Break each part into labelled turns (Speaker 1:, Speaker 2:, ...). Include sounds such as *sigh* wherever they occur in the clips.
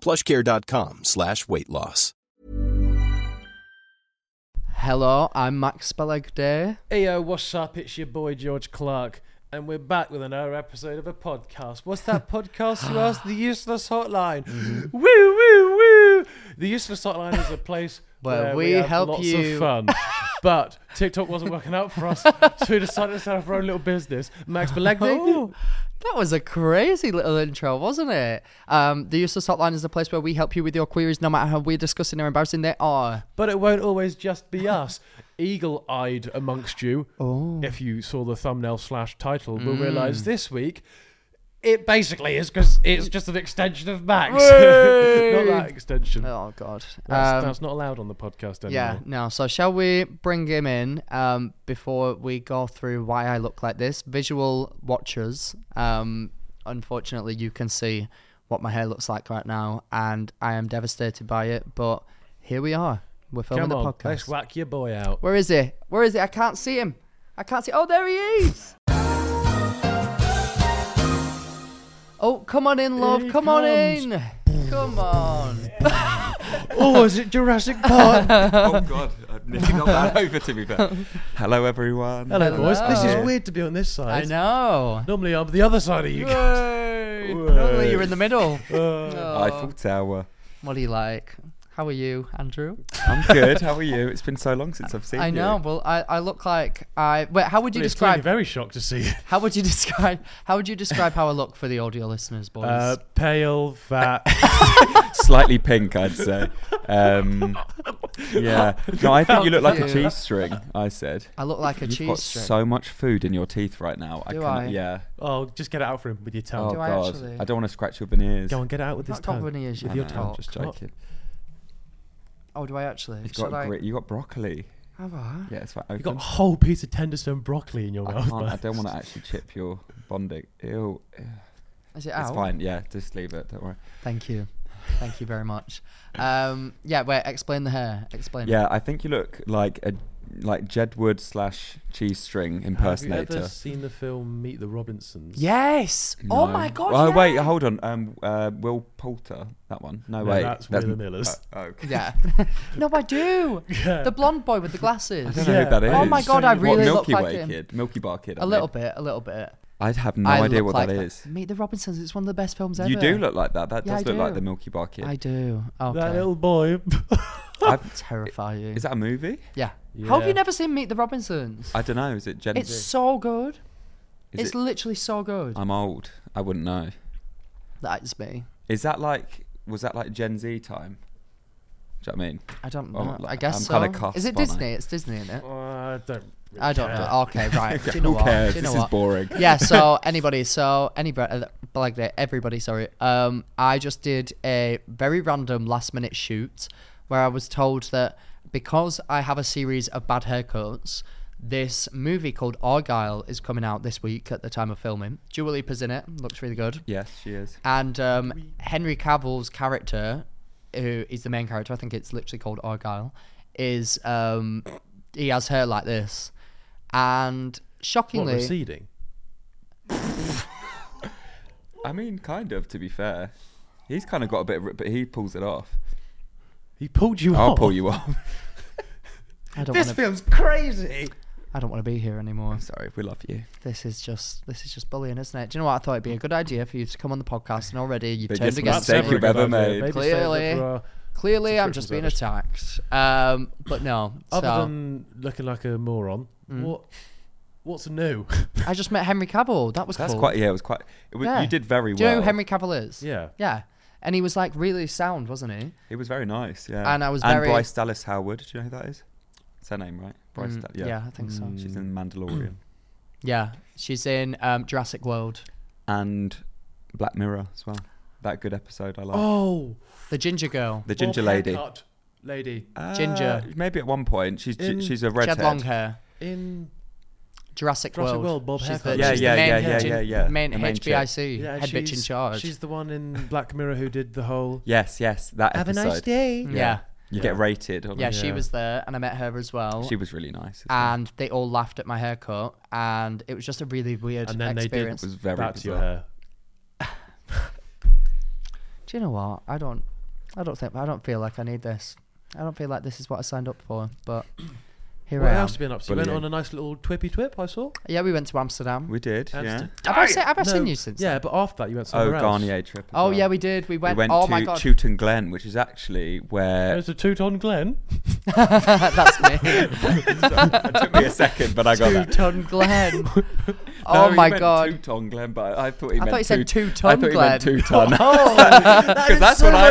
Speaker 1: plushcare.com slash weight loss.
Speaker 2: Hello, I'm Max Spallegday.
Speaker 3: Heyo, what's up? It's your boy George Clark, and we're back with another episode of a podcast.
Speaker 2: *laughs*
Speaker 3: What's that podcast you asked? The Useless
Speaker 2: *gasps*
Speaker 3: Hotline. Woo, woo, woo! The Useless Hotline is a place
Speaker 2: *laughs* Where
Speaker 3: where,
Speaker 2: we
Speaker 3: have
Speaker 2: help
Speaker 3: lots
Speaker 2: you. *laughs*
Speaker 3: of fun. But TikTok wasn't working out for us, so we decided to set up our own little business. Max Belegny.
Speaker 2: *laughs* Oh, that was a crazy little intro, wasn't it? Um, the Useless Hotline is the place where we help you with your queries, no matter how we're discussing or embarrassing they are.
Speaker 3: But it won't always just be us. *laughs* Eagle eyed amongst you, if you saw the thumbnail slash title, will realise this week it basically is because it's just an extension of Max. *laughs* not that extension.
Speaker 2: Oh God.
Speaker 3: That's,
Speaker 2: Um,
Speaker 3: that's not allowed on the podcast anymore.
Speaker 2: yeah, no. So shall we bring him in um, before we go through why I look like this? Visual watchers, um, unfortunately, you can see what my hair looks like right now, and I am devastated by it. But here we are. We're filming
Speaker 3: Come on,
Speaker 2: the podcast.
Speaker 3: let's whack your
Speaker 2: *laughs*
Speaker 3: boy out.
Speaker 2: Where is he? Where is he? I can't see him. I can't see. Oh, there he is. oh, come on in, love.
Speaker 3: Here he
Speaker 2: come on in. Come on.
Speaker 3: oh, is it Jurassic *laughs* Park?
Speaker 4: *laughs* oh god, I've nearly knocked that over to be fair. Hello everyone.
Speaker 3: Hello, boys. This
Speaker 2: Hello.
Speaker 3: is weird to be on this
Speaker 2: I
Speaker 3: side.
Speaker 2: know.
Speaker 3: Normally I'm the other side
Speaker 2: *laughs*
Speaker 3: of you. Uh, guys.
Speaker 2: Hey, Normally you're in the middle.
Speaker 4: Eiffel Tower.
Speaker 2: What do you like? How are you, Andrew?
Speaker 4: I'm good. How are you? It's been so long since I've seen you.
Speaker 2: I know. Well, I, I look like I. Wait, how would you
Speaker 3: It's clearly
Speaker 2: describe?
Speaker 3: very shocked to see you.
Speaker 2: How would you *laughs* describe? How would you describe how I look for the audio listeners, boys?
Speaker 3: Uh, pale, fat.
Speaker 4: Slightly pink, I'd say. Um, yeah. No, I think you look like a
Speaker 2: you.
Speaker 4: cheese string. I said.
Speaker 2: I look like a
Speaker 4: You've
Speaker 2: cheese
Speaker 4: got
Speaker 2: string.
Speaker 4: so much food in your teeth right now. I
Speaker 2: Do
Speaker 4: cannot,
Speaker 2: I?
Speaker 4: Yeah.
Speaker 3: oh, just get it out for him with your
Speaker 4: Oh
Speaker 3: tongue.
Speaker 2: Do I
Speaker 4: god.
Speaker 2: actually?
Speaker 4: I don't want to scratch your veneers.
Speaker 3: Go on, get it out with this
Speaker 2: Not
Speaker 3: tongue.
Speaker 2: company as you
Speaker 4: I
Speaker 3: with your
Speaker 4: know,
Speaker 3: tongue.
Speaker 4: I'm just
Speaker 3: Come on.
Speaker 4: joking.
Speaker 2: oh, do I actually?
Speaker 4: You've
Speaker 2: Should
Speaker 4: got
Speaker 2: I?
Speaker 4: gri- you got broccoli.
Speaker 2: Have I?
Speaker 4: Yeah, it's like
Speaker 3: You got a
Speaker 2: *laughs*
Speaker 4: open.
Speaker 3: whole piece of Tenderstone broccoli in your
Speaker 4: I,
Speaker 3: mouth.
Speaker 4: can't, I
Speaker 3: man.
Speaker 4: don't
Speaker 3: *laughs*
Speaker 4: want to actually chip your bonding. Ew.
Speaker 2: Is it out?
Speaker 4: It's fine. Yeah, just leave it. Don't worry.
Speaker 2: Thank you. Thank you very much. Um, yeah, wait, explain the hair. Explain. it.
Speaker 4: Yeah, I think you look like a like Jedward slash cheese string
Speaker 3: Have you
Speaker 4: impersonator.
Speaker 3: ever seen the film Meet the Robinsons?
Speaker 2: Yes. Oh
Speaker 4: No.
Speaker 2: my god.
Speaker 4: Oh
Speaker 2: yeah.
Speaker 4: wait, hold on. Um, uh, Will Poulter, that one. No,
Speaker 3: No,
Speaker 4: wait,
Speaker 3: that's Will
Speaker 4: *laughs*
Speaker 3: and Millers.
Speaker 4: Oh,
Speaker 2: *laughs*
Speaker 4: okay.
Speaker 2: Yeah. no, I do. The blonde boy with the glasses.
Speaker 4: I don't know who that is.
Speaker 2: Oh my god, I
Speaker 3: What,
Speaker 2: really look
Speaker 4: what, Milky
Speaker 2: like
Speaker 4: Way
Speaker 2: him.
Speaker 4: kid, Milky Bar kid. I
Speaker 2: A little
Speaker 4: mean.
Speaker 2: bit. A little bit.
Speaker 4: I'd have no
Speaker 2: I
Speaker 4: idea
Speaker 2: look like
Speaker 4: what that is.
Speaker 2: Meet the Robinsons. It's one of the best films ever.
Speaker 4: You do look like that. That
Speaker 2: Yeah,
Speaker 4: does
Speaker 2: I
Speaker 4: look like
Speaker 2: do.
Speaker 4: the Milky Bar kid.
Speaker 2: I do. Okay.
Speaker 3: That little
Speaker 4: *laughs*
Speaker 3: boy. *laughs*
Speaker 2: *laughs*
Speaker 4: I've-
Speaker 2: Terrify you.
Speaker 4: is that a movie?
Speaker 2: yeah. How have
Speaker 3: Yeah.
Speaker 2: you never seen Meet the Robinsons?
Speaker 4: I don't know. Is it Gen
Speaker 2: It's
Speaker 4: Z?
Speaker 2: so good.
Speaker 4: Is
Speaker 2: it's
Speaker 4: it-
Speaker 2: literally so good.
Speaker 4: I'm old. I wouldn't know.
Speaker 2: that is me.
Speaker 4: Is that like? Was that like Gen Z time? Do you know what I mean?
Speaker 2: I don't know.
Speaker 4: Well, like,
Speaker 2: I guess
Speaker 4: Oh, I'm
Speaker 2: so.
Speaker 4: kinda cussed,
Speaker 2: is it
Speaker 4: aren't I?
Speaker 2: Disney? It's Disney, isn't it?
Speaker 3: Uh, I don't. really
Speaker 2: I don't
Speaker 3: care.
Speaker 2: know. Okay,
Speaker 4: *laughs*
Speaker 2: right. Do you know
Speaker 4: Who
Speaker 2: what?
Speaker 4: cares?
Speaker 2: Do you know
Speaker 4: this
Speaker 2: what?
Speaker 4: is boring.
Speaker 2: yeah.
Speaker 4: *laughs*
Speaker 2: So anybody, so anybody, like that, everybody. Sorry. Um, I just did a very random last minute shoot where I was told that because I have a series of bad haircuts, this movie called Argyle is coming out this week at the time of filming. Dua Lipa's in it. Looks really good.
Speaker 4: Yes, she is.
Speaker 2: And um, Henry Cavill's character, who is the main character, I think it's literally called Argyle, is um, he has hair like this, and
Speaker 3: What,
Speaker 2: shockingly,
Speaker 3: receding?
Speaker 4: I mean, kind of. To be fair, he's kind of got a bit, of, ri- but he pulls it off.
Speaker 3: He pulled you
Speaker 4: I'll
Speaker 3: off.
Speaker 4: pull you off.
Speaker 2: I don't
Speaker 3: Oh. *laughs* This
Speaker 2: wanna-
Speaker 3: film's crazy.
Speaker 2: I don't want to be here anymore.
Speaker 4: Sorry, we love you.
Speaker 2: This is just this is just bullying, isn't it? Do you know what? I thought it'd be a good idea for you to come on the podcast, and already you turned
Speaker 4: Biggest
Speaker 2: against
Speaker 4: mistake
Speaker 2: me.
Speaker 4: you've ever made.
Speaker 3: Maybe save it
Speaker 2: Clearly.
Speaker 3: for uh, our
Speaker 2: Clearly, I'm just being attacked. Um, but no,
Speaker 3: Other
Speaker 2: so Mm.
Speaker 3: than looking like a moron, what what's new? *laughs*
Speaker 2: I just met Henry Cavill. That was
Speaker 4: That's
Speaker 2: cool.
Speaker 4: quite. Yeah, it was quite. It was,
Speaker 2: Yeah.
Speaker 4: You did very
Speaker 2: Do you
Speaker 4: well.
Speaker 2: know who Henry Cavill is?
Speaker 3: Yeah.
Speaker 2: Yeah. And he was like really sound, wasn't he?
Speaker 4: It was very nice. Yeah.
Speaker 2: And I was very-
Speaker 4: Bryce Dallas Howard. Do you know who that is? It's her name, right? Bryce.
Speaker 2: Mm,
Speaker 4: Dal-
Speaker 2: yeah.
Speaker 4: yeah.
Speaker 2: I think so.
Speaker 4: She's in
Speaker 3: Mm.
Speaker 4: Mandalorian
Speaker 2: Yeah. She's in um, Jurassic World.
Speaker 4: and Black Mirror as well. That good episode I like.
Speaker 3: Oh,
Speaker 2: The ginger girl.
Speaker 4: the ginger lady.
Speaker 3: haircut Lady
Speaker 4: Ah,
Speaker 2: oh, Ginger.
Speaker 4: Maybe at one point she's
Speaker 3: In-
Speaker 4: she's a
Speaker 2: She had
Speaker 4: redhead.
Speaker 2: long hair.
Speaker 3: in
Speaker 2: Jurassic,
Speaker 3: Jurassic World, Bob
Speaker 2: she's the,
Speaker 3: Haircut.
Speaker 4: Yeah,
Speaker 2: she's
Speaker 4: yeah,
Speaker 2: the main,
Speaker 4: yeah, yeah,
Speaker 2: gin-
Speaker 4: yeah, yeah.
Speaker 2: main
Speaker 4: The main chick.
Speaker 2: HBIC,
Speaker 3: yeah,
Speaker 2: head bitch in
Speaker 3: she's-
Speaker 2: charge.
Speaker 3: She's the one in Black Mirror who did the whole.
Speaker 4: Yes, yes, that
Speaker 3: Have a
Speaker 4: episode.
Speaker 3: nice day.
Speaker 2: yeah. Yeah.
Speaker 4: You get rated. or-
Speaker 2: she was there and I met her as well.
Speaker 4: She was really nice. as well.
Speaker 2: and they all laughed at my haircut and it was just a really weird
Speaker 3: And then they did-
Speaker 2: experience.
Speaker 4: it was very
Speaker 3: That's your
Speaker 4: bizarre.
Speaker 3: hair.
Speaker 2: Do you know what? I don't I don't think I don't feel like I need this. I don't feel like this is what I signed up for, but *clears throat* here
Speaker 3: What
Speaker 2: I am.
Speaker 3: else have you been up to? You went
Speaker 4: Bullying.
Speaker 3: on a nice little twippy twip, I saw.
Speaker 2: Yeah, we went to Amsterdam.
Speaker 4: We did. Yeah.
Speaker 3: Amsterdam.
Speaker 2: have I, se- have I
Speaker 3: No,
Speaker 2: seen you since?
Speaker 3: Yeah,
Speaker 2: then?
Speaker 3: but after that you went
Speaker 4: Oh,
Speaker 3: somewhere else.
Speaker 4: Garnier trip. as
Speaker 2: Oh
Speaker 4: well.
Speaker 2: yeah, we did. We
Speaker 4: We
Speaker 2: went.
Speaker 4: went
Speaker 2: oh
Speaker 4: to
Speaker 2: my god.
Speaker 4: Chewton Glen, which is actually where.
Speaker 3: There's a Teuton Glen.
Speaker 2: *laughs* That's
Speaker 4: *laughs*
Speaker 2: me.
Speaker 4: it *laughs* took me a second, but I
Speaker 2: *laughs*
Speaker 4: got that.
Speaker 2: Teuton
Speaker 4: *laughs*
Speaker 2: Glen.
Speaker 4: No,
Speaker 2: oh
Speaker 4: he
Speaker 2: my
Speaker 4: meant *laughs*
Speaker 2: god.
Speaker 4: Teuton Glen, but I thought he
Speaker 2: I
Speaker 4: meant
Speaker 2: thought he said
Speaker 4: two-
Speaker 2: Teuton
Speaker 4: I thought he meant
Speaker 2: Glen. Oh,
Speaker 4: Teuton.
Speaker 2: *laughs*
Speaker 3: Because
Speaker 4: Because that's what I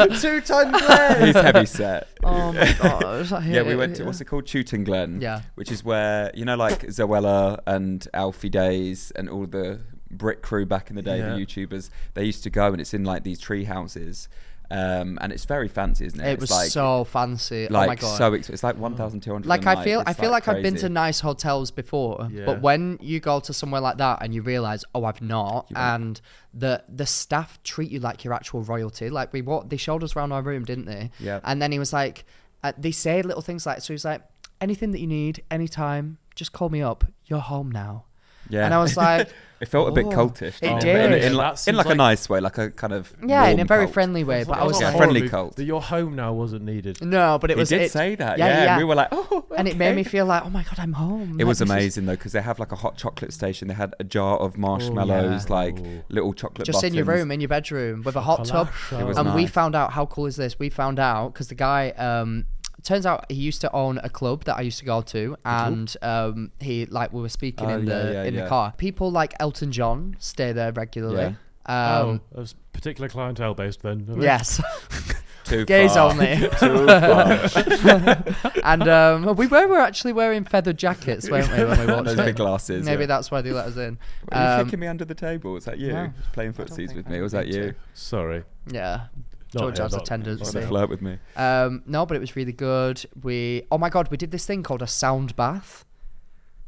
Speaker 2: *laughs*
Speaker 4: *laughs*
Speaker 3: Teuton
Speaker 4: at.
Speaker 3: Glen.
Speaker 4: He's heavy set.
Speaker 2: Oh my god. I
Speaker 4: Yeah,
Speaker 2: hate
Speaker 4: we
Speaker 2: it
Speaker 4: went to
Speaker 2: here.
Speaker 4: what's it called, Tooting Glen.
Speaker 2: Yeah.
Speaker 4: which is where you know, like Zoella and Alfie Days and all the Brit crew back in the day,
Speaker 3: Yeah.
Speaker 4: the YouTubers. They used to go, and it's in like these tree houses, um, and it's very fancy, isn't it?
Speaker 2: It
Speaker 4: it's
Speaker 2: was
Speaker 4: like,
Speaker 2: so fancy. oh my
Speaker 4: like
Speaker 2: god.
Speaker 4: so expensive. It's like one thousand two hundred.
Speaker 2: like I feel I feel like, I've been to nice hotels before,
Speaker 3: Yeah.
Speaker 2: but when you go to somewhere like that and you realize, oh, I've not, and the the staff treat you like you're actual royalty. Like we walked, they showed us around our room, didn't they?
Speaker 4: Yeah.
Speaker 2: And then he was like, uh, they say little things like, so he was like, anything that you need, anytime, just call me up. You're home now.
Speaker 4: Yeah.
Speaker 2: And I
Speaker 4: *laughs*
Speaker 2: was like,
Speaker 4: It felt a bit
Speaker 2: Oh,
Speaker 4: cultish.
Speaker 2: it
Speaker 4: didn't
Speaker 2: did.
Speaker 4: In, in,
Speaker 3: That
Speaker 4: like, in
Speaker 3: seems
Speaker 4: like a
Speaker 3: like-
Speaker 4: nice way, like a kind of
Speaker 2: yeah, in a
Speaker 4: warm
Speaker 2: very
Speaker 4: cult.
Speaker 2: friendly way, but I was
Speaker 4: a
Speaker 2: like,
Speaker 4: horror friendly cult.
Speaker 3: That your home now wasn't needed.
Speaker 2: no, but it
Speaker 4: He
Speaker 2: was.
Speaker 4: did
Speaker 2: it-
Speaker 4: say that.
Speaker 2: yeah,
Speaker 4: Yeah,
Speaker 2: yeah.
Speaker 4: we were like, oh,
Speaker 2: And it made me
Speaker 4: okay.
Speaker 2: feel like, oh my god, I'm home.
Speaker 4: It
Speaker 2: *laughs* Like,
Speaker 4: was
Speaker 2: this is- Oh,
Speaker 4: amazing though because they have like a hot chocolate station. They had a jar of marshmallows,
Speaker 2: yeah.
Speaker 4: like
Speaker 3: Ooh.
Speaker 4: little chocolate.
Speaker 2: just in your
Speaker 4: buttons.
Speaker 2: room in your bedroom with a hot tub
Speaker 3: Chocolate.
Speaker 4: It
Speaker 2: and
Speaker 4: was
Speaker 2: we
Speaker 4: nice.
Speaker 2: found out how cool is this we found out because the guy um turns out he used to own a club that i used to go to and um he like we were speaking
Speaker 4: Oh,
Speaker 2: in
Speaker 4: yeah,
Speaker 2: the
Speaker 4: yeah,
Speaker 2: in the
Speaker 4: yeah.
Speaker 2: car people like elton john stay there regularly um
Speaker 3: oh, it was particular clientele based then. wasn't it?
Speaker 2: yes *laughs*
Speaker 4: Too
Speaker 2: gays
Speaker 4: far.
Speaker 2: only
Speaker 4: *laughs* Too
Speaker 2: *laughs*
Speaker 4: far.
Speaker 2: and um we were, were actually wearing feather jackets weren't we
Speaker 4: *laughs*
Speaker 2: when we watched
Speaker 4: Those
Speaker 2: it
Speaker 4: big glasses.
Speaker 2: maybe
Speaker 4: yeah.
Speaker 2: that's why they let us in
Speaker 4: Were you
Speaker 2: um,
Speaker 4: kicking me under the table? Was that you
Speaker 2: no,
Speaker 4: playing
Speaker 2: don't
Speaker 4: footsies
Speaker 2: think
Speaker 4: with
Speaker 2: I
Speaker 4: me? Was
Speaker 2: need
Speaker 4: that you?
Speaker 2: to.
Speaker 3: Sorry.
Speaker 2: yeah
Speaker 3: Not
Speaker 2: George
Speaker 3: here,
Speaker 2: has a
Speaker 3: not-
Speaker 4: Trying
Speaker 2: tendency.
Speaker 4: to
Speaker 2: See.
Speaker 4: flirt with me?
Speaker 2: Um, no, but it was really good. We oh my god, we did this thing called a sound bath.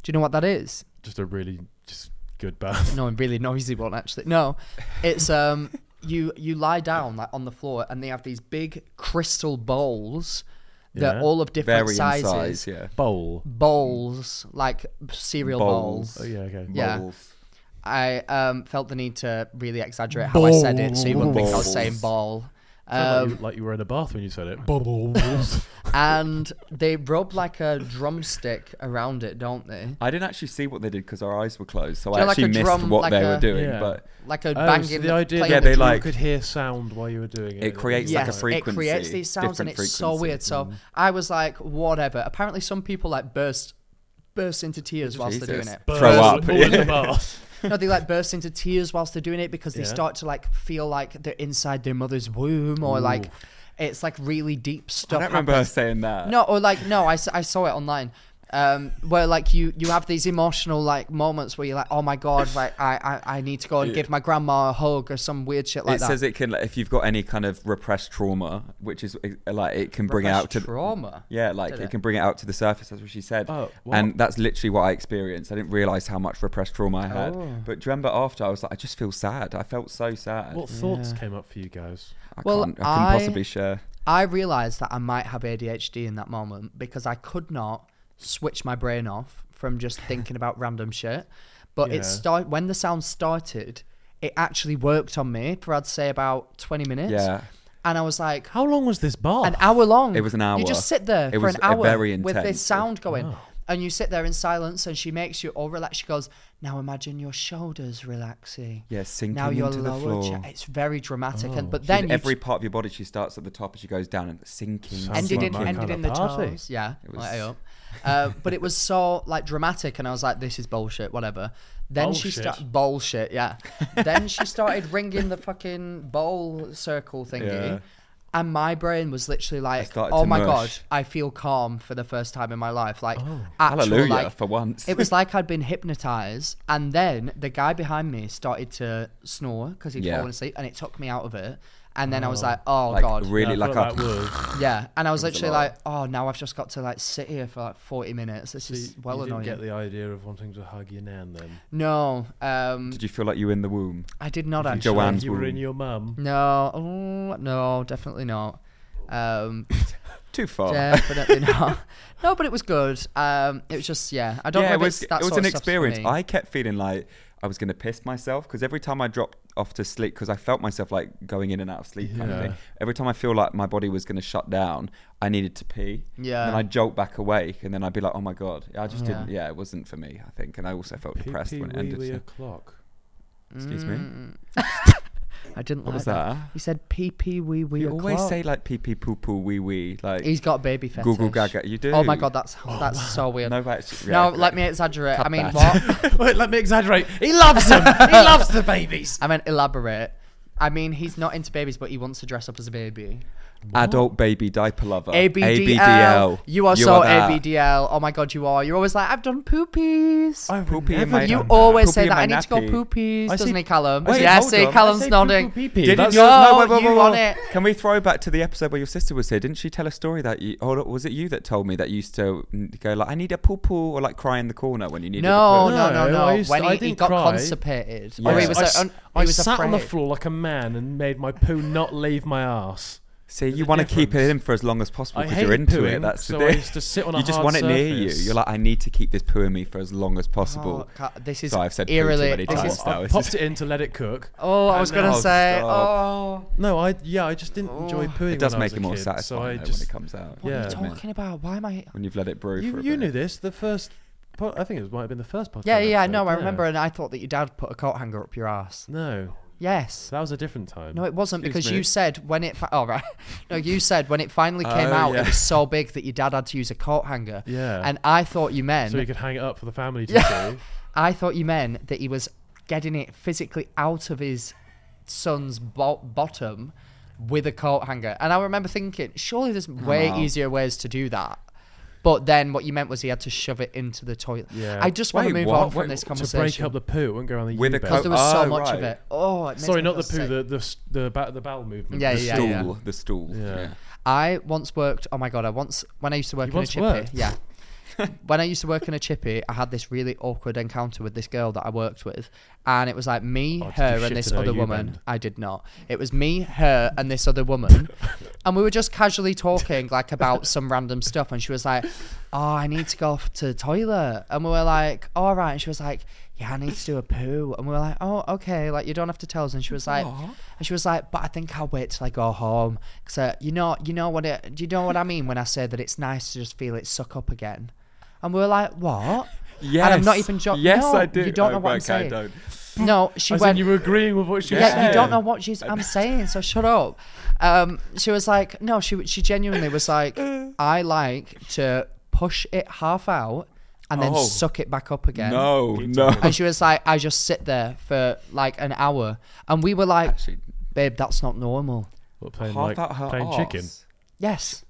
Speaker 2: Do you know what that is?
Speaker 3: Just a really just good bath. *laughs*
Speaker 2: No, a really noisy one actually. No, it's
Speaker 4: *laughs*
Speaker 2: um, you you lie down like on the floor, and they have these big crystal bowls. They're
Speaker 3: Yeah.
Speaker 2: all of different
Speaker 4: Varying
Speaker 2: sizes.
Speaker 4: size. Yeah.
Speaker 3: Bowl.
Speaker 2: Bowls like cereal bowls.
Speaker 4: Bowls.
Speaker 3: Oh, yeah, okay.
Speaker 2: Yeah.
Speaker 4: Balls.
Speaker 2: I um, felt the need to really exaggerate how I said it, so you wouldn't think I was
Speaker 4: Bowls.
Speaker 2: saying ball.
Speaker 3: Sounded
Speaker 2: Um,
Speaker 3: like, you, like you were in a bath when you said it. *laughs* Bubbles.
Speaker 2: and they rub like a drumstick around it, don't they?
Speaker 4: I didn't actually see what they did because our eyes were closed, so
Speaker 2: you
Speaker 4: I
Speaker 2: know, like
Speaker 4: actually
Speaker 2: a
Speaker 4: missed
Speaker 2: drum-
Speaker 4: what
Speaker 2: like
Speaker 4: they
Speaker 2: a-
Speaker 4: were doing.
Speaker 3: Yeah.
Speaker 4: But
Speaker 2: Like a
Speaker 3: oh,
Speaker 2: banging.
Speaker 3: so the idea
Speaker 2: playing
Speaker 4: Yeah,
Speaker 3: that
Speaker 2: the
Speaker 4: they
Speaker 3: you
Speaker 4: like-
Speaker 3: could hear sound while you were doing it.
Speaker 4: It creates, It's like a
Speaker 2: Yes,
Speaker 4: frequency,
Speaker 2: It creates these sounds and it's
Speaker 4: different
Speaker 2: so
Speaker 4: frequency. Mm.
Speaker 2: weird. So I was like, whatever. Apparently, some people like burst burst into tears whilst they're doing
Speaker 4: Jesus.
Speaker 2: it.
Speaker 4: Burst.
Speaker 3: Birds
Speaker 4: throw
Speaker 3: are
Speaker 4: up, *laughs*
Speaker 3: all in the *laughs* bath.
Speaker 2: No, they like burst into tears whilst they're doing it because they
Speaker 3: Yeah.
Speaker 2: start to like feel like they're inside their mother's womb or like it's like really deep
Speaker 4: I
Speaker 2: stuff.
Speaker 4: don't remember her
Speaker 2: happens.
Speaker 4: saying that.
Speaker 2: No, or like no, I, s- I saw it online. Um, where like you you have these emotional like moments where you're like, oh my god, like I I, I need to go and give my grandma a hug or some weird shit like
Speaker 4: it
Speaker 2: that.
Speaker 4: says it can, like, if you've got any kind of repressed trauma, which is uh, like it can bring
Speaker 2: Repressed
Speaker 4: out to
Speaker 2: trauma.
Speaker 4: Yeah, like it,
Speaker 2: it?
Speaker 4: can bring it out to the surface. That's what she said.
Speaker 3: Oh, wow.
Speaker 4: and that's literally what I experienced. I didn't realize how much repressed trauma I had.
Speaker 2: Oh.
Speaker 4: But do you remember after I was like, I just feel sad. I felt so sad.
Speaker 3: What thoughts came up for you guys?
Speaker 4: I
Speaker 2: Well,
Speaker 4: can't. I
Speaker 2: I-
Speaker 4: can possibly share.
Speaker 2: I realized that I might have ADHD in that moment because I could not switch my brain off from
Speaker 4: *laughs*
Speaker 2: just thinking about random shit. But
Speaker 3: Yeah.
Speaker 2: it start when the sound started, it actually worked on me for I'd say about twenty minutes.
Speaker 4: Yeah.
Speaker 2: And I was like, *gasps*
Speaker 4: *gasps*
Speaker 3: How long was this bath?
Speaker 2: an hour long.
Speaker 4: It was an
Speaker 2: You just
Speaker 4: hour.
Speaker 2: sit there
Speaker 4: It
Speaker 2: for
Speaker 4: was
Speaker 2: an
Speaker 4: a
Speaker 2: hour
Speaker 4: very
Speaker 2: with this
Speaker 4: intense- Oh.
Speaker 2: sound going. and you sit there in silence, and she makes you all relax. She goes, "Now imagine your shoulders relaxing.
Speaker 4: Yeah, sinking
Speaker 2: now your
Speaker 4: into the
Speaker 2: lower
Speaker 4: floor. Oh.
Speaker 2: cha- It's very dramatic, and but
Speaker 4: She
Speaker 2: then
Speaker 4: did
Speaker 2: you
Speaker 4: every part of your body, she starts at the top and she goes down and sinking.
Speaker 3: Sounds
Speaker 4: sinking.
Speaker 2: ended in
Speaker 3: like my
Speaker 2: ended
Speaker 3: kind
Speaker 2: in
Speaker 3: of
Speaker 2: the
Speaker 3: party.
Speaker 2: toes. Yeah,
Speaker 4: It
Speaker 2: like,
Speaker 4: was-
Speaker 2: up. Uh, but it was so like dramatic, and I was like, "This is bullshit." Whatever. Then she
Speaker 3: Bullshit?
Speaker 2: started bullshit.
Speaker 4: *laughs*
Speaker 2: Yeah. then she started ringing the fucking bowl circle thingy,
Speaker 4: Yeah.
Speaker 2: and my brain was literally like,
Speaker 4: started
Speaker 2: "Oh
Speaker 4: to
Speaker 2: my
Speaker 4: mush. Oh,
Speaker 2: god, I feel calm for the first time in my life." Like, actual,
Speaker 4: Hallelujah
Speaker 2: like,
Speaker 4: for once. *laughs*
Speaker 2: it was like I'd been hypnotized, and then the guy behind me started to snore because he'd
Speaker 4: Yeah.
Speaker 2: fallen asleep, and it took me out of it. And then I was like, "Oh
Speaker 4: like
Speaker 2: god,
Speaker 4: really
Speaker 3: Yeah, I
Speaker 4: like
Speaker 3: thought
Speaker 4: a
Speaker 3: that
Speaker 4: *sighs*
Speaker 2: yeah, and I was
Speaker 4: was a
Speaker 2: literally
Speaker 4: lot.
Speaker 2: like, oh, now I've just got to like sit here for like 40 minutes. This
Speaker 3: would.
Speaker 2: is
Speaker 3: you
Speaker 2: well
Speaker 3: didn't
Speaker 2: annoying.
Speaker 3: get the idea of wanting to hug your nan then.
Speaker 2: no, um,
Speaker 4: Did you feel like you were in the womb?
Speaker 2: I did not actually.
Speaker 4: Joanne- Nan's
Speaker 3: you were in
Speaker 4: womb.
Speaker 3: your mum.
Speaker 2: No, oh, no, definitely not.
Speaker 4: *laughs*
Speaker 2: Um,
Speaker 4: Too far.
Speaker 2: definitely not. No, but it was good. Um, it was just yeah. I don't
Speaker 4: yeah,
Speaker 2: know
Speaker 4: it
Speaker 2: if
Speaker 4: was,
Speaker 2: it's that
Speaker 4: it was
Speaker 2: sort
Speaker 4: an
Speaker 2: of stuff's for
Speaker 4: experience.
Speaker 2: me.
Speaker 4: I kept feeling like I was going to piss myself because every time I dropped off to sleep, because I felt myself like going in and out of sleep kind of
Speaker 3: Yeah.
Speaker 4: thing. Every time I feel like my body was going to shut down, I needed to pee.
Speaker 2: Yeah.
Speaker 4: And then I'd jolt back awake and then I'd be like, oh my God. I just
Speaker 2: Yeah.
Speaker 4: didn't, yeah, it wasn't for me, I think. And I also felt depressed when it
Speaker 3: Pee-wee
Speaker 4: ended.
Speaker 3: wee *laughs*
Speaker 4: so- *laughs*
Speaker 3: o'clock.
Speaker 4: Excuse me?
Speaker 2: Mm. I didn't
Speaker 4: What
Speaker 2: like
Speaker 4: was that?
Speaker 2: He said pee pee wee wee.
Speaker 4: You always
Speaker 2: o'clock."
Speaker 4: say like pee pee poo poo wee wee. Like,
Speaker 2: he's got a baby fetish.
Speaker 4: Google Gaga. You do.
Speaker 2: Oh my god, that's that's
Speaker 4: *gasps*
Speaker 2: so weird.
Speaker 4: No,
Speaker 2: No,
Speaker 4: but actually, yeah,
Speaker 2: let me exaggerate. I
Speaker 4: Cut
Speaker 2: mean,
Speaker 4: that. *laughs*
Speaker 2: what?
Speaker 3: Wait, let me exaggerate. He loves them. *laughs* he loves the babies.
Speaker 2: I meant elaborate. I mean, he's not into babies, but he wants to dress up as a baby.
Speaker 4: Adult baby diaper
Speaker 3: Uh,
Speaker 4: lover.
Speaker 2: ABDL.
Speaker 4: ABDL.
Speaker 2: You are so
Speaker 4: that.
Speaker 2: ABDL. Oh my god, you are. You're always like, I've done poopies.
Speaker 3: I
Speaker 4: Poopy in my-
Speaker 3: never
Speaker 4: I've
Speaker 2: you
Speaker 4: done that.
Speaker 2: always
Speaker 4: Poopy
Speaker 2: say
Speaker 4: in
Speaker 2: that.
Speaker 4: my
Speaker 2: I need to go
Speaker 4: nappy.
Speaker 2: poopies,
Speaker 3: I
Speaker 2: doesn't
Speaker 3: see-
Speaker 2: he, Callum?
Speaker 3: Wait,
Speaker 2: yeah,
Speaker 3: hold
Speaker 2: see,
Speaker 3: on.
Speaker 2: Callum's
Speaker 3: I say
Speaker 2: nodding.
Speaker 3: poo-poo, pee-pee.
Speaker 4: Didn't
Speaker 3: That's-
Speaker 4: your-
Speaker 2: No,
Speaker 4: wait, wait,
Speaker 2: you
Speaker 4: wait,
Speaker 2: want
Speaker 4: wait.
Speaker 2: it.
Speaker 4: Can we throw back to the episode where your sister was here? Didn't she tell a story that you? Hold on, was it you that told me that you used to mm, go like, "I need a poo poo" or like cry in the corner when you needed?
Speaker 2: No,
Speaker 4: a poo?
Speaker 2: no, no,
Speaker 3: No,
Speaker 2: no.
Speaker 3: I used to-
Speaker 2: when
Speaker 3: I
Speaker 2: he, he
Speaker 3: didn't
Speaker 2: got
Speaker 3: cry.
Speaker 2: constipated, or
Speaker 4: Yes.
Speaker 2: he was,
Speaker 3: I,
Speaker 2: uh,
Speaker 3: s-
Speaker 2: un-
Speaker 3: I
Speaker 2: he was
Speaker 3: sat on the
Speaker 2: afraid.
Speaker 3: floor like a man and made my poo not leave my
Speaker 4: *laughs*
Speaker 3: ass.
Speaker 4: See, you
Speaker 3: the
Speaker 4: want to keep it
Speaker 3: difference.
Speaker 4: in for as long as possible
Speaker 3: I
Speaker 4: because
Speaker 3: hate
Speaker 4: you're into it.
Speaker 3: pooing,
Speaker 4: That's the
Speaker 3: so I
Speaker 4: thing.
Speaker 3: used to sit on a
Speaker 4: you just
Speaker 3: hard
Speaker 4: want it near you.
Speaker 3: surface.
Speaker 4: You're like, I need to keep this poo in me for as long as
Speaker 2: Oh,
Speaker 4: possible.
Speaker 2: Ca- this is
Speaker 4: Sorry, I've said poo too
Speaker 2: eerily.
Speaker 4: many
Speaker 2: This
Speaker 4: times.
Speaker 2: is,
Speaker 4: that
Speaker 3: I
Speaker 4: was
Speaker 3: popped
Speaker 4: just-
Speaker 3: it in to let it cook.
Speaker 2: oh, I
Speaker 3: And
Speaker 2: was
Speaker 3: then-
Speaker 2: gonna
Speaker 4: Oh,
Speaker 2: say. oh,
Speaker 4: stop.
Speaker 3: No, I yeah, I just didn't enjoy pooing.
Speaker 4: it does
Speaker 3: when I was
Speaker 4: make it
Speaker 3: a
Speaker 4: more
Speaker 3: kid,
Speaker 4: satisfying
Speaker 3: So I
Speaker 4: though,
Speaker 3: just
Speaker 4: when it comes out.
Speaker 2: Oh, what are
Speaker 3: Yeah.
Speaker 2: you talking about? Why am I?
Speaker 4: When you've let it brew for
Speaker 3: you
Speaker 4: a
Speaker 3: you
Speaker 4: bit.
Speaker 3: knew this. The first, po- I think it was, might have been the first podcast.
Speaker 2: Yeah, yeah, I know.
Speaker 3: episode,
Speaker 2: I
Speaker 3: yeah.
Speaker 2: remember, and I thought that your dad put a coat hanger up your ass.
Speaker 3: No,
Speaker 2: Yes.
Speaker 3: that was a different time.
Speaker 2: No, it wasn't
Speaker 4: Excuse
Speaker 2: because
Speaker 4: me.
Speaker 2: you said when it. Fi- oh right, *laughs* no, you said when it finally came
Speaker 4: Oh,
Speaker 2: out,
Speaker 4: yeah.
Speaker 2: it was so big that your dad had to use a coat hanger.
Speaker 3: Yeah.
Speaker 2: And I thought you meant.
Speaker 3: so you could hang it up for the family to
Speaker 2: Yeah.
Speaker 3: see.
Speaker 2: I thought you meant that he was getting it physically out of his son's bo- bottom with a coat hanger, and I remember thinking, surely
Speaker 3: Oh,
Speaker 2: there's way
Speaker 4: Wow.
Speaker 2: easier ways to do that. But then what you meant was he had to shove it into the toilet.
Speaker 3: Yeah.
Speaker 2: I just want
Speaker 4: Wait,
Speaker 2: to move
Speaker 4: what?
Speaker 2: on from
Speaker 4: Wait,
Speaker 2: this
Speaker 4: to
Speaker 3: To break
Speaker 2: conversation
Speaker 3: up the poo, it wouldn't go around the
Speaker 4: With
Speaker 3: U
Speaker 4: a
Speaker 3: bag.
Speaker 2: because
Speaker 4: coat-
Speaker 2: there was so
Speaker 4: Oh,
Speaker 2: much of
Speaker 4: right.
Speaker 2: it. Oh, it makes
Speaker 3: Sorry,
Speaker 2: me
Speaker 3: not
Speaker 2: feel
Speaker 3: the poo.
Speaker 2: sick.
Speaker 3: The the s- the, ba- the bowel movement.
Speaker 2: Yeah,
Speaker 4: The
Speaker 3: The
Speaker 2: yeah,
Speaker 4: stool.
Speaker 2: yeah.
Speaker 4: The stool.
Speaker 3: Yeah.
Speaker 4: yeah.
Speaker 2: I once worked. Oh my god! I once when I used to work
Speaker 3: You
Speaker 2: in
Speaker 3: once
Speaker 2: a chippy.
Speaker 3: worked? *laughs*
Speaker 2: Yeah. when I used to work in a chippy, I had this really awkward encounter with this girl that I worked with, and it was like me,
Speaker 3: Oh, did you
Speaker 2: her,
Speaker 3: shit
Speaker 2: and this
Speaker 3: it out
Speaker 2: other
Speaker 3: you
Speaker 2: woman.
Speaker 3: then?
Speaker 2: I did not. It was me, her, and this other
Speaker 4: *laughs*
Speaker 2: woman, and we were just casually talking like about some random stuff, and she was like, "Oh, I need to go off to the toilet," and we were like, "All right," and she was like. Yeah, I need to do a poo, and we were like, "Oh, okay." Like you don't have to tell us. And she was like, and she was like, "But I think I'll wait till I go home, because uh, you know, you know what it, do you know what I mean when I say that it's nice to just feel it suck up again." And we were like, "What?" and I'm not
Speaker 4: Yes.
Speaker 2: even joking.
Speaker 4: Yes,
Speaker 2: no,
Speaker 4: I do.
Speaker 2: You don't know
Speaker 4: Oh,
Speaker 2: what I'm
Speaker 4: okay, I
Speaker 2: saying.
Speaker 4: don't.
Speaker 2: No, she
Speaker 3: As in
Speaker 2: went.
Speaker 3: you were agreeing with what she
Speaker 2: Yeah,
Speaker 3: said.
Speaker 2: you don't know what she's. I'm saying, so shut up. Um, she was like, no, she she genuinely was
Speaker 4: *laughs*
Speaker 2: like, I like to push it half out and then
Speaker 4: Oh.
Speaker 2: suck it back up again.
Speaker 4: No, no.
Speaker 2: And she was like, I just sit there for like an hour, and we were like,
Speaker 4: Actually,
Speaker 2: babe, that's not normal.
Speaker 3: What, playing
Speaker 4: half
Speaker 3: like,
Speaker 4: out her
Speaker 3: playing
Speaker 4: arse,
Speaker 3: chicken.
Speaker 2: Yes,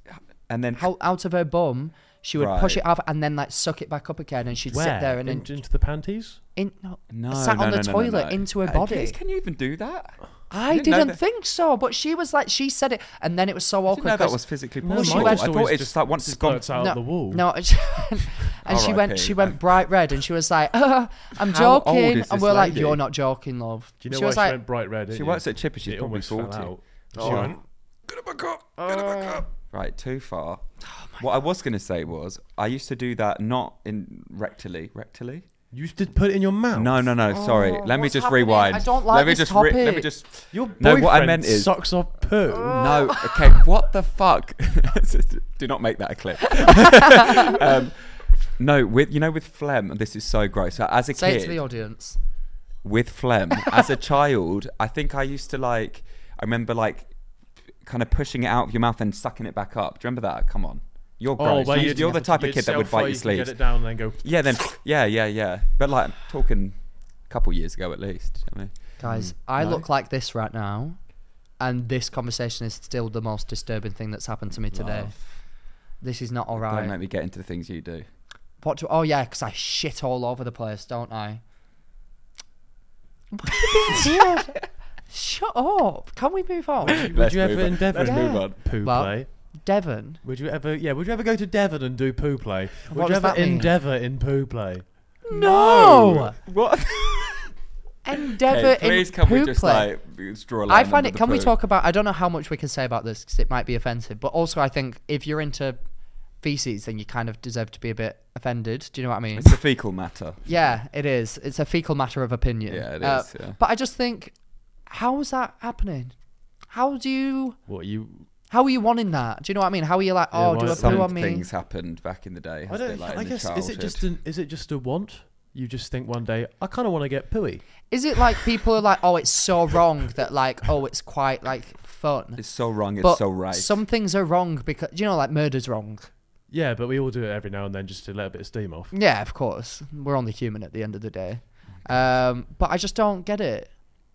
Speaker 4: and then
Speaker 2: out, out of her bum, she would push
Speaker 4: Right.
Speaker 2: it up and then like suck it back up again, and she'd
Speaker 3: Where?
Speaker 2: sit there and then
Speaker 3: In- into the panties.
Speaker 2: in, no,
Speaker 4: no,
Speaker 2: sat
Speaker 4: no,
Speaker 2: on
Speaker 4: no,
Speaker 2: the
Speaker 4: no, no,
Speaker 2: toilet
Speaker 4: no.
Speaker 2: into her
Speaker 4: Uh,
Speaker 2: body.
Speaker 4: please, can you even do that?
Speaker 2: I
Speaker 4: didn't know
Speaker 2: didn't
Speaker 4: that-
Speaker 2: think so, but she was like, she said it, and then it was so awkward.
Speaker 4: No, that
Speaker 2: 'cause-
Speaker 4: was physically
Speaker 3: No,
Speaker 4: possible.
Speaker 2: Oh, she
Speaker 4: I
Speaker 2: went-
Speaker 4: thought it's just like once it's gone.
Speaker 3: Splurts out
Speaker 2: no,
Speaker 3: the wall.
Speaker 2: No, *laughs* and she, and she went,
Speaker 4: R.I.P..
Speaker 2: she went bright red, and she was like, *laughs* "Uh, "I'm
Speaker 4: How old
Speaker 2: joking,"
Speaker 4: is
Speaker 2: and
Speaker 4: this
Speaker 2: we're like,
Speaker 4: lady?
Speaker 2: "You're not joking, love."
Speaker 3: Do you know
Speaker 2: she
Speaker 3: why
Speaker 2: was
Speaker 3: she
Speaker 2: like,
Speaker 3: went bright red? didn't
Speaker 4: She
Speaker 3: you?
Speaker 4: works at Chipper. She's
Speaker 3: it
Speaker 4: probably
Speaker 3: almost fell
Speaker 4: forty.
Speaker 3: out. She
Speaker 4: Oh.
Speaker 3: went,
Speaker 2: Uh.
Speaker 4: Right, too far. what I was going to say was, I used to do that not in rectally. Rectally?
Speaker 3: You did put it in your mouth.
Speaker 4: No, no, no. sorry. Let me
Speaker 2: Oh, what's
Speaker 4: just
Speaker 2: happening?
Speaker 4: rewind.
Speaker 2: I don't like
Speaker 4: let me
Speaker 2: this
Speaker 4: just re- let me
Speaker 2: topic.
Speaker 4: just.
Speaker 3: Your
Speaker 4: No,
Speaker 3: boyfriend
Speaker 4: what I meant is-
Speaker 3: socks off poo.
Speaker 4: No.
Speaker 2: *laughs*
Speaker 4: *laughs*
Speaker 2: *laughs*
Speaker 4: Okay. What the fuck? do not make that a clip. um, No, with you know, with phlegm, this is so gross. So as a
Speaker 2: Say
Speaker 4: kid,
Speaker 2: it to the audience.
Speaker 4: with phlegm
Speaker 2: *laughs*
Speaker 4: as a child i think i used to like i remember like kind of pushing it out of your mouth and sucking it back up do you remember that come on you're gross
Speaker 3: Oh, well,
Speaker 4: you,
Speaker 3: you'd-
Speaker 4: you're the type of
Speaker 3: you'd
Speaker 4: kid that would
Speaker 3: self-fight,
Speaker 4: bite your
Speaker 3: you could Get
Speaker 4: sleeves
Speaker 3: it down and then
Speaker 4: *laughs*
Speaker 3: go.
Speaker 4: yeah then yeah yeah yeah but like I'm talking a couple years ago at least I mean,
Speaker 2: Guys, I look like this right now, and this conversation is still the most disturbing thing that's happened to me today. This is not
Speaker 4: don't
Speaker 2: alright.
Speaker 4: make me get into the things you do
Speaker 2: What do? Oh yeah, because I shit all over the place, don't I? *laughs* Shut up! Can we move on?
Speaker 4: Let's
Speaker 3: Would you
Speaker 4: move
Speaker 3: ever
Speaker 4: on.
Speaker 3: endeavour?
Speaker 4: Let's
Speaker 2: Yeah.
Speaker 4: move on.
Speaker 3: Poo
Speaker 2: Well-
Speaker 3: play.
Speaker 2: Devon,
Speaker 3: Would you ever? Yeah. Would you ever go to Devon and do poo play? Would
Speaker 2: What
Speaker 3: you
Speaker 2: does
Speaker 3: ever
Speaker 2: that mean?
Speaker 3: endeavour in poo play?
Speaker 2: no,
Speaker 4: *laughs* what
Speaker 2: endeavour
Speaker 4: hey, please
Speaker 2: in
Speaker 4: can we
Speaker 2: poo
Speaker 4: just
Speaker 2: play.
Speaker 4: like just draw a line
Speaker 2: I find
Speaker 4: under
Speaker 2: it.
Speaker 4: the
Speaker 2: Can we
Speaker 4: poo?
Speaker 2: talk about? I don't know how much we can say about this because it might be offensive. But also, I think if you're into feces, then you kind of deserve to be a bit offended. Do you know what I mean?
Speaker 4: it's a fecal matter
Speaker 2: yeah, it is. It's a fecal matter of opinion. Uh,
Speaker 4: Yeah, it is, yeah.
Speaker 2: But I just think, how is that happening? How do you?
Speaker 3: What you?
Speaker 2: How are you wanting that? Do you know what I mean? How are you like? Oh,
Speaker 3: why-
Speaker 2: do a
Speaker 3: Some
Speaker 2: poo
Speaker 4: some
Speaker 2: on me?
Speaker 4: things happened back in the day
Speaker 3: I
Speaker 4: has
Speaker 3: don't.
Speaker 4: been, like,
Speaker 3: I
Speaker 4: in the
Speaker 3: guess is it just
Speaker 4: childhood.
Speaker 3: an? Is it just a want? You just think one day I kind of want to get pooey.
Speaker 2: Is it like people are like, oh, it's so wrong that like, oh, it's quite like fun.
Speaker 4: it's so wrong it's
Speaker 2: but
Speaker 4: so right
Speaker 2: some things are wrong because you know, like murder's wrong.
Speaker 3: Yeah, but we all do it every now and then just to let a bit of steam off.
Speaker 2: Yeah, of course. We're only human at the end of the day. Um, but I just don't get it.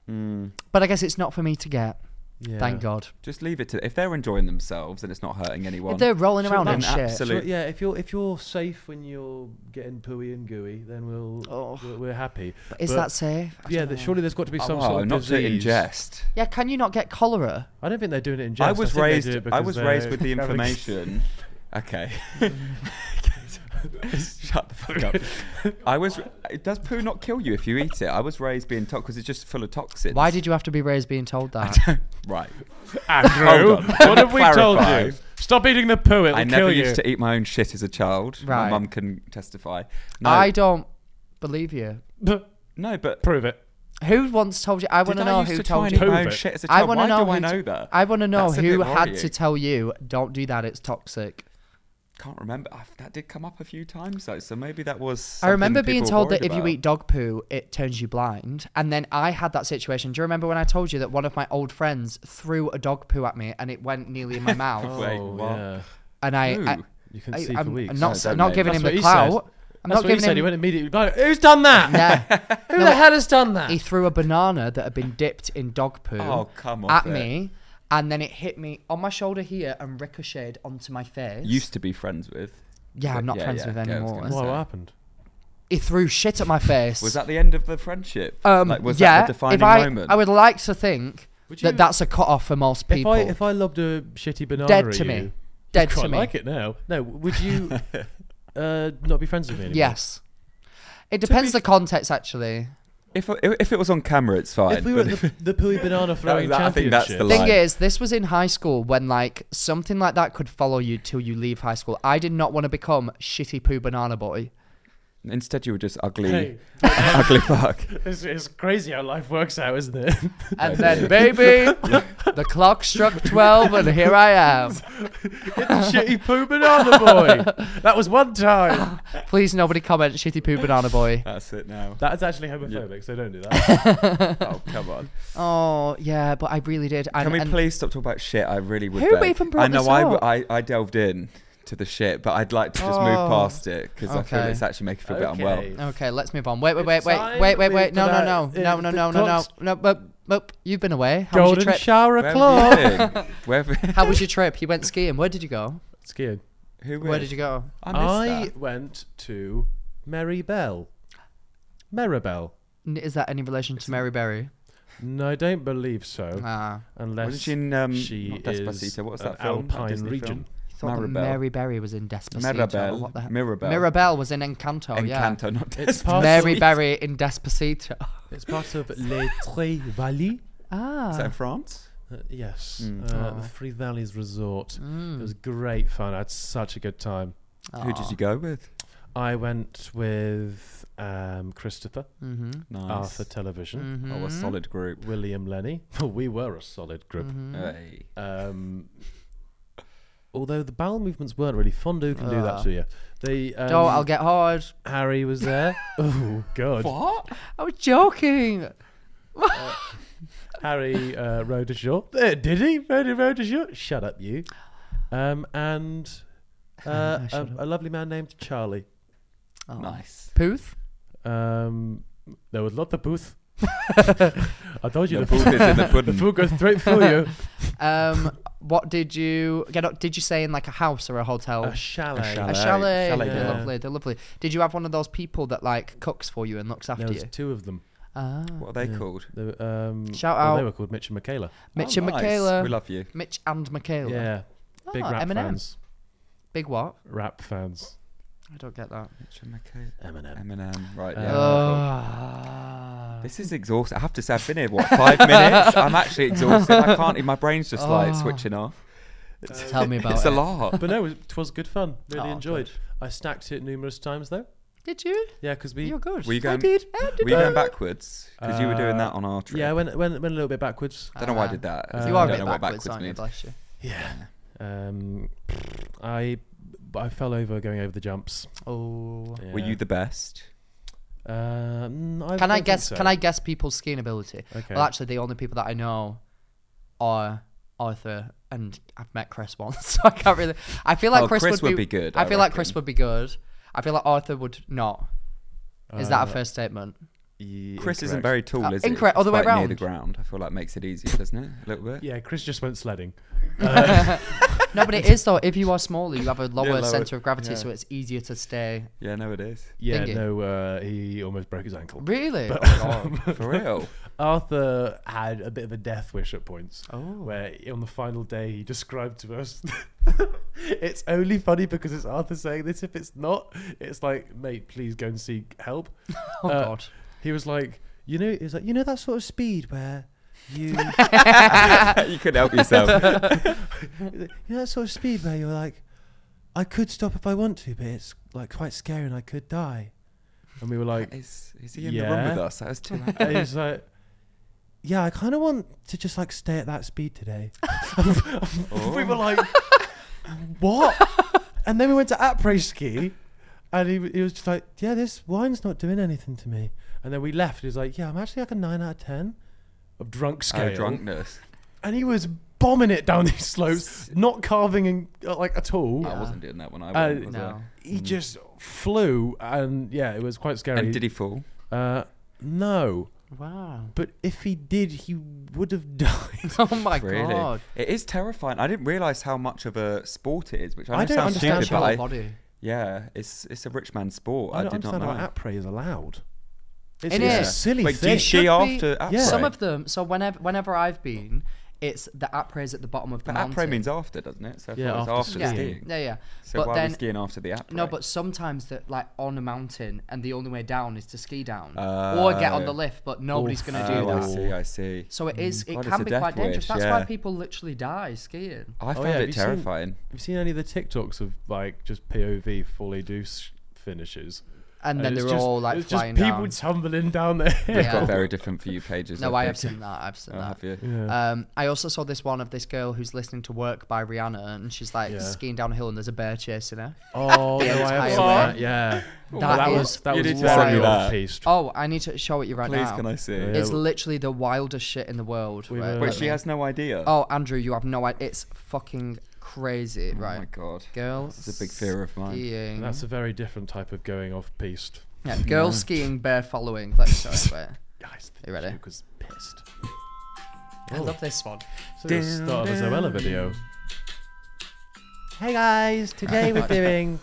Speaker 4: Hmm.
Speaker 2: But I guess it's not for me to get.
Speaker 3: Yeah.
Speaker 2: Thank God.
Speaker 4: Just leave it to if they're enjoying themselves and it's not hurting anyone.
Speaker 2: If they're rolling around
Speaker 4: then
Speaker 2: in shit.
Speaker 4: absolute-
Speaker 3: So, yeah, if you're if you're safe when you're getting pooey and gooey, then we'll
Speaker 2: Oh.
Speaker 3: we're, we're happy.
Speaker 2: But is
Speaker 3: But-
Speaker 2: that safe? I
Speaker 3: Yeah,
Speaker 2: don't
Speaker 3: there,
Speaker 2: know.
Speaker 3: surely there's got to be
Speaker 4: Oh,
Speaker 3: some
Speaker 4: wow,
Speaker 3: sort of
Speaker 4: not
Speaker 3: disease.
Speaker 4: to ingest.
Speaker 2: Yeah, can you not get cholera?
Speaker 3: I don't think they're doing it in jest.
Speaker 4: I was
Speaker 3: think they do it
Speaker 4: raised. I
Speaker 3: because
Speaker 4: was
Speaker 3: they're
Speaker 4: raised with the
Speaker 3: *laughs* having-
Speaker 4: information.
Speaker 3: *laughs*
Speaker 4: okay. *laughs* Shut the fuck up. I was. Does poo not kill you if you eat it? I was raised being toxic because it's just full of toxins.
Speaker 2: Why did you have to be raised being told
Speaker 4: *laughs*
Speaker 2: that?
Speaker 4: Right.
Speaker 3: Andrew,
Speaker 4: Hold on.
Speaker 3: *laughs* what have we told
Speaker 4: Clarify.
Speaker 3: you? Stop eating the poo; it'll
Speaker 4: I
Speaker 3: kill
Speaker 4: never
Speaker 3: you.
Speaker 4: used to eat my own shit as a child.
Speaker 2: Right.
Speaker 4: My mum can testify. No,
Speaker 2: I don't believe you.
Speaker 4: no, but
Speaker 3: Prove it.
Speaker 2: Who once told you? I want
Speaker 4: did
Speaker 2: to
Speaker 4: I
Speaker 2: know
Speaker 4: used
Speaker 2: who
Speaker 4: to
Speaker 2: told
Speaker 4: try
Speaker 2: you.
Speaker 4: and eat my own
Speaker 3: Prove it.
Speaker 4: shit as a
Speaker 2: I
Speaker 4: child?
Speaker 2: want to
Speaker 4: Why
Speaker 2: know
Speaker 4: do I
Speaker 2: who
Speaker 4: know
Speaker 2: t-
Speaker 4: that?
Speaker 2: I want to know
Speaker 4: That's a
Speaker 2: who
Speaker 4: bit
Speaker 2: had
Speaker 4: worrying.
Speaker 2: to tell you, don't do that, it's toxic.
Speaker 4: Can't remember. i that did come up a few times though, so maybe that was.
Speaker 2: I remember
Speaker 4: something
Speaker 2: being
Speaker 4: people
Speaker 2: told
Speaker 4: worried
Speaker 2: that if you
Speaker 4: about.
Speaker 2: eat dog poo, it turns you blind. And then I had that situation. Do you remember when I told you that one of my old friends threw a dog poo at me and it went nearly in
Speaker 4: *laughs*
Speaker 2: my mouth?
Speaker 4: Wait,
Speaker 3: oh,
Speaker 4: what?
Speaker 3: Yeah.
Speaker 2: and I, I,
Speaker 4: Who?
Speaker 3: You can
Speaker 2: I
Speaker 3: see for
Speaker 2: am
Speaker 3: weeks.
Speaker 2: not,
Speaker 4: No,
Speaker 2: s-
Speaker 4: don't,
Speaker 2: not
Speaker 4: mate.
Speaker 2: giving
Speaker 3: That's
Speaker 2: him
Speaker 3: what
Speaker 2: the
Speaker 3: he said.
Speaker 2: clout. I'm
Speaker 3: That's
Speaker 2: not
Speaker 3: what he
Speaker 2: giving
Speaker 3: said. He
Speaker 2: him. *laughs*
Speaker 3: went immediately. "No, Who's done that?
Speaker 2: Yeah.
Speaker 3: Who the hell has done that?
Speaker 2: he threw a banana that had been dipped in dog poo
Speaker 4: Ah. Oh, come on.
Speaker 2: at me, and then it hit me on my shoulder here and ricocheted onto my face.
Speaker 4: Used to be friends with.
Speaker 2: yeah, I'm not
Speaker 4: Yeah,
Speaker 2: friends
Speaker 4: yeah,
Speaker 2: with
Speaker 4: yeah, I was
Speaker 2: anymore.
Speaker 4: gonna
Speaker 3: What
Speaker 4: So-
Speaker 3: happened?
Speaker 2: he threw shit at my face.
Speaker 4: *laughs* Was that the end of the friendship?
Speaker 2: Um,
Speaker 4: like, was
Speaker 2: yeah,
Speaker 4: that the defining
Speaker 2: if I,
Speaker 4: moment?
Speaker 2: I would like to think
Speaker 3: Would you-
Speaker 2: that that's a cut off for most
Speaker 3: If
Speaker 2: people.
Speaker 3: I if I lobbed a shitty banana
Speaker 2: Dead
Speaker 3: at
Speaker 2: to me.
Speaker 3: you,
Speaker 2: Dead
Speaker 3: quite
Speaker 2: to me.
Speaker 3: like it now. No, would
Speaker 4: *laughs*
Speaker 3: you uh, not be friends with me anymore?
Speaker 2: Yes. It depends the context, actually.
Speaker 4: if, if it was on camera, it's fine.
Speaker 3: If we were
Speaker 4: but
Speaker 3: at the, the pooey banana throwing
Speaker 4: that- I
Speaker 3: championship,
Speaker 4: think that's the line.
Speaker 2: Thing
Speaker 4: Right.
Speaker 2: is, this was in high school when like something like that could follow you till you leave high school. I did not want to become shitty poo banana boy.
Speaker 4: *laughs* instead, you were just ugly,
Speaker 3: Hey.
Speaker 4: *laughs*
Speaker 2: *laughs*
Speaker 4: ugly fuck.
Speaker 3: It's, it's crazy how life works out, isn't it?
Speaker 2: And then, baby,
Speaker 4: *laughs*
Speaker 2: the clock struck twelve, and here I am.
Speaker 3: *laughs* Shitty poo banana boy. That was one time.
Speaker 2: Please, nobody comment shitty poo banana boy.
Speaker 4: That's it now.
Speaker 3: That's actually homophobic, so don't do that.
Speaker 4: oh, come on.
Speaker 2: Oh yeah, but I really did. And,
Speaker 4: Can we
Speaker 2: and
Speaker 4: please stop talking about shit? I really would.
Speaker 2: Who
Speaker 4: beg.
Speaker 2: even brought
Speaker 4: I know
Speaker 2: this
Speaker 4: I,
Speaker 2: up?
Speaker 4: I, I delved in to the shit, but I'd like to just move
Speaker 2: Oh,
Speaker 4: past it because I
Speaker 2: okay.
Speaker 4: feel it's actually making me feel a bit unwell.
Speaker 3: Okay.
Speaker 2: Okay, let's move on. Wait, wait, wait,
Speaker 3: It's
Speaker 2: wait,
Speaker 3: time
Speaker 2: wait, wait,
Speaker 3: we
Speaker 2: wait. No,
Speaker 3: did
Speaker 2: no,
Speaker 3: that.
Speaker 2: no, no,
Speaker 3: It-
Speaker 2: no,
Speaker 3: the
Speaker 2: no, no, no,
Speaker 3: clock's-
Speaker 2: no. But, but you've been away. How was
Speaker 3: Golden
Speaker 2: your trip?
Speaker 3: shower
Speaker 4: Where
Speaker 3: o'clock.
Speaker 4: have you been? Where have *laughs*
Speaker 2: How was your trip? You went skiing. Where did you go?
Speaker 3: Skiing.
Speaker 4: who
Speaker 2: Where did you go?
Speaker 4: I missed
Speaker 3: I
Speaker 4: that.
Speaker 3: went to Mary Bell. Maribel.
Speaker 2: N- Is that any relation to Mary Berry?
Speaker 3: No, I don't believe so.
Speaker 2: Ah,
Speaker 3: unless
Speaker 4: Wasn't she in, um,
Speaker 3: she
Speaker 4: not
Speaker 3: is
Speaker 4: Despacito, what was
Speaker 3: an
Speaker 4: that film? That
Speaker 3: Alpine
Speaker 4: Disney
Speaker 3: region.
Speaker 4: film?
Speaker 2: you thought that
Speaker 4: Maribel.
Speaker 2: Mary Berry was in Despacito.
Speaker 4: Mirabelle.
Speaker 2: What the heck?
Speaker 4: Mirabelle.
Speaker 2: Mirabelle was in Encanto.
Speaker 4: Encanto, not
Speaker 3: It's
Speaker 4: Despacito.
Speaker 2: Oh, Yeah.
Speaker 3: part
Speaker 2: Mary
Speaker 4: *laughs*
Speaker 3: of,
Speaker 2: Berry in Despacito.
Speaker 3: It's part of Les Trois Valleys.
Speaker 4: Is that in
Speaker 2: Ah,
Speaker 4: France?
Speaker 3: Uh, yes,
Speaker 4: Mm.
Speaker 3: uh, the Three Valleys Resort. It was great fun. I had such a good time.
Speaker 4: Who
Speaker 2: oh.
Speaker 4: did you go with?
Speaker 3: I went with um, Christopher,
Speaker 4: Nice.
Speaker 3: Arthur Television,
Speaker 4: Oh, a
Speaker 2: Mm-hmm.
Speaker 4: solid
Speaker 2: Mm.
Speaker 3: *laughs*
Speaker 4: group.
Speaker 2: Mm-hmm.
Speaker 3: Oh. William Lenny. we were a solid group.
Speaker 4: Hey.
Speaker 3: Um, although the bowel movements weren't really. Fondue can do that to you. They. Um,
Speaker 2: Ah. oh, I'll get hard.
Speaker 3: Harry was
Speaker 2: *laughs*
Speaker 3: there. oh God.
Speaker 4: What?
Speaker 2: I was joking.
Speaker 3: Harry uh, rode ashore. There, did he? Rode, rode ashore. Shut up, you. Um,
Speaker 2: *laughs*
Speaker 3: and uh, a, a lovely man named Charlie.
Speaker 2: Oh.
Speaker 4: Nice.
Speaker 2: Pooth.
Speaker 3: Um, there was lots
Speaker 2: *laughs*
Speaker 3: of booth. *laughs* I told you
Speaker 4: The
Speaker 3: the, food,
Speaker 4: booth is in the
Speaker 3: the
Speaker 4: pudding.
Speaker 3: food goes
Speaker 2: *laughs*
Speaker 3: straight through you.
Speaker 2: Um, what did you get up? Did you say in like a house or a hotel?
Speaker 3: A chalet.
Speaker 4: chalet.
Speaker 2: A chalet.
Speaker 4: Chalet,
Speaker 2: They're
Speaker 3: yeah.
Speaker 2: lovely. They're lovely. Did you have one of those people that like cooks for you and looks after
Speaker 3: There was
Speaker 2: you?
Speaker 3: two of them.
Speaker 2: Ah.
Speaker 4: What are they called?
Speaker 3: They were, um,
Speaker 2: Shout
Speaker 3: well, They
Speaker 2: out.
Speaker 3: were called Mitch and Michaela.
Speaker 2: Mitch
Speaker 4: Oh,
Speaker 2: and
Speaker 4: nice.
Speaker 2: Michaela.
Speaker 4: We love you.
Speaker 2: Mitch and Michaela.
Speaker 3: Yeah. Big
Speaker 2: Ah,
Speaker 3: rap
Speaker 2: Eminem.
Speaker 3: fans.
Speaker 2: Big what?
Speaker 3: Rap fans.
Speaker 2: I don't get that.
Speaker 4: Mitch and Michaela.
Speaker 3: Eminem.
Speaker 4: Eminem. Right.
Speaker 3: Oh,
Speaker 4: Yeah.
Speaker 2: Ah.
Speaker 4: This is exhausting. I have to say, I've been here what five minutes. I'm actually exhausted. I can't. My brain's just like switching off.
Speaker 2: Tell me about
Speaker 4: It's
Speaker 2: it.
Speaker 4: a lot.
Speaker 3: But no, it was good fun. Really
Speaker 2: Oh,
Speaker 3: enjoyed. I stacked it numerous times though.
Speaker 2: Did you?
Speaker 3: Yeah, because we.
Speaker 2: You're good.
Speaker 4: Were you
Speaker 2: I
Speaker 4: going-
Speaker 2: did. I did
Speaker 4: Were you
Speaker 2: that.
Speaker 4: going backwards? Because you were doing
Speaker 3: Uh,
Speaker 4: that on our trip.
Speaker 3: Yeah, I went, went, went a little bit backwards.
Speaker 4: I don't know why I did that.
Speaker 3: Uh,
Speaker 4: I
Speaker 2: you are a
Speaker 4: don't
Speaker 2: bit
Speaker 4: know what
Speaker 2: backwards, aren't you?
Speaker 4: means.
Speaker 2: Bless you.
Speaker 3: Yeah. Um, I I fell over going over the jumps.
Speaker 2: Oh.
Speaker 4: Were
Speaker 3: Yeah.
Speaker 4: you the best?
Speaker 3: Um,
Speaker 2: Can I
Speaker 3: don't think
Speaker 2: guess?
Speaker 3: so.
Speaker 2: Can I guess people's skiing ability?
Speaker 3: Okay.
Speaker 2: Well, actually, the only people that I know are Arthur and I've met Chris once, *laughs* so I can't really. I feel like
Speaker 4: Oh,
Speaker 2: Chris,
Speaker 4: Chris
Speaker 2: would
Speaker 4: would be good,
Speaker 2: I,
Speaker 4: I
Speaker 2: feel like Chris
Speaker 4: reckon.
Speaker 2: would be good. I feel like Arthur would not. Is that a fair statement?
Speaker 3: Ye-
Speaker 4: Chris isn't
Speaker 3: incorrect.
Speaker 4: very tall,
Speaker 2: Uh,
Speaker 4: is he?
Speaker 2: incorrect, other
Speaker 4: It's
Speaker 2: way
Speaker 4: quite Near the ground, I feel like makes it easier, doesn't it? A little bit.
Speaker 3: Yeah, Chris just went sledding.
Speaker 2: *laughs* No, but it is though. If you are smaller, you have a lower
Speaker 4: lower-
Speaker 2: center of gravity,
Speaker 4: yeah.
Speaker 2: so it's easier to stay.
Speaker 4: Yeah, no, it is.
Speaker 3: Yeah,
Speaker 2: Thingy.
Speaker 3: no, uh, he almost broke his ankle.
Speaker 2: Really?
Speaker 4: *laughs* For real.
Speaker 3: Arthur had a bit of a death wish at points. Oh. Where on the final day he described to us *laughs* it's only funny because it's Arthur saying this. If it's not, it's like, mate, please go and seek help.
Speaker 2: Oh,
Speaker 3: Uh,
Speaker 2: God.
Speaker 3: He was like, you know, he was like, you know that sort of speed where you
Speaker 4: you couldn't help yourself.
Speaker 3: you know that sort of speed where you're like, I could stop if I want to, but it's like quite scary and I could die. And we were like,
Speaker 4: Is, is he in the room
Speaker 3: Yeah.
Speaker 4: with us? That was too loud.
Speaker 3: and he's *laughs* like, yeah, I kind of want to just like stay at that speed today. *laughs* we were like,
Speaker 4: *laughs*
Speaker 3: what? And then we went to après ski, and he, he was just like, yeah, this wine's not doing anything to me. And then we left. He was like, yeah, I'm actually like a nine out of ten of drunk scale.
Speaker 4: Oh, drunkenness.
Speaker 3: and he was bombing it down these
Speaker 4: *laughs*
Speaker 3: slopes, not carving in, uh, like at all.
Speaker 4: I wasn't doing that when I
Speaker 3: Uh,
Speaker 4: was. was
Speaker 2: no.
Speaker 3: He just flew, and yeah, it was quite
Speaker 4: I?
Speaker 3: scary.
Speaker 4: Mm. And did he fall?
Speaker 3: Uh, no,
Speaker 2: Wow. *laughs*
Speaker 3: but if he did, he would have *laughs* died.
Speaker 2: Oh my
Speaker 4: Really?
Speaker 2: God.
Speaker 4: It is terrifying. I didn't realize how much of a sport it is, which I,
Speaker 3: I
Speaker 4: know
Speaker 3: don't
Speaker 4: sounds
Speaker 3: understand
Speaker 4: stupid,
Speaker 2: Your
Speaker 4: but I,
Speaker 2: body.
Speaker 4: yeah, it's it's a rich man's sport.
Speaker 3: I
Speaker 4: I,
Speaker 3: don't
Speaker 4: did not
Speaker 3: understand
Speaker 4: know.
Speaker 3: how apres is allowed. It's,
Speaker 2: It
Speaker 3: it's a
Speaker 2: is.
Speaker 3: silly
Speaker 4: Wait, do
Speaker 3: thing.
Speaker 4: you ski
Speaker 2: Should be-
Speaker 4: after? Après?
Speaker 3: Yeah.
Speaker 2: Some
Speaker 3: Right.
Speaker 2: of them. So whenever whenever I've been, it's the apres at the bottom of the
Speaker 4: But
Speaker 2: mountain.
Speaker 4: après means after, doesn't it? So I
Speaker 3: Yeah,
Speaker 4: thought it was
Speaker 3: after
Speaker 4: after,
Speaker 2: yeah,
Speaker 4: the
Speaker 3: skiing.
Speaker 4: skiing.
Speaker 2: yeah, yeah.
Speaker 4: So
Speaker 2: but
Speaker 4: why are
Speaker 2: then
Speaker 4: we skiing after the après?
Speaker 2: no, but sometimes that like on a mountain and the only way down is to ski down or get on
Speaker 4: Oh.
Speaker 2: the lift, but nobody's
Speaker 3: Oof.
Speaker 2: going to do
Speaker 4: oh, I
Speaker 2: that.
Speaker 4: see. I see.
Speaker 2: So it is.
Speaker 4: God,
Speaker 2: it
Speaker 4: it's
Speaker 2: can
Speaker 4: a
Speaker 2: be
Speaker 4: death
Speaker 2: quite dangerous.
Speaker 4: wish,
Speaker 2: That's
Speaker 4: yeah.
Speaker 2: why people literally die skiing.
Speaker 4: I found
Speaker 3: Oh, yeah, have
Speaker 4: it
Speaker 3: you seen-
Speaker 4: terrifying.
Speaker 3: Have you seen any of the TikToks of like just POV fully deuce finishes?
Speaker 2: And then
Speaker 3: it's
Speaker 2: they're
Speaker 3: just-
Speaker 2: all like
Speaker 3: it's
Speaker 2: flying
Speaker 3: just people
Speaker 2: down.
Speaker 3: tumbling down *laughs* there.
Speaker 4: They've got very different for you pages.
Speaker 2: no, I have
Speaker 4: think.
Speaker 2: seen that. I've seen
Speaker 4: Oh,
Speaker 2: that.
Speaker 4: have you?
Speaker 2: Um, I also saw this one of this girl who's listening to "Work" by Rihanna, and she's like
Speaker 3: Yeah.
Speaker 2: skiing down a hill, and there's a bear chasing her.
Speaker 3: Oh,
Speaker 2: The
Speaker 3: no, I
Speaker 2: entire
Speaker 3: have seen
Speaker 2: way.
Speaker 3: that. Yeah.
Speaker 2: That
Speaker 3: that
Speaker 2: is-
Speaker 3: was that
Speaker 4: You
Speaker 3: was
Speaker 4: need to send me
Speaker 3: very
Speaker 4: that.
Speaker 3: off-piste.
Speaker 2: Oh, I need to show it you right
Speaker 4: Please,
Speaker 2: now.
Speaker 4: can I see?
Speaker 3: Yeah.
Speaker 2: It's literally the wildest shit in the world.
Speaker 3: We
Speaker 2: right?
Speaker 3: were-
Speaker 4: Wait,
Speaker 3: Let
Speaker 4: she has no idea.
Speaker 2: Oh, Andrew, you have no idea. It's fucking crazy,
Speaker 4: Oh my
Speaker 2: right?
Speaker 4: god.
Speaker 2: Girl,
Speaker 4: This is a big fear of mine.
Speaker 2: skiing.
Speaker 3: That's a very different type of going off piste.
Speaker 2: Yeah, girl skiing, bear following. Let's show it.
Speaker 3: *laughs*
Speaker 2: Wait.
Speaker 3: Guys, the
Speaker 2: You ready?
Speaker 3: joke was pissed.
Speaker 2: I love this one.
Speaker 3: So the start of a Zoella video.
Speaker 5: Hey guys, today
Speaker 3: *laughs*
Speaker 5: we're doing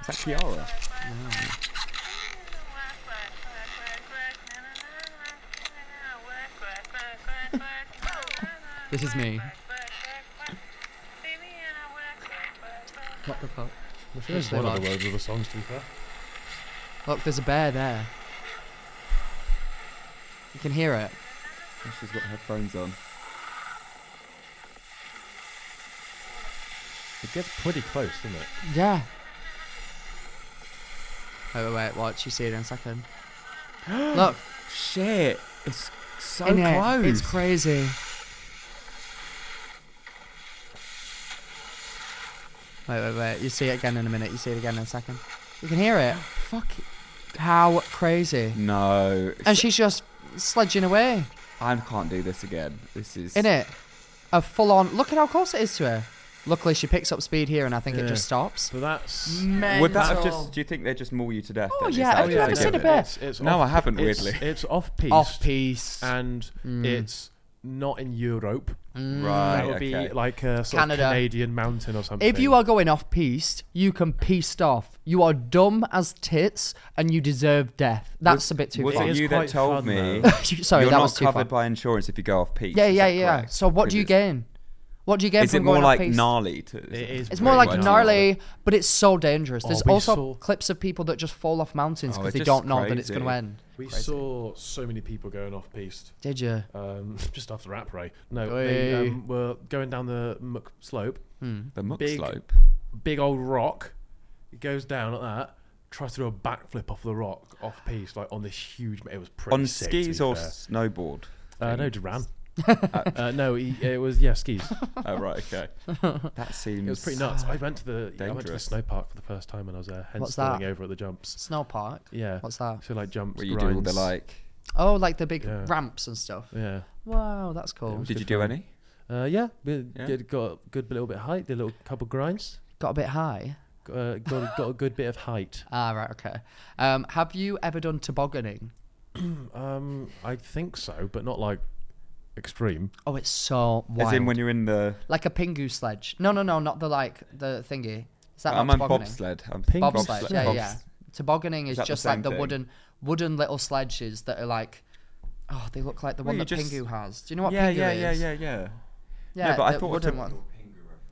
Speaker 4: Is that Kiara?
Speaker 2: This is me. What the fuck?
Speaker 3: Sure is
Speaker 2: they
Speaker 3: one of
Speaker 2: like.
Speaker 3: the words of the songs, to be fair.
Speaker 2: Look, there's a bear there. You can hear it.
Speaker 4: Oh, she's got headphones on.
Speaker 3: It gets pretty close, doesn't it?
Speaker 2: Yeah. Wait, wait, wait. Watch. You see it in a
Speaker 3: *gasps*
Speaker 2: second. Look.
Speaker 4: Shit. It's so
Speaker 2: in
Speaker 4: close.
Speaker 2: It. It's crazy. Wait, wait, wait. You see it again in a minute. You see it again in a second. You can hear it. Fuck. How crazy.
Speaker 4: No.
Speaker 2: And she's just sledging away
Speaker 4: I can't do this again. This is.
Speaker 2: in it. A full on. Look at how close it is to her. Luckily, she picks up speed here, and I think it
Speaker 3: Yeah.
Speaker 2: just stops.
Speaker 3: But that's.
Speaker 4: Would that have just? Do you think they just maul you to death?
Speaker 2: Oh,
Speaker 4: then? Is
Speaker 2: yeah,
Speaker 4: that
Speaker 2: have you
Speaker 4: what
Speaker 2: ever
Speaker 4: they do?
Speaker 2: seen a bear?
Speaker 3: It's, it's
Speaker 4: No,
Speaker 3: off-
Speaker 4: I haven't,
Speaker 3: it's-
Speaker 4: weirdly.
Speaker 3: It's off piece.
Speaker 2: Off piece.
Speaker 3: And it's not in Europe.
Speaker 4: Right.
Speaker 3: that would
Speaker 4: okay.
Speaker 3: be like a sort of
Speaker 2: Canada.
Speaker 3: Canadian mountain or something.
Speaker 2: If you are going off piste, you can piste off. You are dumb as tits, and you deserve death. That's a bit too
Speaker 4: Was
Speaker 2: far.
Speaker 3: It
Speaker 4: it
Speaker 3: is
Speaker 4: you that
Speaker 3: quite
Speaker 4: told
Speaker 3: fun,
Speaker 2: *laughs*
Speaker 4: me?
Speaker 3: though.
Speaker 2: Sorry,
Speaker 4: you're
Speaker 2: that
Speaker 4: not
Speaker 2: was too far.
Speaker 4: covered by insurance if you go off peak.
Speaker 2: yeah,
Speaker 4: is
Speaker 2: yeah,
Speaker 4: that
Speaker 2: yeah.
Speaker 4: correct?
Speaker 2: So what
Speaker 4: If
Speaker 2: do you
Speaker 4: it's-
Speaker 2: gain? What do you gain
Speaker 4: Is
Speaker 2: from
Speaker 4: it
Speaker 2: going
Speaker 4: more
Speaker 2: off
Speaker 4: like
Speaker 2: piste?
Speaker 4: gnarly? To,
Speaker 3: It is
Speaker 2: It's more
Speaker 3: Very
Speaker 2: like
Speaker 3: well.
Speaker 2: gnarly, but it's so dangerous.
Speaker 3: Oh,
Speaker 2: There's
Speaker 3: we
Speaker 2: also
Speaker 3: saw-
Speaker 2: clips of people that just fall off mountains
Speaker 4: Oh,
Speaker 2: because
Speaker 4: it's
Speaker 2: they
Speaker 4: just
Speaker 2: don't know that it's
Speaker 4: crazy.
Speaker 2: going to end.
Speaker 3: We saw so many people going off piste.
Speaker 2: Did you?
Speaker 3: Um, *laughs* just after Appray. No, they
Speaker 2: Oi.
Speaker 3: um, were going down the muck slope.
Speaker 4: The muck
Speaker 3: Big-
Speaker 4: slope.
Speaker 3: Big old rock. It goes down like that. Tries to do a backflip off the rock off piste, like on this huge. It was pretty
Speaker 4: On
Speaker 3: sick, to be
Speaker 4: skis or
Speaker 3: fair.
Speaker 4: snowboard?
Speaker 3: Uh, no,
Speaker 4: *laughs*
Speaker 3: Duran. uh, no, he, it was yeah skis.
Speaker 4: oh right, okay. That seems.
Speaker 3: It was pretty nuts. I went to the I went to the
Speaker 4: Dangerous.
Speaker 3: snow park for the first time when I was there, hence
Speaker 2: What's that?
Speaker 3: falling over at the jumps.
Speaker 2: Snow park.
Speaker 3: Yeah,
Speaker 2: What's that?
Speaker 3: So like jumps,
Speaker 4: Where you do all
Speaker 3: grinds.
Speaker 4: the like.
Speaker 2: Oh, like the big
Speaker 3: Yeah.
Speaker 2: ramps and stuff.
Speaker 3: Yeah,
Speaker 2: Wow, that's cool.
Speaker 4: Did you do any?
Speaker 3: uh, yeah. We
Speaker 4: Yeah.
Speaker 3: Did, got a good little bit of height. Did a little couple grinds.
Speaker 2: Got a bit high.
Speaker 3: Uh, got got a good bit of height.
Speaker 2: Ah, right, okay. Um, have you ever done tobogganing?
Speaker 3: Um, I think so, but not like extreme.
Speaker 2: Oh, it's so wild.
Speaker 4: As in when you're in the.
Speaker 2: like a pingu sledge. No, no, no, not the like the thingy. Is that
Speaker 4: I'm
Speaker 2: not
Speaker 4: on
Speaker 2: tobogganing?
Speaker 4: bobsled. I'm
Speaker 2: Bobsled, yeah,
Speaker 4: bobs-
Speaker 2: yeah. Tobogganing is
Speaker 4: that the
Speaker 2: just like
Speaker 4: same
Speaker 2: the
Speaker 4: thing?
Speaker 2: wooden wooden little sledges that are like, oh, they look like the
Speaker 4: Well,
Speaker 2: one
Speaker 4: you
Speaker 2: that
Speaker 4: just-
Speaker 2: Pingu has. Do you know what
Speaker 4: Yeah,
Speaker 2: Pingu
Speaker 4: yeah,
Speaker 2: is?
Speaker 4: yeah, yeah, yeah.
Speaker 2: Yeah,
Speaker 4: but I
Speaker 2: the
Speaker 4: thought
Speaker 2: wooden
Speaker 4: to-
Speaker 2: one.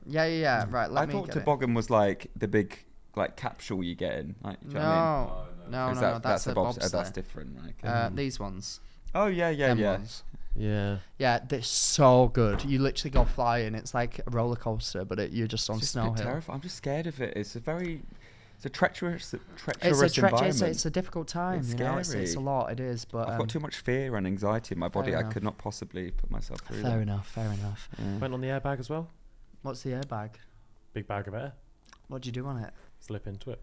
Speaker 2: Yeah, yeah, yeah. Right, let
Speaker 4: I
Speaker 2: me
Speaker 4: thought
Speaker 2: get it.
Speaker 4: toboggan was like the big like capsule you get in. Like, do you know what I mean?
Speaker 2: No, no, no, no,
Speaker 4: Is that-
Speaker 2: that's, a
Speaker 4: a bobs- oh,
Speaker 2: bobsled.
Speaker 4: that's different, right? okay.
Speaker 2: uh, these ones,
Speaker 4: oh yeah, yeah,
Speaker 2: them
Speaker 4: yeah.
Speaker 2: ones.
Speaker 3: Yeah.
Speaker 2: Yeah, they're so good. You literally go flying. It's like a roller coaster, but it, you're just on
Speaker 4: It's just a
Speaker 2: snow
Speaker 4: bit
Speaker 2: hill.
Speaker 4: terrifying. I'm just scared of it. It's a very, it's a treacherous, treacherous
Speaker 2: It's a, tre-
Speaker 4: environment.
Speaker 2: it's, a, it's a difficult time.
Speaker 4: It's
Speaker 2: you know? It's, it's a
Speaker 4: scary.
Speaker 2: lot. It is, but
Speaker 4: I've
Speaker 2: um,
Speaker 4: got too much fear and anxiety in my body.
Speaker 2: fair
Speaker 4: I
Speaker 2: enough.
Speaker 4: could not possibly put myself through
Speaker 2: fair
Speaker 4: that.
Speaker 2: enough. Fair enough.
Speaker 3: Went on the airbag as well.
Speaker 2: What's the airbag?
Speaker 3: Big bag of air.
Speaker 2: What'd you do on it?
Speaker 3: Slip into it.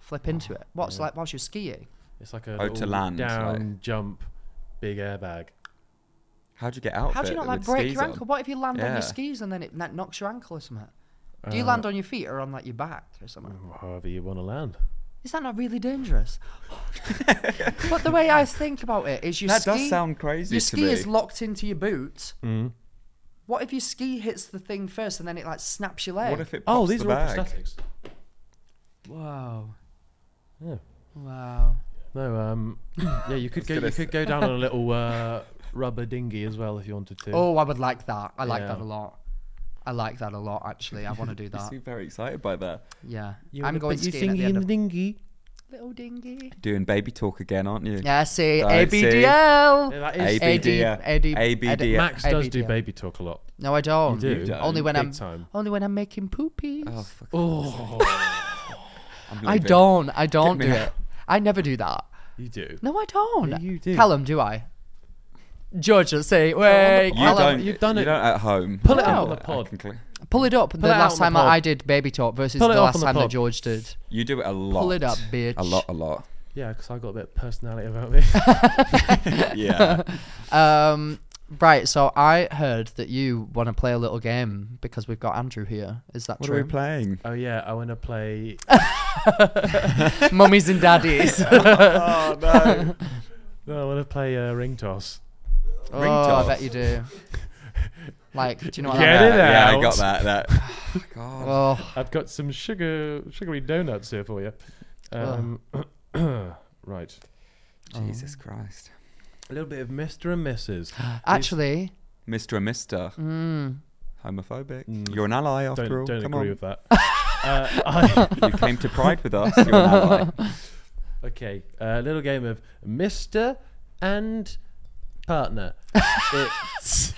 Speaker 2: Flip into it. What's like whilst you're skiing?
Speaker 3: It's like a
Speaker 4: Oh, to
Speaker 3: little
Speaker 4: land,
Speaker 3: down jump, big airbag.
Speaker 4: How'd you get out?
Speaker 2: How
Speaker 4: of
Speaker 2: do
Speaker 4: it
Speaker 2: you not like
Speaker 4: with
Speaker 2: break
Speaker 4: skis
Speaker 2: your
Speaker 4: on?
Speaker 2: ankle? What if you land on
Speaker 4: Yeah. Uh,
Speaker 2: your skis and then it kn- knocks your ankle or something? Do you land on your feet or on like your back or
Speaker 4: Mm.
Speaker 2: something?
Speaker 3: However you want to land.
Speaker 2: Is that not really
Speaker 4: *laughs*
Speaker 2: dangerous? but the way I think about it is your
Speaker 4: That
Speaker 2: ski,
Speaker 4: does sound crazy
Speaker 2: Your
Speaker 4: to
Speaker 2: ski
Speaker 4: me. Mm.
Speaker 2: is locked into your boot. What if your ski hits the thing first and then it like snaps your leg?
Speaker 4: What if it?
Speaker 3: Oh,
Speaker 4: pops
Speaker 3: these
Speaker 4: the
Speaker 3: are all
Speaker 4: bag?
Speaker 3: prosthetics.
Speaker 2: Wow.
Speaker 3: Yeah.
Speaker 2: Wow.
Speaker 3: No,
Speaker 4: *coughs*
Speaker 3: um, yeah, you could go, you
Speaker 4: gonna
Speaker 3: could go down on a
Speaker 4: *laughs*
Speaker 3: little uh, rubber dinghy as well if you wanted to.
Speaker 2: Oh, I would like that. I like
Speaker 3: Yeah.
Speaker 2: that a lot. I like that a lot. Actually, I want to do
Speaker 4: *laughs* You
Speaker 2: that.
Speaker 4: seem very excited by that.
Speaker 2: Yeah.
Speaker 3: You
Speaker 2: I'm
Speaker 3: wanna
Speaker 2: going
Speaker 3: put your
Speaker 2: skiing at
Speaker 3: dinghy
Speaker 2: the end
Speaker 3: in
Speaker 2: of
Speaker 3: the dinghy.
Speaker 2: little dingy.
Speaker 4: Doing baby talk again, aren't you?
Speaker 2: Yeah, see,
Speaker 4: I see.
Speaker 2: ABDL.
Speaker 3: That is,
Speaker 2: AD,
Speaker 4: ABDL.
Speaker 2: AD,
Speaker 4: ABDL.
Speaker 3: Max does do
Speaker 2: ABDL.
Speaker 3: baby talk a lot.
Speaker 2: No, I don't.
Speaker 3: You do.
Speaker 2: Only when
Speaker 3: Big
Speaker 2: I'm
Speaker 3: time.
Speaker 2: only when I'm making poopies.
Speaker 4: Oh, fuck. *laughs*
Speaker 3: Oh,
Speaker 4: I'm
Speaker 2: I
Speaker 4: leaving.
Speaker 2: don't. I don't
Speaker 4: me
Speaker 2: do
Speaker 4: out.
Speaker 2: it. I never do that.
Speaker 3: you do.
Speaker 2: No, I don't.
Speaker 3: Yeah, you do.
Speaker 2: Callum, do I? Georgia, say wait.
Speaker 4: You
Speaker 2: Callum,
Speaker 4: don't.
Speaker 3: you've done
Speaker 4: you
Speaker 3: it.
Speaker 4: don't at home.
Speaker 3: Pull it
Speaker 4: I
Speaker 3: out
Speaker 4: can-
Speaker 3: on the
Speaker 4: I
Speaker 3: pod.
Speaker 4: can clear-
Speaker 2: pull it up. the
Speaker 3: it out
Speaker 2: last
Speaker 3: on the
Speaker 2: time
Speaker 3: pod.
Speaker 2: I did baby talk versus
Speaker 3: Pull
Speaker 2: the
Speaker 3: it up
Speaker 2: last
Speaker 3: on the
Speaker 2: time that
Speaker 3: pod.
Speaker 2: George did.
Speaker 4: You do it a lot.
Speaker 2: Pull it up, bitch.
Speaker 4: A lot, a lot.
Speaker 3: Yeah, because I've got a bit of personality
Speaker 2: *laughs*
Speaker 3: about me.
Speaker 4: *laughs* *laughs* Yeah.
Speaker 2: Um, right. So I heard that you want to play a little game because we've got Andrew here. Is that
Speaker 4: what are
Speaker 2: true?
Speaker 4: we *laughs* playing?
Speaker 3: oh yeah, I want
Speaker 2: *laughs*
Speaker 3: to play.
Speaker 2: Mummies and daddies.
Speaker 4: Oh no.
Speaker 3: No, I want to play uh, ring toss.
Speaker 2: Oh,
Speaker 4: Ring
Speaker 2: I
Speaker 4: toss.
Speaker 2: bet you do. *laughs* like, do you know what
Speaker 3: Get
Speaker 2: I
Speaker 3: it
Speaker 2: mean?
Speaker 4: yeah, I
Speaker 3: out.
Speaker 4: got that.
Speaker 2: *laughs*
Speaker 4: That. God.
Speaker 2: Oh,
Speaker 3: I've got some sugar, sugary donuts here for you. Um, right,
Speaker 4: *sighs* Jesus Christ.
Speaker 3: a little bit of Mister and Mrs.
Speaker 2: actually,
Speaker 4: Mr. and Mister.
Speaker 2: Mm.
Speaker 4: Homophobic. You're an ally after
Speaker 3: Don't
Speaker 4: all.
Speaker 3: don't
Speaker 4: Come
Speaker 3: agree
Speaker 4: on. *laughs*
Speaker 3: with that. uh, I,
Speaker 4: you came to Pride with *laughs* us. You're an
Speaker 2: *laughs*
Speaker 4: ally.
Speaker 3: Okay, a little game of Mister and partner. It's-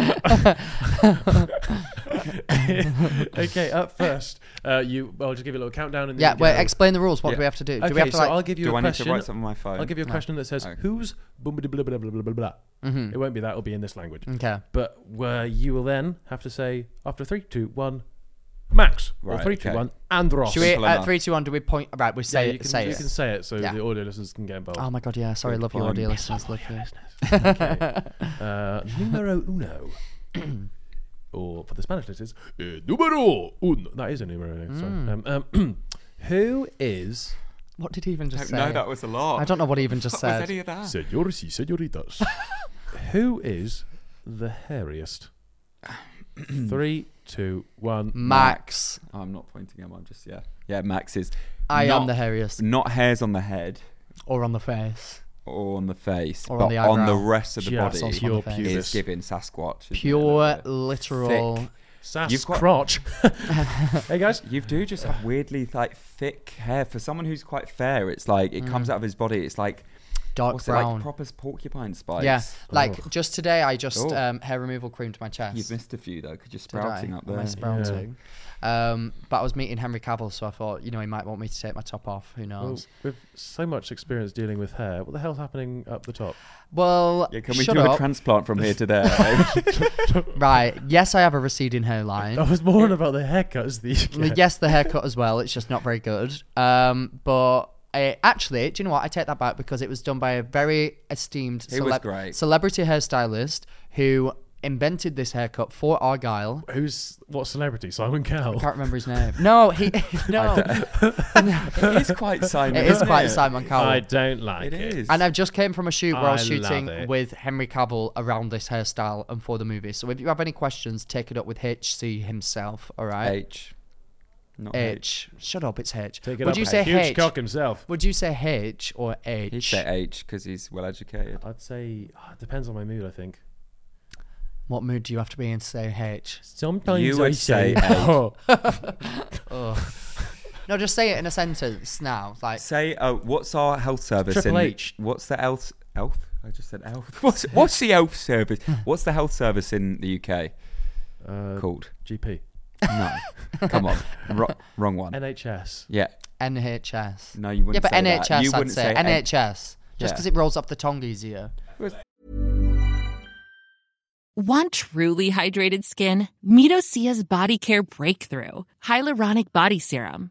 Speaker 3: okay, up first. Uh, you. I'll just give you a little countdown. And then
Speaker 2: yeah.
Speaker 3: you
Speaker 2: Wait,
Speaker 3: go.
Speaker 2: explain the rules. What do
Speaker 4: Yeah.
Speaker 2: we have to do?
Speaker 3: Okay,
Speaker 2: do we have to
Speaker 3: so
Speaker 2: like?
Speaker 3: I'll give you
Speaker 4: Do
Speaker 3: a
Speaker 4: I need to
Speaker 3: question.
Speaker 4: write something on my phone?
Speaker 3: I'll give you a question that says
Speaker 4: Okay.
Speaker 3: who's blah blah blah blah blah blah blah. blah. It won't be that. It'll be in this language.
Speaker 2: Okay.
Speaker 3: But where you will then have to say after three, two, one, Max. Or
Speaker 4: Right,
Speaker 3: three, two,
Speaker 4: okay.
Speaker 3: one, and Ross.
Speaker 2: Should we
Speaker 4: Oh, Simple
Speaker 2: at
Speaker 4: enough.
Speaker 2: three, two, one? Do we point? Right, we
Speaker 3: Yeah,
Speaker 2: say
Speaker 3: you
Speaker 2: it.
Speaker 3: can,
Speaker 2: Say
Speaker 3: you
Speaker 2: it.
Speaker 3: can say it so
Speaker 2: Yeah.
Speaker 3: the audio listeners can get involved.
Speaker 2: Oh my god, yeah. Sorry, love you,
Speaker 4: point.
Speaker 2: audio listeners. Love you.
Speaker 3: Uh, numero
Speaker 4: *clears throat*
Speaker 3: uno. or for the Spanish listeners, eh, numero uno. That is a numero uno.
Speaker 4: Mm.
Speaker 3: Sorry. Um, um, *clears throat* who is
Speaker 2: What did he even just say?
Speaker 4: No, that was a lot.
Speaker 2: I don't know what he even just
Speaker 4: What *laughs* was
Speaker 2: said.
Speaker 4: any of that?
Speaker 3: senores
Speaker 2: *laughs*
Speaker 3: y senoritas? who is the
Speaker 4: *clears throat*
Speaker 3: hairiest? Three, two, one.
Speaker 2: Max,
Speaker 4: Oh, I'm not pointing him. I'm just yeah, yeah. Max is.
Speaker 2: I am
Speaker 4: not-
Speaker 2: the hairiest,
Speaker 4: Not hairs on the head
Speaker 2: or on the face.
Speaker 4: or on the face,
Speaker 2: Or
Speaker 4: but
Speaker 2: on the
Speaker 4: on the,
Speaker 2: eyebrow.
Speaker 4: rest of the
Speaker 3: Just
Speaker 4: body.
Speaker 2: on
Speaker 3: pure
Speaker 2: the face.
Speaker 4: is
Speaker 3: pubis.
Speaker 4: giving Sasquatch. isn't it?
Speaker 2: Pure,
Speaker 4: Like a
Speaker 2: literal.
Speaker 4: thick-
Speaker 3: Sass
Speaker 4: You've got-
Speaker 3: crotch. *laughs*
Speaker 4: *laughs*
Speaker 3: hey guys.
Speaker 4: You do just have weirdly like thick hair for someone who's quite fair. It's like it comes out of his body. It's like
Speaker 2: Mm. Dark
Speaker 4: what's it
Speaker 2: brown.
Speaker 4: like? Proper porcupine spikes.
Speaker 2: yeah, like just today, I just
Speaker 4: Oh.
Speaker 2: um, hair removal creamed my chest.
Speaker 4: You've missed a few though, because you're
Speaker 2: Did I?
Speaker 4: sprouting up
Speaker 2: Am I
Speaker 4: there.
Speaker 2: sprouting? Um, but I was meeting Henry Cavill, so I thought, you know, he might want me to take my top off. Who
Speaker 3: Well,
Speaker 2: knows?
Speaker 3: with so much experience dealing with hair, what the hell's happening up the top?
Speaker 2: Well,
Speaker 4: Yeah, can we
Speaker 2: shut
Speaker 4: do
Speaker 2: up.
Speaker 4: a transplant from here
Speaker 2: *laughs*
Speaker 4: to there? *laughs*
Speaker 2: right. Yes, I have a receding
Speaker 3: *laughs*
Speaker 2: hairline.
Speaker 3: I was more on about the haircuts. The
Speaker 2: *laughs* Well, Yes, the haircut as well. It's just not very good. Um, but uh actually, do you know what? I take that back because it was done by a very esteemed
Speaker 4: He was great.
Speaker 2: celebrity hairstylist who invented this haircut for Argyle.
Speaker 3: Who's what celebrity? Simon Cowell.
Speaker 2: Can't remember his name. No, he *laughs*
Speaker 4: *laughs*
Speaker 2: no.
Speaker 4: it is quite Simon.
Speaker 2: it is
Speaker 4: isn't
Speaker 2: quite
Speaker 4: it?
Speaker 2: Simon Cowell.
Speaker 3: I don't like
Speaker 4: It
Speaker 3: it.
Speaker 4: is.
Speaker 2: And I just came from a shoot where I,
Speaker 3: I
Speaker 2: was
Speaker 3: love
Speaker 2: shooting
Speaker 3: it.
Speaker 2: with Henry Cavill around this hairstyle and for the movie. So if you have any questions, take it up with HC himself. All right.
Speaker 4: H. Not
Speaker 2: H.
Speaker 4: H.
Speaker 2: Shut up. It's H.
Speaker 3: Take it
Speaker 2: Would
Speaker 3: up
Speaker 2: you
Speaker 3: with
Speaker 2: say
Speaker 3: huge
Speaker 2: H?
Speaker 3: cock himself?
Speaker 2: Would you say H or H?
Speaker 4: He'd say H because he's well educated.
Speaker 3: I'd say ah, it depends on my mood. I think
Speaker 2: What mood do you have to be in to say H?
Speaker 3: sometimes
Speaker 4: You would say
Speaker 3: *laughs* oh,
Speaker 4: *laughs*
Speaker 2: No, just say it in a sentence now. Like
Speaker 4: Say, uh, what's our health service?
Speaker 3: Triple
Speaker 4: in,
Speaker 3: H.
Speaker 4: What's the health? Elf? I just said
Speaker 2: *laughs*
Speaker 4: elf. What's, what's the health service? What's the health service in the UK
Speaker 3: uh,
Speaker 4: called?
Speaker 3: GP,
Speaker 4: No, come *laughs* on, Ro- wrong one.
Speaker 3: NHS.
Speaker 4: yeah,
Speaker 2: NHS.
Speaker 4: no, you
Speaker 2: yeah,
Speaker 4: wouldn't.
Speaker 2: but
Speaker 4: say
Speaker 2: NHS.
Speaker 4: That. You
Speaker 2: I'd
Speaker 4: wouldn't
Speaker 2: say,
Speaker 4: N-
Speaker 2: NHS. Just
Speaker 4: Yeah.
Speaker 2: because it rolls off the tongue easier.
Speaker 6: Want truly hydrated skin? Meet Osea's Body Care Breakthrough Hyaluronic Body Serum.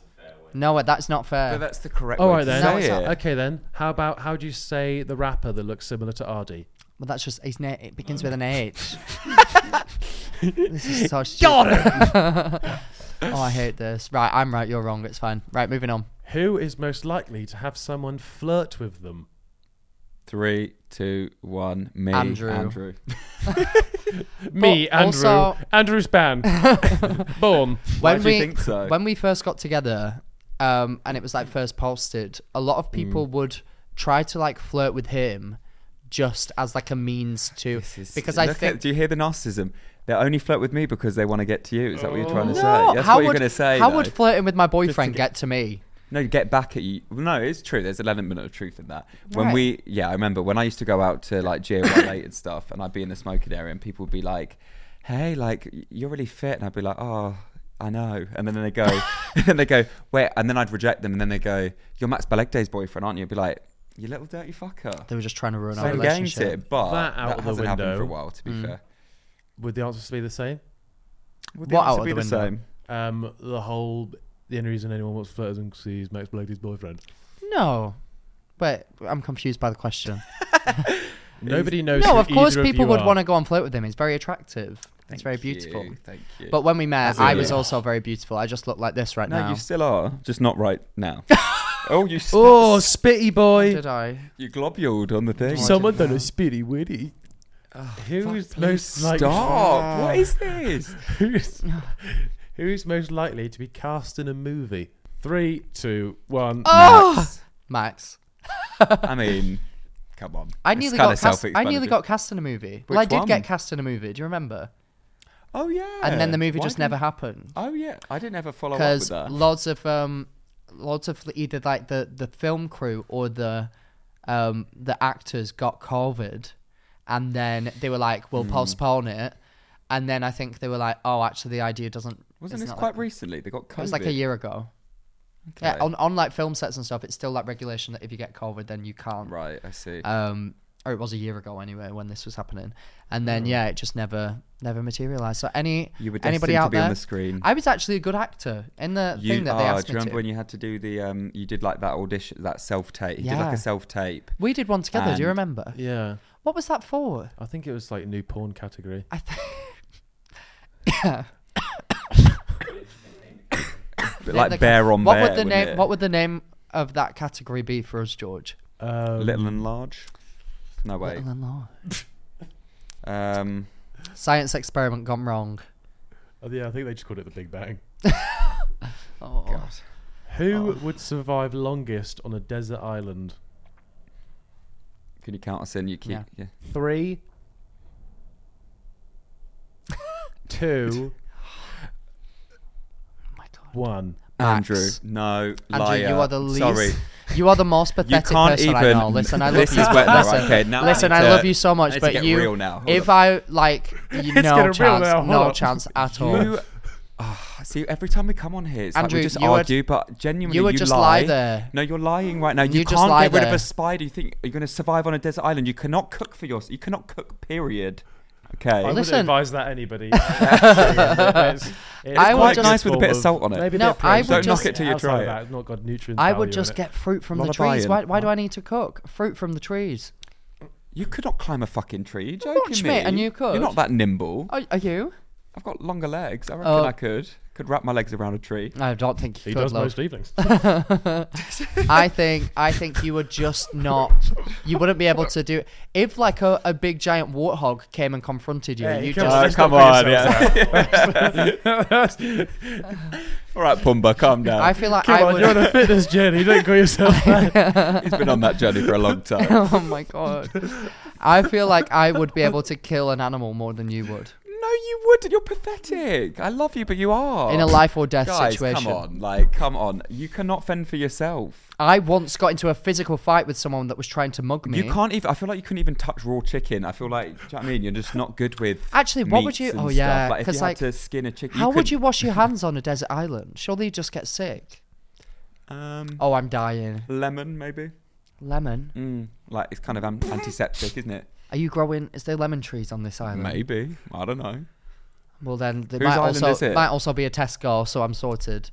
Speaker 2: No, that's not fair.
Speaker 4: But that's the correct.
Speaker 3: All
Speaker 4: way
Speaker 3: right
Speaker 4: to
Speaker 3: then.
Speaker 2: No, it's
Speaker 4: say
Speaker 2: not.
Speaker 4: it.
Speaker 3: Okay then. How about how do you say the rapper that looks similar to RD?
Speaker 2: Well, that's just his name. It begins
Speaker 4: *laughs*
Speaker 2: with an H. this is so stupid. *laughs* oh, I hate this. Right, I'm right. You're wrong. It's fine. Right, moving on.
Speaker 3: Who is most likely to have someone flirt with them?
Speaker 4: Three, two, one. Me,
Speaker 2: Andrew.
Speaker 4: Andrew.
Speaker 3: Me,
Speaker 2: But
Speaker 3: Andrew,
Speaker 2: also- *laughs*
Speaker 3: Andrew's ban. Born.
Speaker 4: Why
Speaker 2: When
Speaker 4: do you
Speaker 2: we-
Speaker 4: think so?
Speaker 2: When we first got together, um, and it was like first posted, a lot of people
Speaker 4: Mm.
Speaker 2: would try to like flirt with him, just as like a means to *laughs* because I
Speaker 4: Look
Speaker 2: think.
Speaker 4: At, do you hear the narcissism? They only flirt with me because they want to get to you. Is that what you're trying to say?
Speaker 2: Oh, No,
Speaker 4: That's
Speaker 2: how
Speaker 4: what you're
Speaker 2: would,
Speaker 4: going to say.
Speaker 2: How
Speaker 4: though.
Speaker 2: would flirting with my boyfriend get to me?
Speaker 4: No, get back at you. Well, No, it's true. There's an element of truth in that. When
Speaker 2: Right.
Speaker 4: we, yeah, I remember when I used to go out to
Speaker 3: *coughs*
Speaker 4: like GRA late and stuff, and I'd be in the smoking area, and people would be like, "Hey, like y- you're really fit," and I'd be like, "Oh, I know," and
Speaker 3: *laughs*
Speaker 4: then they go, *laughs* and then they go, "Wait," and then I'd reject them, and then they go, "You're Max Balegde's boyfriend, aren't you?" I'd be like, "You little dirty fucker."
Speaker 2: They were just trying to ruin our
Speaker 4: Same game's
Speaker 2: relationship.
Speaker 4: here, but
Speaker 3: That
Speaker 4: that,
Speaker 3: out of the
Speaker 4: hasn't happened for
Speaker 3: window.
Speaker 4: a
Speaker 3: Mm.
Speaker 4: while. To be fair,
Speaker 3: Would the answers be the same?
Speaker 4: Would
Speaker 2: What
Speaker 4: answer
Speaker 2: out of
Speaker 4: be
Speaker 2: the window?
Speaker 3: Um, the whole the only reason anyone wants to flirt is because he's Max Blake's boyfriend.
Speaker 2: No, but I'm confused by the question.
Speaker 3: Nobody knows.
Speaker 2: No,
Speaker 3: who
Speaker 2: of course
Speaker 3: either
Speaker 2: people
Speaker 3: you
Speaker 2: would
Speaker 3: are.
Speaker 2: want to go and flirt with him. He's very attractive. He's
Speaker 4: Thank
Speaker 2: very beautiful.
Speaker 4: you, Thank you.
Speaker 2: But when we met,
Speaker 4: As
Speaker 2: I
Speaker 4: it
Speaker 2: was
Speaker 4: is.
Speaker 2: also very beautiful. I just look like this right
Speaker 4: no,
Speaker 2: now.
Speaker 4: you still are, just not right
Speaker 2: *laughs*
Speaker 4: now. oh, you. s-
Speaker 3: Oh, spitty boy.
Speaker 2: Did I?
Speaker 4: You globuled on the thing.
Speaker 3: Someone done a spitty witty.
Speaker 2: Oh,
Speaker 3: who's most likely?
Speaker 4: Stop!
Speaker 3: *laughs*
Speaker 4: What is this?
Speaker 3: Who's,
Speaker 2: Oh.
Speaker 3: *laughs* who's most likely to be cast in a movie? Three, two, one.
Speaker 2: Oh! Max.
Speaker 4: Max. I mean, come on.
Speaker 2: I
Speaker 4: It's
Speaker 2: nearly
Speaker 4: kinda
Speaker 2: got cast. I nearly
Speaker 4: self-explanatory.
Speaker 2: got cast in a movie. well, I
Speaker 4: Which
Speaker 2: did
Speaker 4: one?
Speaker 2: get cast in a movie. Do you remember?
Speaker 4: Oh yeah.
Speaker 2: and then the movie
Speaker 4: Why
Speaker 2: just
Speaker 4: didn't-
Speaker 2: never happened
Speaker 4: Oh yeah, I didn't ever follow up with
Speaker 2: because
Speaker 4: that.
Speaker 2: lots of um, lots of either like the the film crew or the um the actors got COVID, and then they were like,
Speaker 4: Hmm.
Speaker 2: "We'll postpone it," and then I think they were like, "Oh, actually, the idea doesn't."
Speaker 4: Wasn't
Speaker 2: it's
Speaker 4: this
Speaker 2: not
Speaker 4: quite
Speaker 2: like,
Speaker 4: recently? They got COVID.
Speaker 2: It was like a year ago. Yeah,
Speaker 4: Okay.
Speaker 2: on, on like film sets and stuff, it's still like regulation that if you get COVID, then you can't.
Speaker 4: Right, I see.
Speaker 2: Um, or it was a year ago anyway when this was happening, and then yeah, it just never never materialized. So any
Speaker 4: You were
Speaker 2: anybody
Speaker 4: destined to
Speaker 2: out
Speaker 4: be on
Speaker 2: there?
Speaker 4: the screen.
Speaker 2: I was actually a good actor in the
Speaker 4: you,
Speaker 2: thing that they
Speaker 4: oh,
Speaker 2: asked
Speaker 4: do you
Speaker 2: me
Speaker 4: remember
Speaker 2: to.
Speaker 4: when you had to do the um? You did like that audition, that self tape. You did
Speaker 2: Yeah.
Speaker 4: like a self tape.
Speaker 2: we did one together. do you
Speaker 4: And-
Speaker 2: remember?
Speaker 3: Yeah.
Speaker 2: What was that for?
Speaker 3: I think it was like new porn category.
Speaker 2: I think
Speaker 4: Like bear on
Speaker 2: What
Speaker 4: bear.
Speaker 2: would the
Speaker 4: wouldn't
Speaker 2: name?
Speaker 4: it?
Speaker 2: What would the name of that category be for us, George?
Speaker 3: Um,
Speaker 4: Little and large. No way.
Speaker 2: Little and large.
Speaker 4: Um,
Speaker 2: Science experiment gone wrong.
Speaker 3: oh, yeah, I think they just called it the Big Bang.
Speaker 2: Oh.
Speaker 4: God.
Speaker 3: Who would survive longest on a desert island?
Speaker 4: Can you count us in? You keep.
Speaker 2: Yeah.
Speaker 4: Yeah.
Speaker 3: Three, *laughs* two,
Speaker 2: my God.
Speaker 3: one.
Speaker 2: Max.
Speaker 4: Andrew, no,
Speaker 2: Andrew,
Speaker 4: liar.
Speaker 2: you are the least.
Speaker 4: Sorry,
Speaker 2: You are the most pathetic
Speaker 4: can't
Speaker 2: person I
Speaker 4: even-
Speaker 2: know.
Speaker 4: *laughs*
Speaker 2: Listen, I love
Speaker 4: This
Speaker 2: you.
Speaker 4: is where- no,
Speaker 2: listen,
Speaker 4: okay, now I
Speaker 2: listen,
Speaker 4: need
Speaker 2: I,
Speaker 4: to-
Speaker 2: love you so much,
Speaker 4: I need to
Speaker 2: but
Speaker 4: get
Speaker 2: you.
Speaker 4: real now. Hold
Speaker 2: if
Speaker 4: on.
Speaker 2: I
Speaker 4: *laughs*
Speaker 2: like, you,
Speaker 3: getting
Speaker 2: no
Speaker 3: real
Speaker 2: chance,
Speaker 3: now, hold
Speaker 2: no
Speaker 3: on.
Speaker 2: chance at all.
Speaker 4: you. *sighs* Ah, see, every time we come on here, it's
Speaker 2: Oh. Andrew,
Speaker 4: like we just
Speaker 2: you would-
Speaker 4: argue, but genuinely,
Speaker 2: you
Speaker 4: you,
Speaker 2: would just
Speaker 4: lie.
Speaker 2: lie there.
Speaker 4: No, you're lying right now. You,
Speaker 2: You just
Speaker 4: can't
Speaker 2: lie
Speaker 4: get rid of
Speaker 2: there.
Speaker 4: a spider. You think you're going to survive on a desert island? You cannot cook for yourself. You cannot cook. Period. Okay.
Speaker 3: I
Speaker 2: Listen-
Speaker 3: wouldn't advise
Speaker 2: *laughs*
Speaker 3: that anybody. It's- it's
Speaker 2: I would
Speaker 3: quite
Speaker 2: just-
Speaker 4: Nice with a bit of salt on it.
Speaker 3: Maybe
Speaker 2: No,
Speaker 3: they're
Speaker 2: I would Don't
Speaker 3: processed.
Speaker 2: knock
Speaker 4: it till you
Speaker 3: Outside
Speaker 4: try
Speaker 3: of
Speaker 4: it.
Speaker 3: that, it's not got nutrient
Speaker 2: I
Speaker 3: value
Speaker 2: would just
Speaker 3: in it.
Speaker 2: get fruit from the
Speaker 4: Lullaby
Speaker 2: trees.
Speaker 4: in.
Speaker 2: Why, why do I need to cook fruit from the trees?
Speaker 4: You could not climb a fucking tree. You're joking
Speaker 2: Watch me, and you could.
Speaker 4: You're not that nimble.
Speaker 2: Are, are you?
Speaker 4: I've got longer legs. I reckon
Speaker 2: Oh.
Speaker 4: I could. Could wrap my legs around a tree.
Speaker 2: I don't think you
Speaker 3: He
Speaker 2: could.
Speaker 3: does
Speaker 2: love. *laughs*
Speaker 3: most evenings.
Speaker 2: I think I think you would just not. You wouldn't be able to do it. if like a, a big giant warthog came and confronted you. you
Speaker 3: come
Speaker 2: just
Speaker 3: on,
Speaker 4: Oh,
Speaker 3: let's
Speaker 4: come
Speaker 3: not
Speaker 4: on.
Speaker 3: bring
Speaker 4: Yeah. All right, Pumba, calm
Speaker 2: *laughs*
Speaker 4: down.
Speaker 2: I feel like
Speaker 3: Come
Speaker 2: I
Speaker 3: on,
Speaker 2: would.
Speaker 3: you're on a fitness journey. Don't
Speaker 2: *laughs*
Speaker 3: call yourself that.
Speaker 4: He's been on that journey for a long time.
Speaker 2: oh my god. I feel like I would be able to kill an animal more than you would
Speaker 4: no, you wouldn't. You're pathetic. I love you, but you are.
Speaker 2: in a life or death
Speaker 4: Guys,
Speaker 2: situation.
Speaker 4: come on. Like, come on. You cannot fend for yourself.
Speaker 2: I once got into a physical fight with someone that was trying to mug me.
Speaker 4: You can't even. I feel like you couldn't even touch raw chicken. I feel like, do you know what I mean? You're just not good with.
Speaker 2: Actually, what would
Speaker 4: meats
Speaker 2: you-
Speaker 4: and
Speaker 2: oh,
Speaker 4: stuff.
Speaker 2: yeah,
Speaker 4: Like, if
Speaker 2: 'cause,
Speaker 4: you
Speaker 2: like,
Speaker 4: had to skin a chicken.
Speaker 2: How would
Speaker 4: couldn't-
Speaker 2: you wash your hands on a desert island? Surely you just get sick.
Speaker 4: Um,
Speaker 2: Oh, I'm dying.
Speaker 4: lemon, maybe.
Speaker 2: Lemon.
Speaker 4: Mm, like it's kind of an- antiseptic, isn't it?
Speaker 2: Are you growing? Is there lemon trees on this island?
Speaker 4: Maybe. I don't know.
Speaker 2: Well, then there
Speaker 4: Whose
Speaker 2: might
Speaker 4: island
Speaker 2: also
Speaker 4: is it?
Speaker 2: might also be a Tesco, so I'm sorted.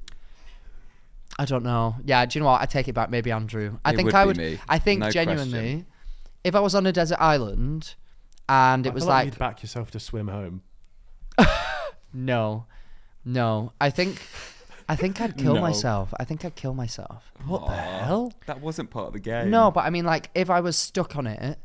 Speaker 2: I don't know. Yeah, do you know what? I take it back. Maybe Andrew. I
Speaker 4: It
Speaker 2: think
Speaker 4: would
Speaker 2: I
Speaker 4: be
Speaker 2: would.
Speaker 4: me.
Speaker 2: I think
Speaker 4: No
Speaker 2: genuinely,
Speaker 4: question.
Speaker 2: if I was on a desert island, and it
Speaker 3: I
Speaker 2: was
Speaker 3: feel
Speaker 2: like
Speaker 3: you'd back yourself to swim home.
Speaker 2: no, no, I think, I think I'd kill
Speaker 4: No.
Speaker 2: myself. I think I'd kill myself.
Speaker 4: What the hell? That wasn't part of the game.
Speaker 2: No, but I mean, like, if I was stuck on it,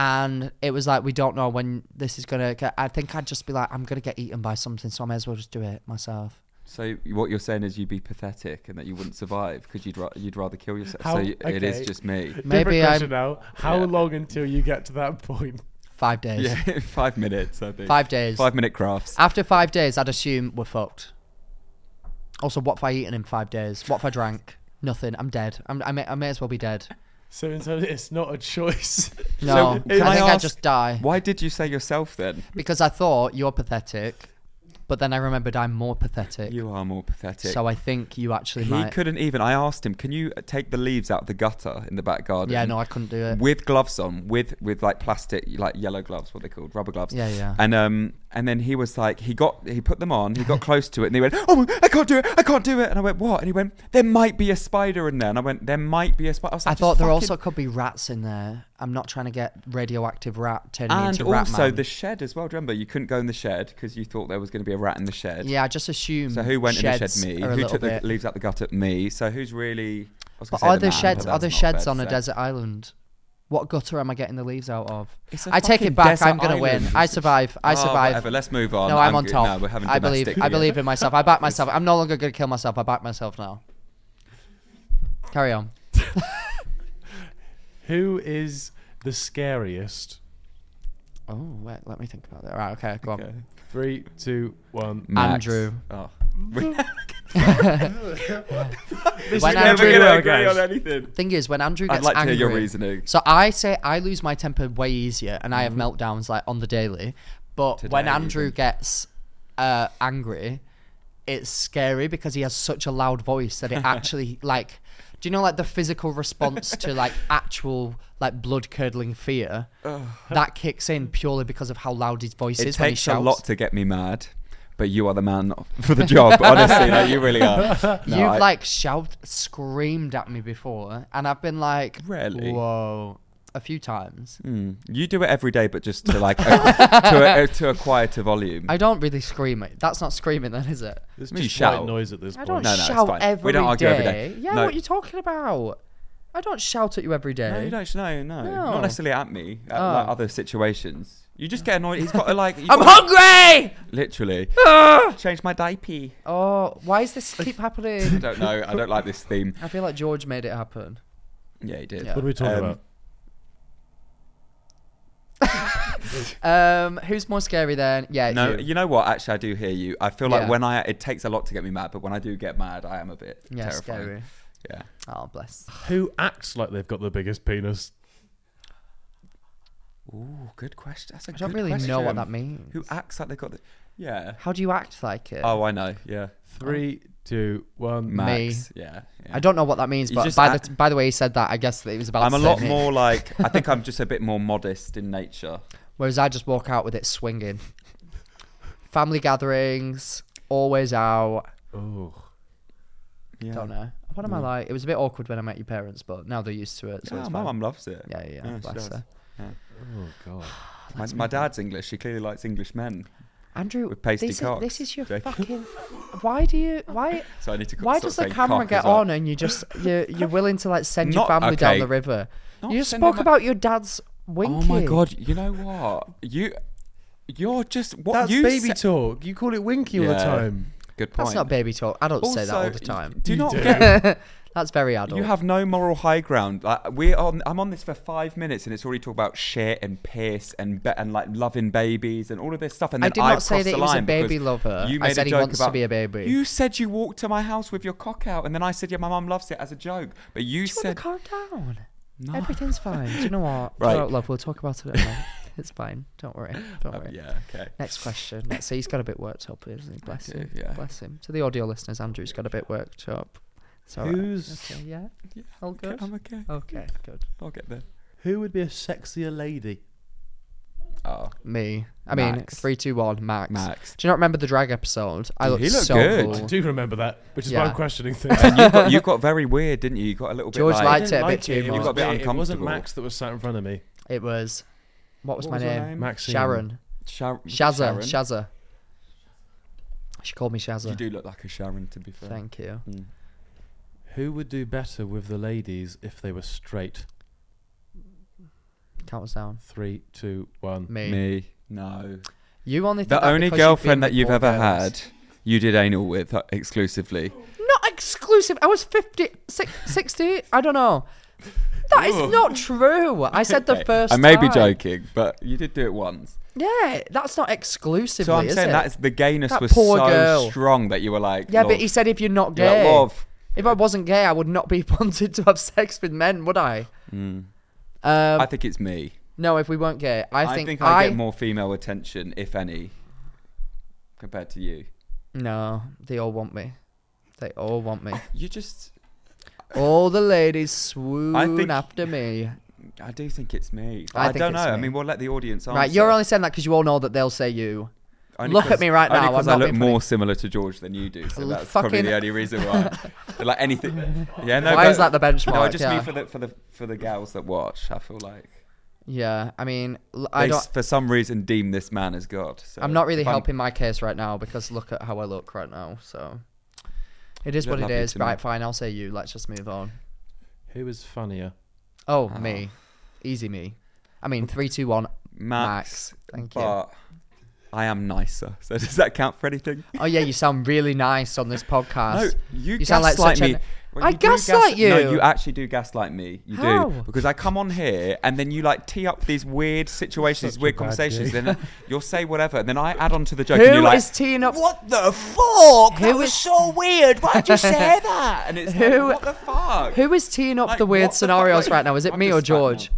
Speaker 2: and it was like we don't know when this is gonna. Get, I think I'd just be like, I'm gonna get eaten by something, so I may as well just do it myself.
Speaker 4: So what you're saying is you'd be pathetic and that you wouldn't survive because you'd ra- you'd rather kill yourself.
Speaker 3: How-
Speaker 4: so y- it is
Speaker 3: okay.
Speaker 2: *laughs*
Speaker 4: just me. *laughs*
Speaker 2: Maybe
Speaker 3: Different question
Speaker 2: I'm
Speaker 3: now. How long until you get to that point?
Speaker 2: five days.
Speaker 4: Yeah, five minutes. I think.
Speaker 2: Five days.
Speaker 4: Five minute crafts.
Speaker 2: After five days, I'd assume we're fucked. Also, what if I eaten in five days? What if I drank? Nothing. I'm dead. I'm, I, may, I may as well be dead.
Speaker 3: So and so it's not a choice. *laughs*
Speaker 2: No,
Speaker 4: can
Speaker 2: I
Speaker 4: I
Speaker 2: think I
Speaker 4: ask-
Speaker 2: just die
Speaker 4: Why did you say yourself then?
Speaker 2: because I thought you're pathetic, but then I remembered I'm more pathetic.
Speaker 4: You are more pathetic.
Speaker 2: so I think you actually
Speaker 4: he
Speaker 2: might.
Speaker 4: couldn't even. I asked him, "Can you uh, take the leaves out of the gutter in the back garden?"
Speaker 2: Yeah, no, I couldn't do it.
Speaker 4: with gloves on, with with like plastic, like yellow gloves, what they called, rubber gloves.
Speaker 2: Yeah, yeah.
Speaker 4: And um, and then he was like, he got, he put them on, he got close to it, and he went, "Oh, I can't do it, I can't do it." And I went, "What?" And he went, "There might be a spider in there." And I went, "There might be a spider." I, was
Speaker 2: I
Speaker 4: like, "Just
Speaker 2: thought there
Speaker 4: fucking-"
Speaker 2: also could be rats in there. I'm not trying to get radioactive rat turning me
Speaker 4: And
Speaker 2: into rat
Speaker 4: also
Speaker 2: man.
Speaker 4: the shed as well. Do you Remember, you couldn't go in the shed because you thought there was going to be a rat in the shed.
Speaker 2: yeah, I just assume.
Speaker 4: So who went in the shed? Me. Who took
Speaker 2: bit.
Speaker 4: the leaves out the gutter? Me. So who's really? I was gonna
Speaker 2: But
Speaker 4: say
Speaker 2: are
Speaker 4: the
Speaker 2: there
Speaker 4: man,
Speaker 2: sheds?
Speaker 4: but
Speaker 2: Are
Speaker 4: that's
Speaker 2: there
Speaker 4: not
Speaker 2: sheds
Speaker 4: fair
Speaker 2: on
Speaker 4: to
Speaker 2: a
Speaker 4: say.
Speaker 2: desert island? What gutter am I getting the leaves out of?
Speaker 4: It's a
Speaker 2: I take
Speaker 4: fucking
Speaker 2: it back.
Speaker 4: desert
Speaker 2: I'm gonna
Speaker 4: island.
Speaker 2: win. I survive. I
Speaker 4: Oh,
Speaker 2: survive.
Speaker 4: whatever, Let's move on.
Speaker 2: No, I'm, on
Speaker 4: good-
Speaker 2: top.
Speaker 4: No, we're having
Speaker 2: I believe.
Speaker 4: domestic
Speaker 2: I
Speaker 4: here.
Speaker 2: believe in myself. I
Speaker 4: *laughs*
Speaker 2: back myself. I'm no longer gonna kill myself. I back myself now. Carry on.
Speaker 3: Who is the scariest?
Speaker 2: Oh, wait, let me think about that. Right, okay, go on.
Speaker 3: Three, two, one.
Speaker 4: Max.
Speaker 2: Andrew.
Speaker 4: Oh.
Speaker 2: When
Speaker 4: We're never
Speaker 2: Andrew-
Speaker 4: gonna
Speaker 3: Andrew-
Speaker 4: agree
Speaker 3: guys.
Speaker 4: on anything.
Speaker 2: Thing is, when Andrew gets
Speaker 4: I'd like
Speaker 2: angry,
Speaker 4: to hear your reasoning.
Speaker 2: so I say I lose my temper way easier, and I have meltdowns like on the daily. But when
Speaker 4: Mm-hmm. Today,
Speaker 2: Andrew
Speaker 4: even.
Speaker 2: gets uh, angry, it's scary because he has such a loud voice
Speaker 4: *laughs*
Speaker 2: that it actually like, do you know like the physical response
Speaker 4: *laughs*
Speaker 2: to like actual like blood curdling fear that kicks in purely because of how loud his voice
Speaker 4: It
Speaker 2: is when he
Speaker 4: takes a
Speaker 2: shouts.
Speaker 4: lot to get me mad, but you are the man for the job. Honestly, like, you
Speaker 2: *laughs*
Speaker 4: really are. No,
Speaker 2: You've
Speaker 4: I-
Speaker 2: like shout screamed at me before, and I've been like,
Speaker 4: Really?
Speaker 2: whoa, a few times.
Speaker 4: you do it every day, but just
Speaker 2: *laughs*
Speaker 4: to like a, to, a, to a quieter volume.
Speaker 2: I don't really scream. it. That's not screaming, then, is it?
Speaker 3: There's
Speaker 4: I mean,
Speaker 3: just
Speaker 4: shout.
Speaker 3: white noise at this
Speaker 2: I
Speaker 3: point.
Speaker 2: don't
Speaker 4: No, no, it's
Speaker 2: shout every
Speaker 4: fine.
Speaker 2: day.
Speaker 4: We don't argue every day.
Speaker 2: Yeah,
Speaker 4: No.
Speaker 2: what are you talking about? I don't shout at you every day.
Speaker 4: No, you don't. No, no,
Speaker 2: No. Oh.
Speaker 4: not necessarily at me. At like, other situations, you just get annoyed. He's got to like. you've
Speaker 2: *laughs* I'm
Speaker 4: gotta-
Speaker 2: hungry.
Speaker 4: Literally. Change my diaper.
Speaker 2: Oh, why does this keep
Speaker 4: Ah! *laughs* I
Speaker 2: happening?
Speaker 4: don't know. I don't like this theme.
Speaker 2: I feel like George made it happen.
Speaker 4: Yeah, he did.
Speaker 2: Yeah.
Speaker 3: What are we talking
Speaker 4: Um,
Speaker 3: about?
Speaker 2: Um, who's more scary then? Yeah,
Speaker 4: No,
Speaker 2: you.
Speaker 4: you know what? Actually, I do hear you. I feel like
Speaker 2: Yeah.
Speaker 4: when I it takes a lot to get me mad, but when I do get mad, I am a bit
Speaker 2: yeah,
Speaker 4: terrified.
Speaker 2: scary.
Speaker 4: Yeah.
Speaker 2: Oh, bless.
Speaker 3: Who acts like they've got the biggest penis?
Speaker 4: Ooh, Oh, good question. That's a
Speaker 2: I don't
Speaker 4: good
Speaker 2: really know what
Speaker 4: question. um,
Speaker 2: that means.
Speaker 4: Who acts like they got the? Yeah.
Speaker 2: How do you act like it?
Speaker 4: Oh, I know. Yeah.
Speaker 3: Three, two, one.
Speaker 2: Ma-
Speaker 4: Max. Yeah. yeah.
Speaker 2: I don't know what that means,
Speaker 4: You
Speaker 2: but
Speaker 4: just
Speaker 2: by
Speaker 4: act-
Speaker 2: the by the way he said that, I guess that he was about.
Speaker 4: I'm
Speaker 2: to
Speaker 4: a
Speaker 2: say
Speaker 4: lot
Speaker 2: me.
Speaker 4: more like. I
Speaker 2: *laughs*
Speaker 4: think I'm just a bit more modest in nature.
Speaker 2: Whereas I just walk out with it swinging. Family gatherings, always out.
Speaker 3: Oh,
Speaker 4: Yeah.
Speaker 2: Don't know. What am I like? It was a bit awkward when I met your parents, but now they're used to it, so
Speaker 4: Yeah,
Speaker 2: it's
Speaker 4: my
Speaker 2: fine.
Speaker 4: mum loves it.
Speaker 2: Yeah, yeah,
Speaker 4: she
Speaker 2: bless
Speaker 4: does.
Speaker 2: her.
Speaker 3: oh God.
Speaker 4: My, my dad's English. She clearly likes English men.
Speaker 2: Andrew,
Speaker 4: With pasty
Speaker 2: this,
Speaker 4: cocks,
Speaker 2: Is, this is your
Speaker 4: Jake.
Speaker 2: fucking. Why do you? Why?
Speaker 4: *laughs* So I need to. co-
Speaker 2: Why
Speaker 4: stop
Speaker 2: does the
Speaker 4: saying
Speaker 2: camera
Speaker 4: cock
Speaker 2: get
Speaker 4: as well.
Speaker 2: on and you
Speaker 4: *laughs*
Speaker 2: just you're, you're willing to like send your
Speaker 4: Not-
Speaker 2: family down
Speaker 4: okay.
Speaker 2: the river?
Speaker 4: Not
Speaker 2: you just
Speaker 4: sending
Speaker 2: spoke
Speaker 4: my-
Speaker 2: about your dad's winky.
Speaker 4: Oh my god! You know what? You, you're just what
Speaker 3: That's
Speaker 4: you
Speaker 3: baby
Speaker 4: sa-
Speaker 3: talk. You call it winky all the
Speaker 4: Yeah.
Speaker 3: time.
Speaker 4: Good point.
Speaker 2: That's not baby talk. Adults say that
Speaker 4: Also,
Speaker 2: all the time.
Speaker 4: Do you not
Speaker 3: do.
Speaker 4: get?
Speaker 2: *laughs*
Speaker 4: *laughs*
Speaker 2: That's very adult.
Speaker 4: You have no moral high ground. Like we're on. I'm on this for five minutes, and it's already talking about shit and piss and be, and like loving babies and all of this stuff. And
Speaker 2: I
Speaker 4: then
Speaker 2: did not say
Speaker 4: crossed
Speaker 2: that
Speaker 4: the
Speaker 2: he was a
Speaker 4: line because
Speaker 2: baby lover.
Speaker 4: You
Speaker 2: I
Speaker 4: made
Speaker 2: said
Speaker 4: a
Speaker 2: he
Speaker 4: joke
Speaker 2: wants to
Speaker 4: about-
Speaker 2: be a baby.
Speaker 4: You said you walked to my house with your cock out, and then I said, "Yeah, my mum loves it" as a joke. But you
Speaker 2: Do you want
Speaker 4: said,
Speaker 2: to calm down? Everything's fine. Do you know what?
Speaker 4: *laughs* Right. Um,
Speaker 2: Grow up, love. We'll talk about it. later. it's fine. Don't worry.
Speaker 4: *laughs*
Speaker 2: Don't worry.
Speaker 4: Oh, "Yeah, okay."
Speaker 2: Next question. Let's see. He's got a bit worked up, isn't he? Bless
Speaker 4: do,
Speaker 2: him.
Speaker 4: yeah.
Speaker 2: Bless him. To the audio listeners, Andrew's got a bit worked up. So
Speaker 3: Who's
Speaker 2: okay, yeah.
Speaker 4: Yeah,
Speaker 2: All
Speaker 4: okay,
Speaker 2: good.
Speaker 4: I'm okay.
Speaker 2: Okay. Good.
Speaker 4: I'll get there.
Speaker 3: who would be a sexier lady?
Speaker 4: Oh,
Speaker 2: Me. I mean,
Speaker 4: Max.
Speaker 2: three, two, one. Max.
Speaker 4: Max.
Speaker 2: Do you not remember the drag episode? I looked,
Speaker 4: he looked
Speaker 2: so
Speaker 4: good.
Speaker 2: cool.
Speaker 4: I
Speaker 3: Do you remember that? Which is why
Speaker 2: Yeah.
Speaker 3: I'm
Speaker 4: *laughs*
Speaker 3: questioning things.
Speaker 4: you got, you got very weird, didn't you? You got a little bit.
Speaker 2: George
Speaker 4: like,
Speaker 2: liked
Speaker 3: didn't
Speaker 2: it a
Speaker 3: like
Speaker 2: bit too
Speaker 3: It,
Speaker 2: much.
Speaker 3: was
Speaker 4: Got a bit
Speaker 3: weird. it wasn't
Speaker 4: uncomfortable.
Speaker 3: Max that was sat in front of me.
Speaker 2: It was. What was
Speaker 4: What
Speaker 2: my
Speaker 4: was her
Speaker 2: name?
Speaker 4: name?
Speaker 3: Maxine.
Speaker 2: Sharon.
Speaker 4: Shar-
Speaker 2: Shazza.
Speaker 4: Sharon.
Speaker 2: Shazza. She called me Shazza.
Speaker 4: You do Mm. look like a Sharon, to be fair.
Speaker 2: Thank you.
Speaker 3: Who would do better with the ladies if they were straight?
Speaker 2: Count us down.
Speaker 3: Three, two, one.
Speaker 2: Me.
Speaker 4: Me, no.
Speaker 2: You only think
Speaker 4: The
Speaker 2: that
Speaker 4: only
Speaker 2: because you've been
Speaker 4: girlfriend that
Speaker 2: with
Speaker 4: you've
Speaker 2: more
Speaker 4: ever
Speaker 2: girls.
Speaker 4: had, you did anal with uh, exclusively.
Speaker 2: Not exclusive. I was 50, six- 60. I don't know. That is not true. I said the
Speaker 4: Okay,
Speaker 2: first.
Speaker 4: *laughs* I may be
Speaker 2: time.
Speaker 4: joking, but you did do it once.
Speaker 2: Yeah, that's not exclusively.
Speaker 4: So I'm
Speaker 2: is
Speaker 4: saying
Speaker 2: it?
Speaker 4: that is, the gayness
Speaker 2: That
Speaker 4: was so
Speaker 2: poor girl.
Speaker 4: strong that you were like,
Speaker 2: Yeah,
Speaker 4: love.
Speaker 2: but he said if you're not
Speaker 4: You're like,
Speaker 2: gay,
Speaker 4: love.
Speaker 2: if I wasn't gay, I would not be *laughs* wanted to have sex with men, would I? Um,
Speaker 4: Mm. I think it's me.
Speaker 2: no, if we weren't gay, I
Speaker 4: I
Speaker 2: think,
Speaker 4: think, I, get more female attention, if any, compared to you.
Speaker 2: No, they all want me. They all want me.
Speaker 4: You just,
Speaker 2: all the ladies swoon
Speaker 4: think-
Speaker 2: after me.
Speaker 4: I do think it's me. But
Speaker 2: I
Speaker 4: I,
Speaker 2: think
Speaker 4: don't
Speaker 2: it's
Speaker 4: know. I
Speaker 2: me.
Speaker 4: mean, we'll let the audience answer.
Speaker 2: Right, you're only saying that because you all know that they'll say you.
Speaker 4: Only
Speaker 2: Look at
Speaker 4: 'cause-
Speaker 2: me right
Speaker 4: only
Speaker 2: now, I'm
Speaker 4: 'cause I
Speaker 2: not
Speaker 4: look
Speaker 2: being funny.
Speaker 4: more similar to George than you do, so
Speaker 2: L-
Speaker 4: that's probably
Speaker 2: fucking-
Speaker 4: the only reason
Speaker 2: *laughs*
Speaker 4: why. like anything. Yeah, no.
Speaker 2: Why
Speaker 4: but-
Speaker 2: is that the benchmark?
Speaker 4: No, I just
Speaker 2: Yeah.
Speaker 4: mean for the for the for the gals that watch. I feel like
Speaker 2: Yeah, I mean, l-
Speaker 4: they
Speaker 2: I don't.
Speaker 4: s- for some reason deem this man as God. So
Speaker 2: I'm not really
Speaker 4: if I'm-
Speaker 2: helping my case right now because look at how I look right now. So it is
Speaker 4: You're
Speaker 2: what it
Speaker 4: lovely
Speaker 2: is.
Speaker 4: tonight.
Speaker 2: Right, fine. I'll say you. Let's just move on.
Speaker 3: Who is funnier?
Speaker 2: Oh,
Speaker 4: Ah.
Speaker 2: me. Easy me. I mean, three, two, one. Max,
Speaker 4: Max.
Speaker 2: thank you.
Speaker 4: but I am nicer. So *laughs* does that count for anything?
Speaker 2: Oh yeah, you sound really nice on this podcast.
Speaker 4: *laughs* No, you,
Speaker 2: sound like
Speaker 4: gaslight
Speaker 2: such
Speaker 4: me.
Speaker 2: an
Speaker 4: Well,
Speaker 2: I
Speaker 4: you do
Speaker 2: gaslight you.
Speaker 4: No, you actually do gaslight me. You
Speaker 2: How?
Speaker 4: do because I come on here and then you like tee up these weird situations,
Speaker 3: Such a
Speaker 4: weird
Speaker 3: bad
Speaker 4: conversations.
Speaker 3: gig.
Speaker 4: Then uh, you'll say whatever, and then I add on to the joke,
Speaker 2: Who
Speaker 4: and you're like,
Speaker 2: is teeing up?
Speaker 4: "What the fuck?
Speaker 2: Who
Speaker 4: That was
Speaker 2: is-
Speaker 4: so weird. Why'd you say that?" And it's
Speaker 2: Who-
Speaker 4: like, "What the fuck?"
Speaker 2: Who is teeing up
Speaker 4: Like,
Speaker 2: the
Speaker 4: what
Speaker 2: weird
Speaker 4: the
Speaker 2: scenarios
Speaker 4: *laughs* fuck?
Speaker 2: right now? Is it
Speaker 4: I'm
Speaker 2: me or
Speaker 4: just spat now.
Speaker 2: George?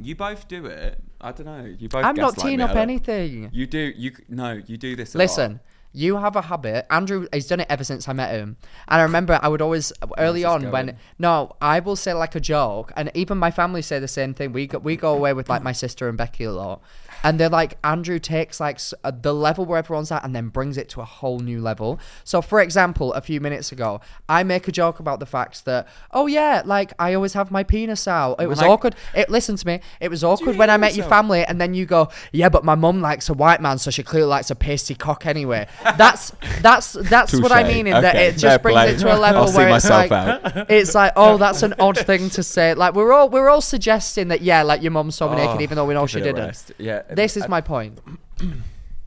Speaker 4: You both do it. I don't know. You both.
Speaker 2: I'm not
Speaker 4: gaslight
Speaker 2: teeing
Speaker 4: me,
Speaker 2: up
Speaker 4: Ella.
Speaker 2: anything.
Speaker 4: You do. You no. You do this. A lot.
Speaker 2: Listen, you have a habit. Andrew, he's done it ever since I met him. And I remember I would always early
Speaker 4: Where's
Speaker 2: on
Speaker 4: this
Speaker 2: when
Speaker 4: going?
Speaker 2: no, I will say like a joke, and even my family say the same thing. We go, we go away with like my sister and Becky a lot, and they're like Andrew takes like s- uh, the level where everyone's at and then brings it to a whole new level. So for example, a few minutes ago, I make a joke about the fact that oh yeah, like I always have my penis out. It was
Speaker 4: I-
Speaker 2: awkward. It listen to me. It was awkward when I met your family, and then you go, yeah, but my mum likes a white man, so she clearly likes a pasty cock anyway. That's that's that's what I
Speaker 4: Touche.
Speaker 2: mean in that
Speaker 4: Okay,
Speaker 2: it
Speaker 4: fair
Speaker 2: just brings
Speaker 4: play.
Speaker 2: it to a level
Speaker 4: I'll see
Speaker 2: where it's
Speaker 4: myself
Speaker 2: like
Speaker 4: out.
Speaker 2: it's like oh that's an odd thing to say. Like we're all we're all suggesting that yeah, like your mum saw me naked even though we know
Speaker 4: Oh, give
Speaker 2: she
Speaker 4: it a
Speaker 2: didn't.
Speaker 4: rest. Yeah.
Speaker 2: This is
Speaker 4: I-
Speaker 2: my point.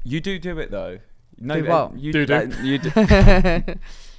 Speaker 4: You do do it though. No,
Speaker 2: Do
Speaker 4: uh,
Speaker 2: what?
Speaker 4: You
Speaker 3: Do do.
Speaker 4: uh,
Speaker 2: *laughs*
Speaker 4: you do.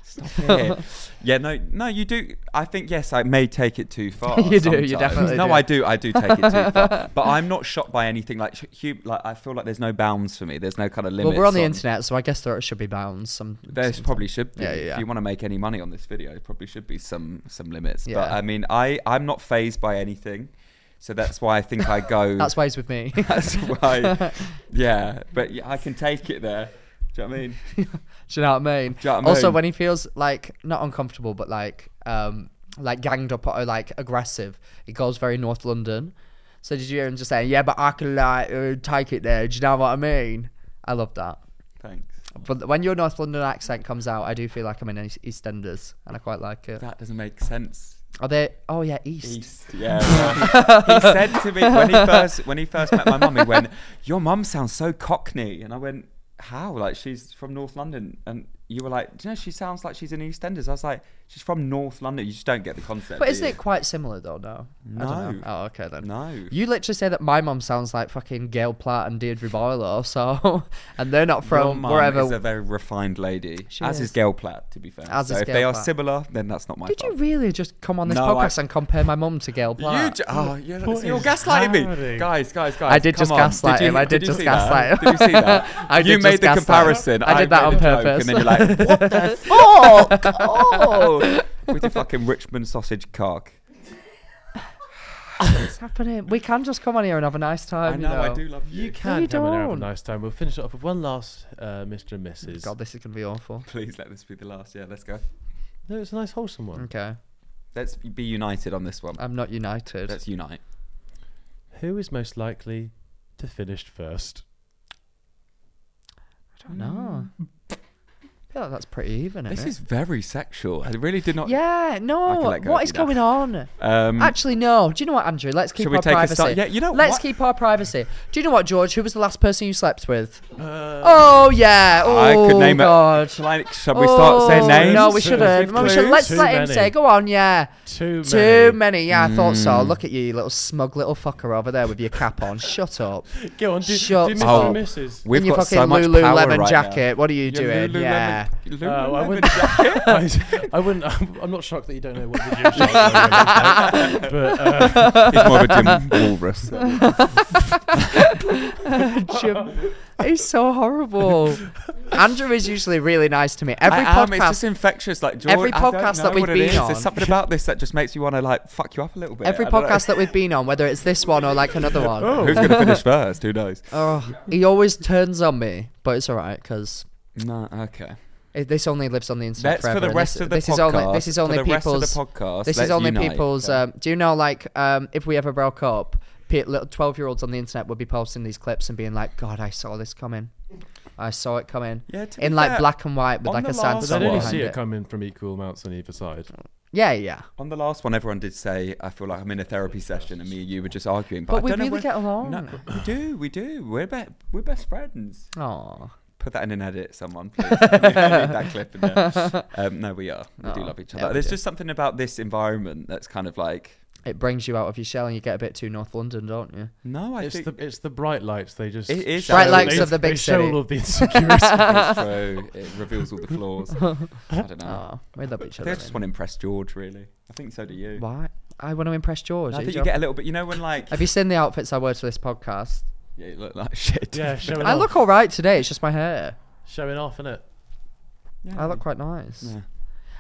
Speaker 4: Stop it. Yeah, no, no, you do. I think yes, I may take it too far.
Speaker 2: *laughs* You do, you
Speaker 4: sometimes.
Speaker 2: definitely
Speaker 4: No,
Speaker 2: do.
Speaker 4: I do. I do take it too
Speaker 2: *laughs*
Speaker 4: far. But I'm not shocked by anything. Like, hu- like I feel like there's no bounds for me. There's no kind of limit.
Speaker 2: well, we're on the internet, so I guess there should be bounds. Some
Speaker 4: There
Speaker 2: some-
Speaker 4: probably should be.
Speaker 2: Yeah, yeah, yeah.
Speaker 4: If you want to make any money on this video, there probably should be some some limits. But
Speaker 2: Yeah.
Speaker 4: I mean, I I'm not phased by anything, so that's why I think I
Speaker 2: *laughs*
Speaker 4: go.
Speaker 2: That's why he's with me.
Speaker 4: *laughs*
Speaker 2: *laughs*
Speaker 4: That's why. yeah, but yeah, I can take it there. Do you know what I mean?
Speaker 2: Do you know what I mean?
Speaker 4: Do you know what I
Speaker 2: Also,
Speaker 4: mean?
Speaker 2: when he feels like not uncomfortable, but like um like ganged up or like aggressive, he goes very North London. So did you hear him just saying, "Yeah, but I can like uh, take it there"? Do you know what I mean? I love that.
Speaker 4: Thanks.
Speaker 2: But when your North London accent comes out, I do feel like I'm in East- EastEnders, and I quite like it.
Speaker 4: That doesn't make sense.
Speaker 2: Are they? Oh yeah, East.
Speaker 4: *laughs* East. Yeah. well, he said to me when he first when he first met my mum, he went, "Your mum sounds so Cockney," and I went, "How? Like she's from North London?" And you were like, "Do you know she sounds like she's in EastEnders?" I was like, "She's from North London. You just don't get the concept."
Speaker 2: But
Speaker 4: do
Speaker 2: isn't
Speaker 4: you?"
Speaker 2: it quite similar though? No. I don't know.
Speaker 4: No.
Speaker 2: Oh, okay then.
Speaker 4: No.
Speaker 2: You literally say that my mum sounds like fucking Gail Platt and Deirdre Boyler, so *laughs* and they're not
Speaker 4: Your
Speaker 2: from
Speaker 4: mum
Speaker 2: wherever.
Speaker 4: is a very refined lady,
Speaker 2: She
Speaker 4: as is.
Speaker 2: is.
Speaker 4: Gail Platt, to be fair.
Speaker 2: As
Speaker 4: so
Speaker 2: is
Speaker 4: if
Speaker 2: Gail
Speaker 4: they are
Speaker 2: Platt.
Speaker 4: similar, then that's not my
Speaker 2: Did you
Speaker 4: fault.
Speaker 2: really just come on this
Speaker 4: No, I-
Speaker 2: podcast and compare my mum to Gail Platt?
Speaker 4: You ju- oh, you're,
Speaker 3: What
Speaker 4: you're
Speaker 3: is
Speaker 4: gaslighting me,
Speaker 3: happening?
Speaker 4: guys, guys, guys.
Speaker 2: I did
Speaker 4: come
Speaker 2: just
Speaker 4: on.
Speaker 2: gaslight
Speaker 4: you-
Speaker 2: him. I did
Speaker 4: you
Speaker 2: just
Speaker 4: see that?
Speaker 2: gaslight him.
Speaker 4: Did you see that?
Speaker 2: *laughs* I
Speaker 4: you
Speaker 2: did just
Speaker 4: made the
Speaker 2: gaslight him.
Speaker 4: comparison.
Speaker 2: I did that
Speaker 4: made
Speaker 2: on
Speaker 4: a joke,
Speaker 2: purpose.
Speaker 4: and then you're like, "What the
Speaker 2: *laughs*
Speaker 4: fuck? Oh, *laughs* with your fucking Richmond sausage cock."
Speaker 2: What's happening? We can just come on here and have a nice time.
Speaker 4: I
Speaker 2: you
Speaker 4: know, I do love you.
Speaker 3: You can
Speaker 2: you
Speaker 3: come in and have a
Speaker 2: don't.
Speaker 3: nice time. We'll finish it off with one last uh, Mr. and Mrs.
Speaker 2: God, this is gonna be awful.
Speaker 4: Please let this be the last. Yeah, let's go.
Speaker 3: No, it's a nice wholesome one.
Speaker 2: Okay,
Speaker 4: Let's be united on this one.
Speaker 2: I'm not united.
Speaker 4: Let's unite.
Speaker 3: Who is most likely to finish first?
Speaker 2: I don't know. I feel like that's pretty even.
Speaker 4: Mm. This
Speaker 2: innit?
Speaker 4: is very sexual. I really did not.
Speaker 2: Yeah. No.
Speaker 4: let go
Speaker 2: What
Speaker 4: of
Speaker 2: is
Speaker 4: you now.
Speaker 2: going on?
Speaker 4: Um,
Speaker 2: Actually, no. Do you know what, Andrew? Let's keep
Speaker 4: Shall we
Speaker 2: our
Speaker 4: take a
Speaker 2: privacy.
Speaker 4: start- yeah, you know
Speaker 2: Let's
Speaker 4: what?
Speaker 2: keep our privacy. Do you know what, George? Who was the last person you slept with? oh yeah. Oh
Speaker 4: Uh, I could name
Speaker 2: God.
Speaker 4: it. Shall, I, shall we start saying
Speaker 2: Oh,
Speaker 4: names?
Speaker 2: No, we
Speaker 3: Too
Speaker 2: shouldn't.
Speaker 3: many.
Speaker 2: We should, let's
Speaker 3: Too
Speaker 2: let him
Speaker 3: many.
Speaker 2: say. Go on, yeah.
Speaker 3: Too
Speaker 2: Too
Speaker 3: many.
Speaker 2: many. Yeah, I thought so.
Speaker 4: Mm.
Speaker 2: Look at you, you little smug little fucker over there with your cap on. Shut up.
Speaker 3: Go on, do, do
Speaker 2: Shut
Speaker 3: Mr.
Speaker 4: up.
Speaker 3: and
Speaker 4: *laughs*
Speaker 3: Mrs.
Speaker 4: We've
Speaker 2: In your
Speaker 4: got
Speaker 2: fucking
Speaker 4: so much power
Speaker 2: Lululemon
Speaker 4: right
Speaker 2: jacket.
Speaker 4: now.
Speaker 2: What are you
Speaker 4: Your
Speaker 2: doing?
Speaker 4: Lululemon- *laughs*
Speaker 2: yeah. Uh,
Speaker 3: Oh, I
Speaker 4: Lululemon
Speaker 3: wouldn't. I, I wouldn't. *laughs* I'm, I'm not shocked that you don't know what the gym shop is, but uh,
Speaker 4: He's more of a
Speaker 3: *laughs*
Speaker 4: Jim Walrus.
Speaker 2: Jim, he's so horrible. Andrew is usually really nice to me. Every
Speaker 4: I am,
Speaker 2: podcast.
Speaker 4: It's just infectious. Like George,
Speaker 2: every
Speaker 4: I don't
Speaker 2: podcast
Speaker 4: know
Speaker 2: that we've
Speaker 4: what it
Speaker 2: been
Speaker 4: is.
Speaker 2: on.
Speaker 4: There's something about this that just makes you want to like fuck you up a little bit.
Speaker 2: Every
Speaker 4: I don't know.
Speaker 2: podcast that we've been on, whether it's this one or like another one,
Speaker 4: *laughs* Who's gonna finish first?
Speaker 2: *laughs*
Speaker 4: Who knows?
Speaker 2: oh, he always turns on me. But it's all right because
Speaker 4: No, okay.
Speaker 2: It, this only lives on the internet
Speaker 4: Let's
Speaker 2: forever.
Speaker 4: for the
Speaker 2: and
Speaker 4: rest
Speaker 2: this,
Speaker 4: of the
Speaker 2: this
Speaker 4: podcast.
Speaker 2: Is only, this is
Speaker 4: for
Speaker 2: only
Speaker 4: the rest
Speaker 2: people's.
Speaker 4: of the podcast.
Speaker 2: this is
Speaker 4: let's
Speaker 2: only
Speaker 4: unite,
Speaker 2: people's.
Speaker 4: okay?
Speaker 2: Um, do you know, like, um, if we ever broke up, pe- little twelve-year-olds on the internet would be posting these clips and being like, "God, I saw this coming. I saw it coming."
Speaker 4: Yeah, to be
Speaker 2: in like
Speaker 4: fair,
Speaker 2: black and white with
Speaker 4: on
Speaker 2: like
Speaker 4: the
Speaker 2: a sad
Speaker 4: last
Speaker 3: I
Speaker 2: song
Speaker 4: one-
Speaker 3: only
Speaker 4: Behind
Speaker 3: see
Speaker 2: behind
Speaker 3: it
Speaker 2: it.
Speaker 3: coming from equal amounts on either side.
Speaker 2: Yeah, yeah.
Speaker 4: on the last one, everyone did say, "I feel like I'm in a therapy session," and me and you were just arguing. But,
Speaker 2: But
Speaker 4: I
Speaker 2: we
Speaker 4: don't know
Speaker 2: really
Speaker 4: where-
Speaker 2: get along.
Speaker 4: No, we do, we do. We're be- we're best friends.
Speaker 2: Aw.
Speaker 4: Put that in an edit,
Speaker 2: *laughs*
Speaker 4: someone. Please. Leave that clip in there. Um, no, we are. We do love each
Speaker 2: yeah,
Speaker 4: other.
Speaker 2: we
Speaker 4: There's
Speaker 2: do.
Speaker 4: just something about this environment that's kind of like
Speaker 2: it brings you out of your shell and you get a bit too North London, don't you?
Speaker 4: No, I
Speaker 3: It's
Speaker 4: think
Speaker 3: the it's the bright lights. They just
Speaker 4: It is
Speaker 3: show-
Speaker 4: Bright
Speaker 2: lights
Speaker 3: they-
Speaker 2: of the big
Speaker 3: they show
Speaker 2: city.
Speaker 3: all of the insecurities.
Speaker 4: *laughs* it's
Speaker 2: *laughs*
Speaker 4: true. It reveals all the flaws. I don't know.
Speaker 2: Oh, we love each
Speaker 4: I think
Speaker 2: other.
Speaker 4: I Ah, just
Speaker 2: then.
Speaker 4: want to impress George, really. I think so do you.
Speaker 2: Why? I want to impress George.
Speaker 4: I
Speaker 2: eh,
Speaker 4: think you
Speaker 2: Joe?
Speaker 4: get a little bit. You know when like
Speaker 2: Have you seen the outfits I wore to this podcast?
Speaker 4: yeah, you look like shit. *laughs*
Speaker 3: yeah, showing
Speaker 2: I
Speaker 3: off.
Speaker 2: look all right today. It's just my hair.
Speaker 3: showing off, innit?
Speaker 2: I look quite nice.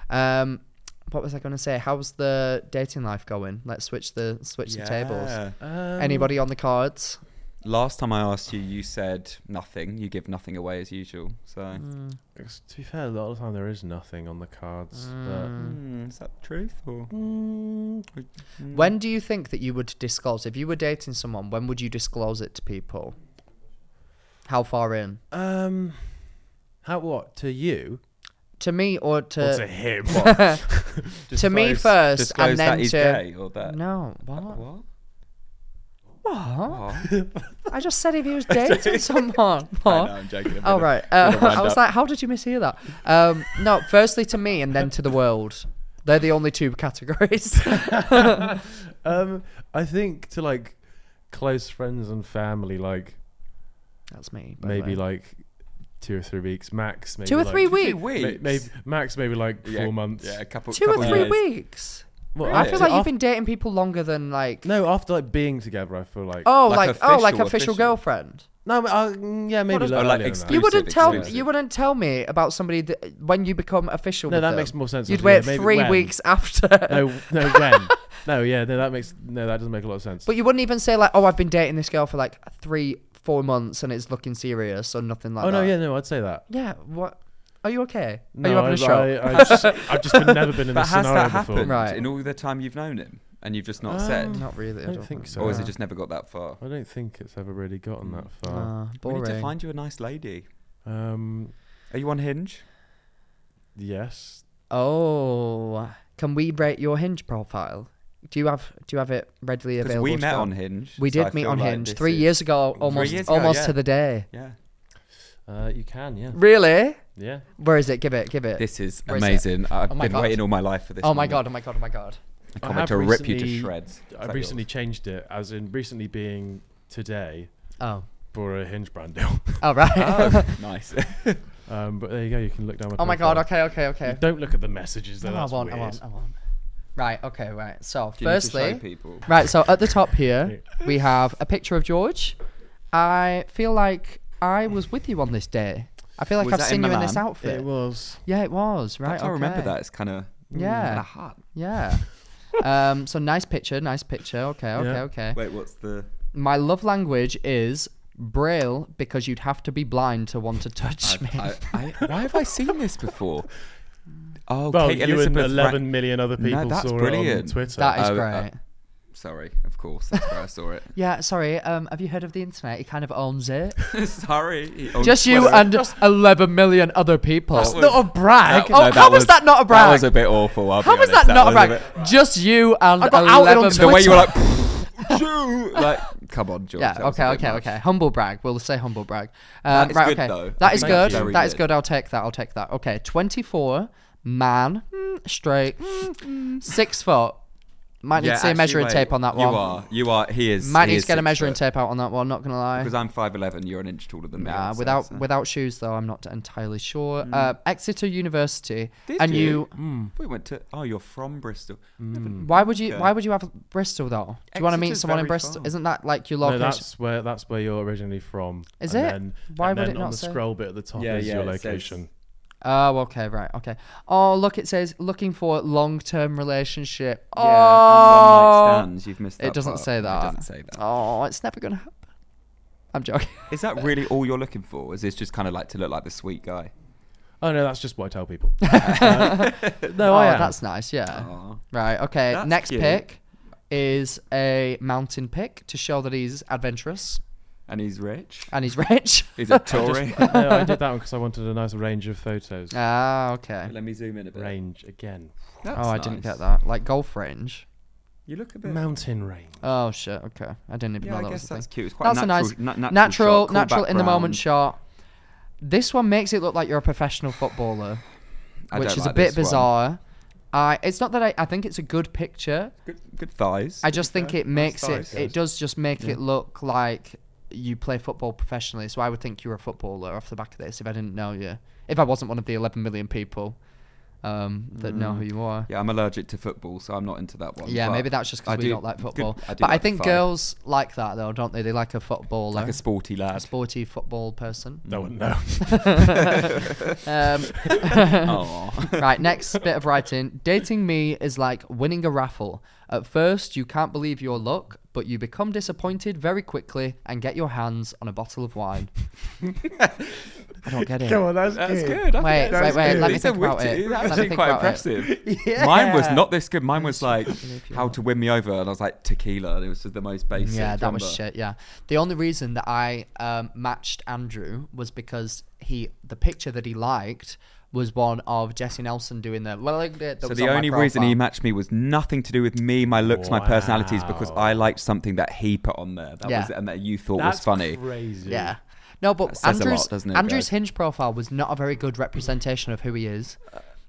Speaker 2: Um, what was I going to say? How's the dating life going? Let's switch the switch the tables.
Speaker 4: Yeah. Um,
Speaker 2: Anybody on the cards?
Speaker 4: Last time I asked you, you said nothing. You give nothing away as usual. So
Speaker 2: Mm.
Speaker 3: It's- To be fair, a lot of the time there is nothing on the cards.
Speaker 4: Hmm, is that the truth or
Speaker 2: Mm. When do you think that you would disclose if you were dating someone? When would you disclose it to people? How far in?
Speaker 3: But um, how what to you
Speaker 2: To me or to
Speaker 3: or to him?
Speaker 2: To me
Speaker 4: Disclose-
Speaker 2: first,
Speaker 4: disclose
Speaker 2: and
Speaker 4: that
Speaker 2: then
Speaker 4: he's
Speaker 2: to-
Speaker 4: gay or that.
Speaker 2: no? What?
Speaker 4: What?
Speaker 2: I just said if he was dating someone.
Speaker 4: I
Speaker 2: What?
Speaker 4: know, I'm joking. I'm
Speaker 2: Oh
Speaker 4: gonna-
Speaker 2: right.
Speaker 4: gonna
Speaker 2: Uh,
Speaker 4: wind
Speaker 2: I was
Speaker 4: up.
Speaker 2: like, how did you mishear that? Um, no, firstly to me and then to the world. They're the only two categories.
Speaker 3: um, *laughs* I think to like close friends and family, like
Speaker 2: That's me. by the
Speaker 3: maybe
Speaker 2: way.
Speaker 3: like two or three weeks max. Maybe
Speaker 2: two or
Speaker 3: like-
Speaker 2: three
Speaker 4: Three
Speaker 2: weeks.
Speaker 4: weeks.
Speaker 3: May- maybe max, maybe like
Speaker 4: Yeah,
Speaker 3: four months.
Speaker 4: Yeah, a couple.
Speaker 2: Two or
Speaker 4: couple
Speaker 2: three
Speaker 4: years.
Speaker 2: weeks.
Speaker 3: Well,
Speaker 2: I feel like
Speaker 3: after-
Speaker 2: you've been dating people longer than like.
Speaker 3: No, after like being together, I feel like
Speaker 2: Oh,
Speaker 4: Like
Speaker 2: like, oh, like
Speaker 4: official,
Speaker 2: official,
Speaker 4: official.
Speaker 2: girlfriend.
Speaker 3: no, but, uh, mm, yeah, maybe
Speaker 4: does-
Speaker 3: like,
Speaker 4: Oh, like
Speaker 3: earlier than that.
Speaker 4: exclusive.
Speaker 2: you wouldn't tell
Speaker 4: exclusive.
Speaker 2: you wouldn't tell me about somebody that, when you become official.
Speaker 3: No,
Speaker 2: with
Speaker 3: that
Speaker 2: them.
Speaker 3: makes more sense.
Speaker 2: You'd
Speaker 3: actually, yeah,
Speaker 2: wait
Speaker 3: maybe
Speaker 2: three
Speaker 3: when.
Speaker 2: weeks after.
Speaker 3: No, no, when? no, yeah, no, that makes no, that doesn't make a lot of sense.
Speaker 2: *laughs* But you wouldn't even say like, oh, I've been dating this girl for like three, four months and it's looking serious or nothing like
Speaker 3: oh
Speaker 2: that.
Speaker 3: no, yeah, no, I'd say that.
Speaker 2: Yeah. What? Are you okay?
Speaker 3: No,
Speaker 2: Are you having
Speaker 3: I,
Speaker 2: a stroke?
Speaker 3: I,
Speaker 2: *laughs*
Speaker 3: I just, I've just been, never been in
Speaker 4: But
Speaker 3: this
Speaker 4: has
Speaker 3: scenario
Speaker 4: that
Speaker 3: before.
Speaker 4: happened
Speaker 2: Right.
Speaker 4: in all the time you've known him, and you've just not said,
Speaker 2: Not really. I
Speaker 3: don't
Speaker 2: don't,
Speaker 3: think so.
Speaker 4: or has
Speaker 3: no.
Speaker 4: it just never got that far?
Speaker 3: I don't think it's ever really gotten that far.
Speaker 2: Ah,
Speaker 4: We
Speaker 2: boring.
Speaker 4: need to find you a nice lady.
Speaker 3: Um,
Speaker 4: Are you on Hinge?
Speaker 3: yes,
Speaker 2: Oh, can we rate your Hinge profile? Do you have Do you have it readily
Speaker 4: Because
Speaker 2: available?
Speaker 4: we
Speaker 2: to
Speaker 4: met
Speaker 2: go?
Speaker 4: on Hinge.
Speaker 2: We
Speaker 4: so
Speaker 2: did
Speaker 4: I
Speaker 2: meet
Speaker 4: feel
Speaker 2: on
Speaker 4: like
Speaker 2: Hinge
Speaker 4: this
Speaker 2: three
Speaker 4: is-
Speaker 2: years ago, almost
Speaker 4: years ago,
Speaker 2: almost
Speaker 4: yeah.
Speaker 2: to the day.
Speaker 4: Yeah.
Speaker 3: uh, you can, yeah,
Speaker 2: Really?
Speaker 3: yeah.
Speaker 2: Where is it? Give it. Give it.
Speaker 4: This is
Speaker 2: Where is it?
Speaker 4: amazing. I've
Speaker 2: Oh my
Speaker 4: been
Speaker 2: God.
Speaker 4: waiting all my life for this.
Speaker 2: oh my
Speaker 4: moment.
Speaker 2: god! Oh my god! Oh my god!
Speaker 4: I
Speaker 3: I
Speaker 4: can't wait
Speaker 3: have
Speaker 4: to rip you to
Speaker 3: recently-
Speaker 4: shreds. Is
Speaker 3: I
Speaker 4: that
Speaker 2: *laughs*
Speaker 3: recently
Speaker 4: yours?
Speaker 3: changed it, as in recently being today
Speaker 2: Oh.
Speaker 3: for a Hinge brand deal. *laughs*
Speaker 2: All right.
Speaker 4: *laughs* Oh, *laughs* nice.
Speaker 3: um, but there you go. You can look down. My
Speaker 2: oh my god!
Speaker 3: profile.
Speaker 2: Okay. Okay. Okay.
Speaker 3: Don't look at the messages though.
Speaker 2: I
Speaker 3: That's
Speaker 2: want.
Speaker 3: weird.
Speaker 2: I want. I want. Right. Okay. Right. So,
Speaker 4: Do you need to show
Speaker 2: firstly,
Speaker 4: people.
Speaker 2: right. So at the top
Speaker 4: *laughs*
Speaker 2: here, we have a picture of George. I feel like I was with you on this day. I feel like
Speaker 4: Was
Speaker 2: I've
Speaker 4: that
Speaker 2: seen
Speaker 4: in
Speaker 2: you in this
Speaker 4: Milan?
Speaker 2: outfit.
Speaker 3: It was.
Speaker 2: Yeah, it was. Right.
Speaker 4: I don't remember
Speaker 2: okay.
Speaker 4: that. It's mm, kind of
Speaker 2: Yeah.
Speaker 4: hot. *laughs*
Speaker 2: Yeah. um, so nice picture, nice picture. Okay, okay,
Speaker 3: Yeah.
Speaker 2: okay.
Speaker 4: Wait, what's the?
Speaker 2: My love language is braille because you'd have to be blind to want to touch me.
Speaker 4: I, I, why have I seen this before? Oh,
Speaker 3: Well,
Speaker 4: Kate
Speaker 3: you
Speaker 4: Elizabeth
Speaker 3: and 11 million other
Speaker 4: No,
Speaker 3: people
Speaker 4: that's
Speaker 3: saw it on
Speaker 4: brilliant.
Speaker 2: *laughs*
Speaker 3: Twitter.
Speaker 2: that is
Speaker 4: Oh, uh,
Speaker 2: great.
Speaker 4: Ra- Sorry, of course. That's where I saw
Speaker 2: *laughs*
Speaker 4: it.
Speaker 2: yeah, sorry. Um, have you heard of the internet? It kind of owns
Speaker 4: *laughs*
Speaker 2: it.
Speaker 4: Sorry. he owns
Speaker 2: Just you
Speaker 4: Twitter.
Speaker 2: and 11 million other people.
Speaker 4: That was-
Speaker 2: brag.
Speaker 4: that-
Speaker 2: oh,
Speaker 4: no,
Speaker 2: how was, that not a brag?
Speaker 4: That was a bit awful. I'll be
Speaker 2: how was that
Speaker 4: honest.
Speaker 2: not a
Speaker 4: was
Speaker 2: brag? Just you and
Speaker 4: I got
Speaker 2: 11
Speaker 4: outed on the way you
Speaker 2: Twitter.
Speaker 4: were like, *laughs* "Phew," like, come on, George. that
Speaker 2: Yeah.
Speaker 4: was
Speaker 2: Okay.
Speaker 4: a bit
Speaker 2: Okay.
Speaker 4: much.
Speaker 2: Okay. Humble brag. We'll say humble brag. Um,
Speaker 4: is
Speaker 2: right.
Speaker 4: good,
Speaker 2: okay.
Speaker 4: though. I
Speaker 2: That is
Speaker 4: think
Speaker 2: good.
Speaker 4: that's
Speaker 2: That
Speaker 4: very
Speaker 2: is
Speaker 4: good.
Speaker 2: good. I'll take that. I'll take that. Okay. Twenty-four. Man. Mm, straight. mm, six foot. Might need
Speaker 4: Yeah,
Speaker 2: to see a
Speaker 4: actually,
Speaker 2: measuring
Speaker 4: wait,
Speaker 2: tape on that one.
Speaker 4: You are. You are. He is.
Speaker 2: Might
Speaker 4: he
Speaker 2: need
Speaker 4: is
Speaker 2: to get a
Speaker 4: six
Speaker 2: measuring
Speaker 4: foot.
Speaker 2: tape out on that one. Not gonna lie.
Speaker 4: Because I'm 5'11, you're an inch taller than me.
Speaker 2: Nah,
Speaker 4: I'd say,
Speaker 2: without
Speaker 4: so.
Speaker 2: without shoes though, I'm not entirely sure. Uh, Exeter University, and you.
Speaker 4: Hmm.
Speaker 2: Mm.
Speaker 4: you? We went to. Oh, you're from Bristol.
Speaker 2: Why would you? Why would you have Bristol though? Do you want to meet
Speaker 4: Exeter's
Speaker 2: someone in
Speaker 4: very
Speaker 2: Bristol?
Speaker 4: far.
Speaker 2: Isn't that like your
Speaker 3: No,
Speaker 2: location?
Speaker 3: that's where that's where you're originally from.
Speaker 2: Is
Speaker 3: and
Speaker 2: it?
Speaker 3: Then,
Speaker 2: Why
Speaker 3: and
Speaker 2: would
Speaker 3: then
Speaker 2: it
Speaker 3: on
Speaker 2: not
Speaker 3: the
Speaker 2: say?
Speaker 3: scroll bit at the top
Speaker 4: Yeah,
Speaker 3: is
Speaker 4: yeah,
Speaker 3: your
Speaker 4: it says-
Speaker 3: location.
Speaker 2: Oh, okay, right, okay. Oh, look, it says looking for long-term relationship.
Speaker 4: Yeah,
Speaker 2: oh,
Speaker 4: and one night stands. You've missed. That
Speaker 2: it doesn't
Speaker 4: part.
Speaker 2: say that.
Speaker 4: It doesn't say that. Is
Speaker 2: Oh, it's never gonna happen. I'm
Speaker 4: *laughs*
Speaker 2: joking.
Speaker 4: that really all you're looking for? Is this just kind of like to look like the sweet guy?
Speaker 3: Oh no, that's just what I tell people. *laughs* Uh,
Speaker 2: *laughs* No,
Speaker 3: I am.
Speaker 2: Oh, that's nice. Yeah. Right. Okay.
Speaker 4: Oh, That's
Speaker 2: Next
Speaker 4: cute.
Speaker 2: pick is a mountain pick to show that he's adventurous
Speaker 4: And
Speaker 2: *laughs*
Speaker 4: he's rich.
Speaker 2: and he's rich.
Speaker 4: He's a Tory.
Speaker 3: no, I did that one because I wanted a nice range of photos.
Speaker 2: *laughs* ah, okay.
Speaker 4: Let me zoom in a bit.
Speaker 3: range again.
Speaker 4: That's
Speaker 2: Oh, I didn't
Speaker 4: nice.
Speaker 2: get that. Like golf range.
Speaker 4: You look a bit.
Speaker 3: Mountain range.
Speaker 2: Oh shit. Okay. I didn't even
Speaker 4: Yeah,
Speaker 2: know
Speaker 4: I
Speaker 2: that
Speaker 4: guess
Speaker 2: was a
Speaker 4: that's
Speaker 2: thing.
Speaker 4: cute. It's quite
Speaker 2: that's
Speaker 4: a
Speaker 2: a nice
Speaker 4: natural, na-
Speaker 2: natural,
Speaker 4: natural, shot, cool
Speaker 2: natural in the moment
Speaker 4: background.
Speaker 2: shot. This one makes it look like you're a professional footballer.
Speaker 4: I
Speaker 2: which
Speaker 4: don't
Speaker 2: is a
Speaker 4: like
Speaker 2: bit
Speaker 4: this one.
Speaker 2: bizarre. I it's not that I, I think it's a good picture.
Speaker 4: Good, good thighs.
Speaker 2: I just think it makes
Speaker 4: thighs,
Speaker 2: it it does just make it look like you play football professionally. So I would think you're a footballer off the back of this if I didn't know you. If I wasn't one of the 11 million people um, that know who you are.
Speaker 4: yeah, I'm allergic to football, so I'm not into that one.
Speaker 2: Yeah,
Speaker 4: Mm. but
Speaker 2: maybe that's just because
Speaker 4: I
Speaker 2: we
Speaker 4: do-
Speaker 2: don't like
Speaker 4: good-
Speaker 2: football.
Speaker 4: I do
Speaker 2: but I
Speaker 4: like the
Speaker 2: think
Speaker 4: thigh.
Speaker 2: girls like that though, don't they? They like a footballer,
Speaker 4: like a sporty lad.
Speaker 2: sporty football person.
Speaker 3: No one knows.
Speaker 5: *laughs*
Speaker 2: Um, *laughs*
Speaker 4: *laughs* Aw.
Speaker 2: right, next bit of writing. Dating me is like winning a raffle. At first, you can't believe your luck, but you become disappointed very quickly and get your hands on a bottle of
Speaker 4: *laughs*
Speaker 2: wine. I don't get it.
Speaker 5: Come on, that's,
Speaker 4: That's
Speaker 5: good.
Speaker 4: good. I think
Speaker 2: Wait,
Speaker 4: that's
Speaker 2: wait, wait,
Speaker 4: good.
Speaker 2: let me
Speaker 4: It's a
Speaker 2: think about
Speaker 4: witty-
Speaker 2: it. Let
Speaker 4: That's
Speaker 2: me
Speaker 4: actually
Speaker 2: think
Speaker 4: quite
Speaker 2: about it. *laughs*
Speaker 4: impressive. Mine was
Speaker 5: Yeah.
Speaker 4: not this good. Mine was like how to win me over, and I was like tequila. It was the most basic.
Speaker 2: Yeah, that was
Speaker 4: number.
Speaker 2: shit. Yeah, the only reason that I um, matched Andrew was because he the picture that he liked was one of Jesse Nelson doing the.
Speaker 4: So the only reason he matched me was nothing to do with me, my looks, my personalities, because I liked something that he put on there. That
Speaker 2: Yeah.
Speaker 4: was and that you thought
Speaker 3: That's
Speaker 4: was funny.
Speaker 3: Crazy.
Speaker 2: Yeah. No, but
Speaker 4: That says a lot,
Speaker 2: Andrew's,
Speaker 4: doesn't it,
Speaker 2: Andrew's
Speaker 4: guys?
Speaker 2: hinge profile was not a very good representation of who he is.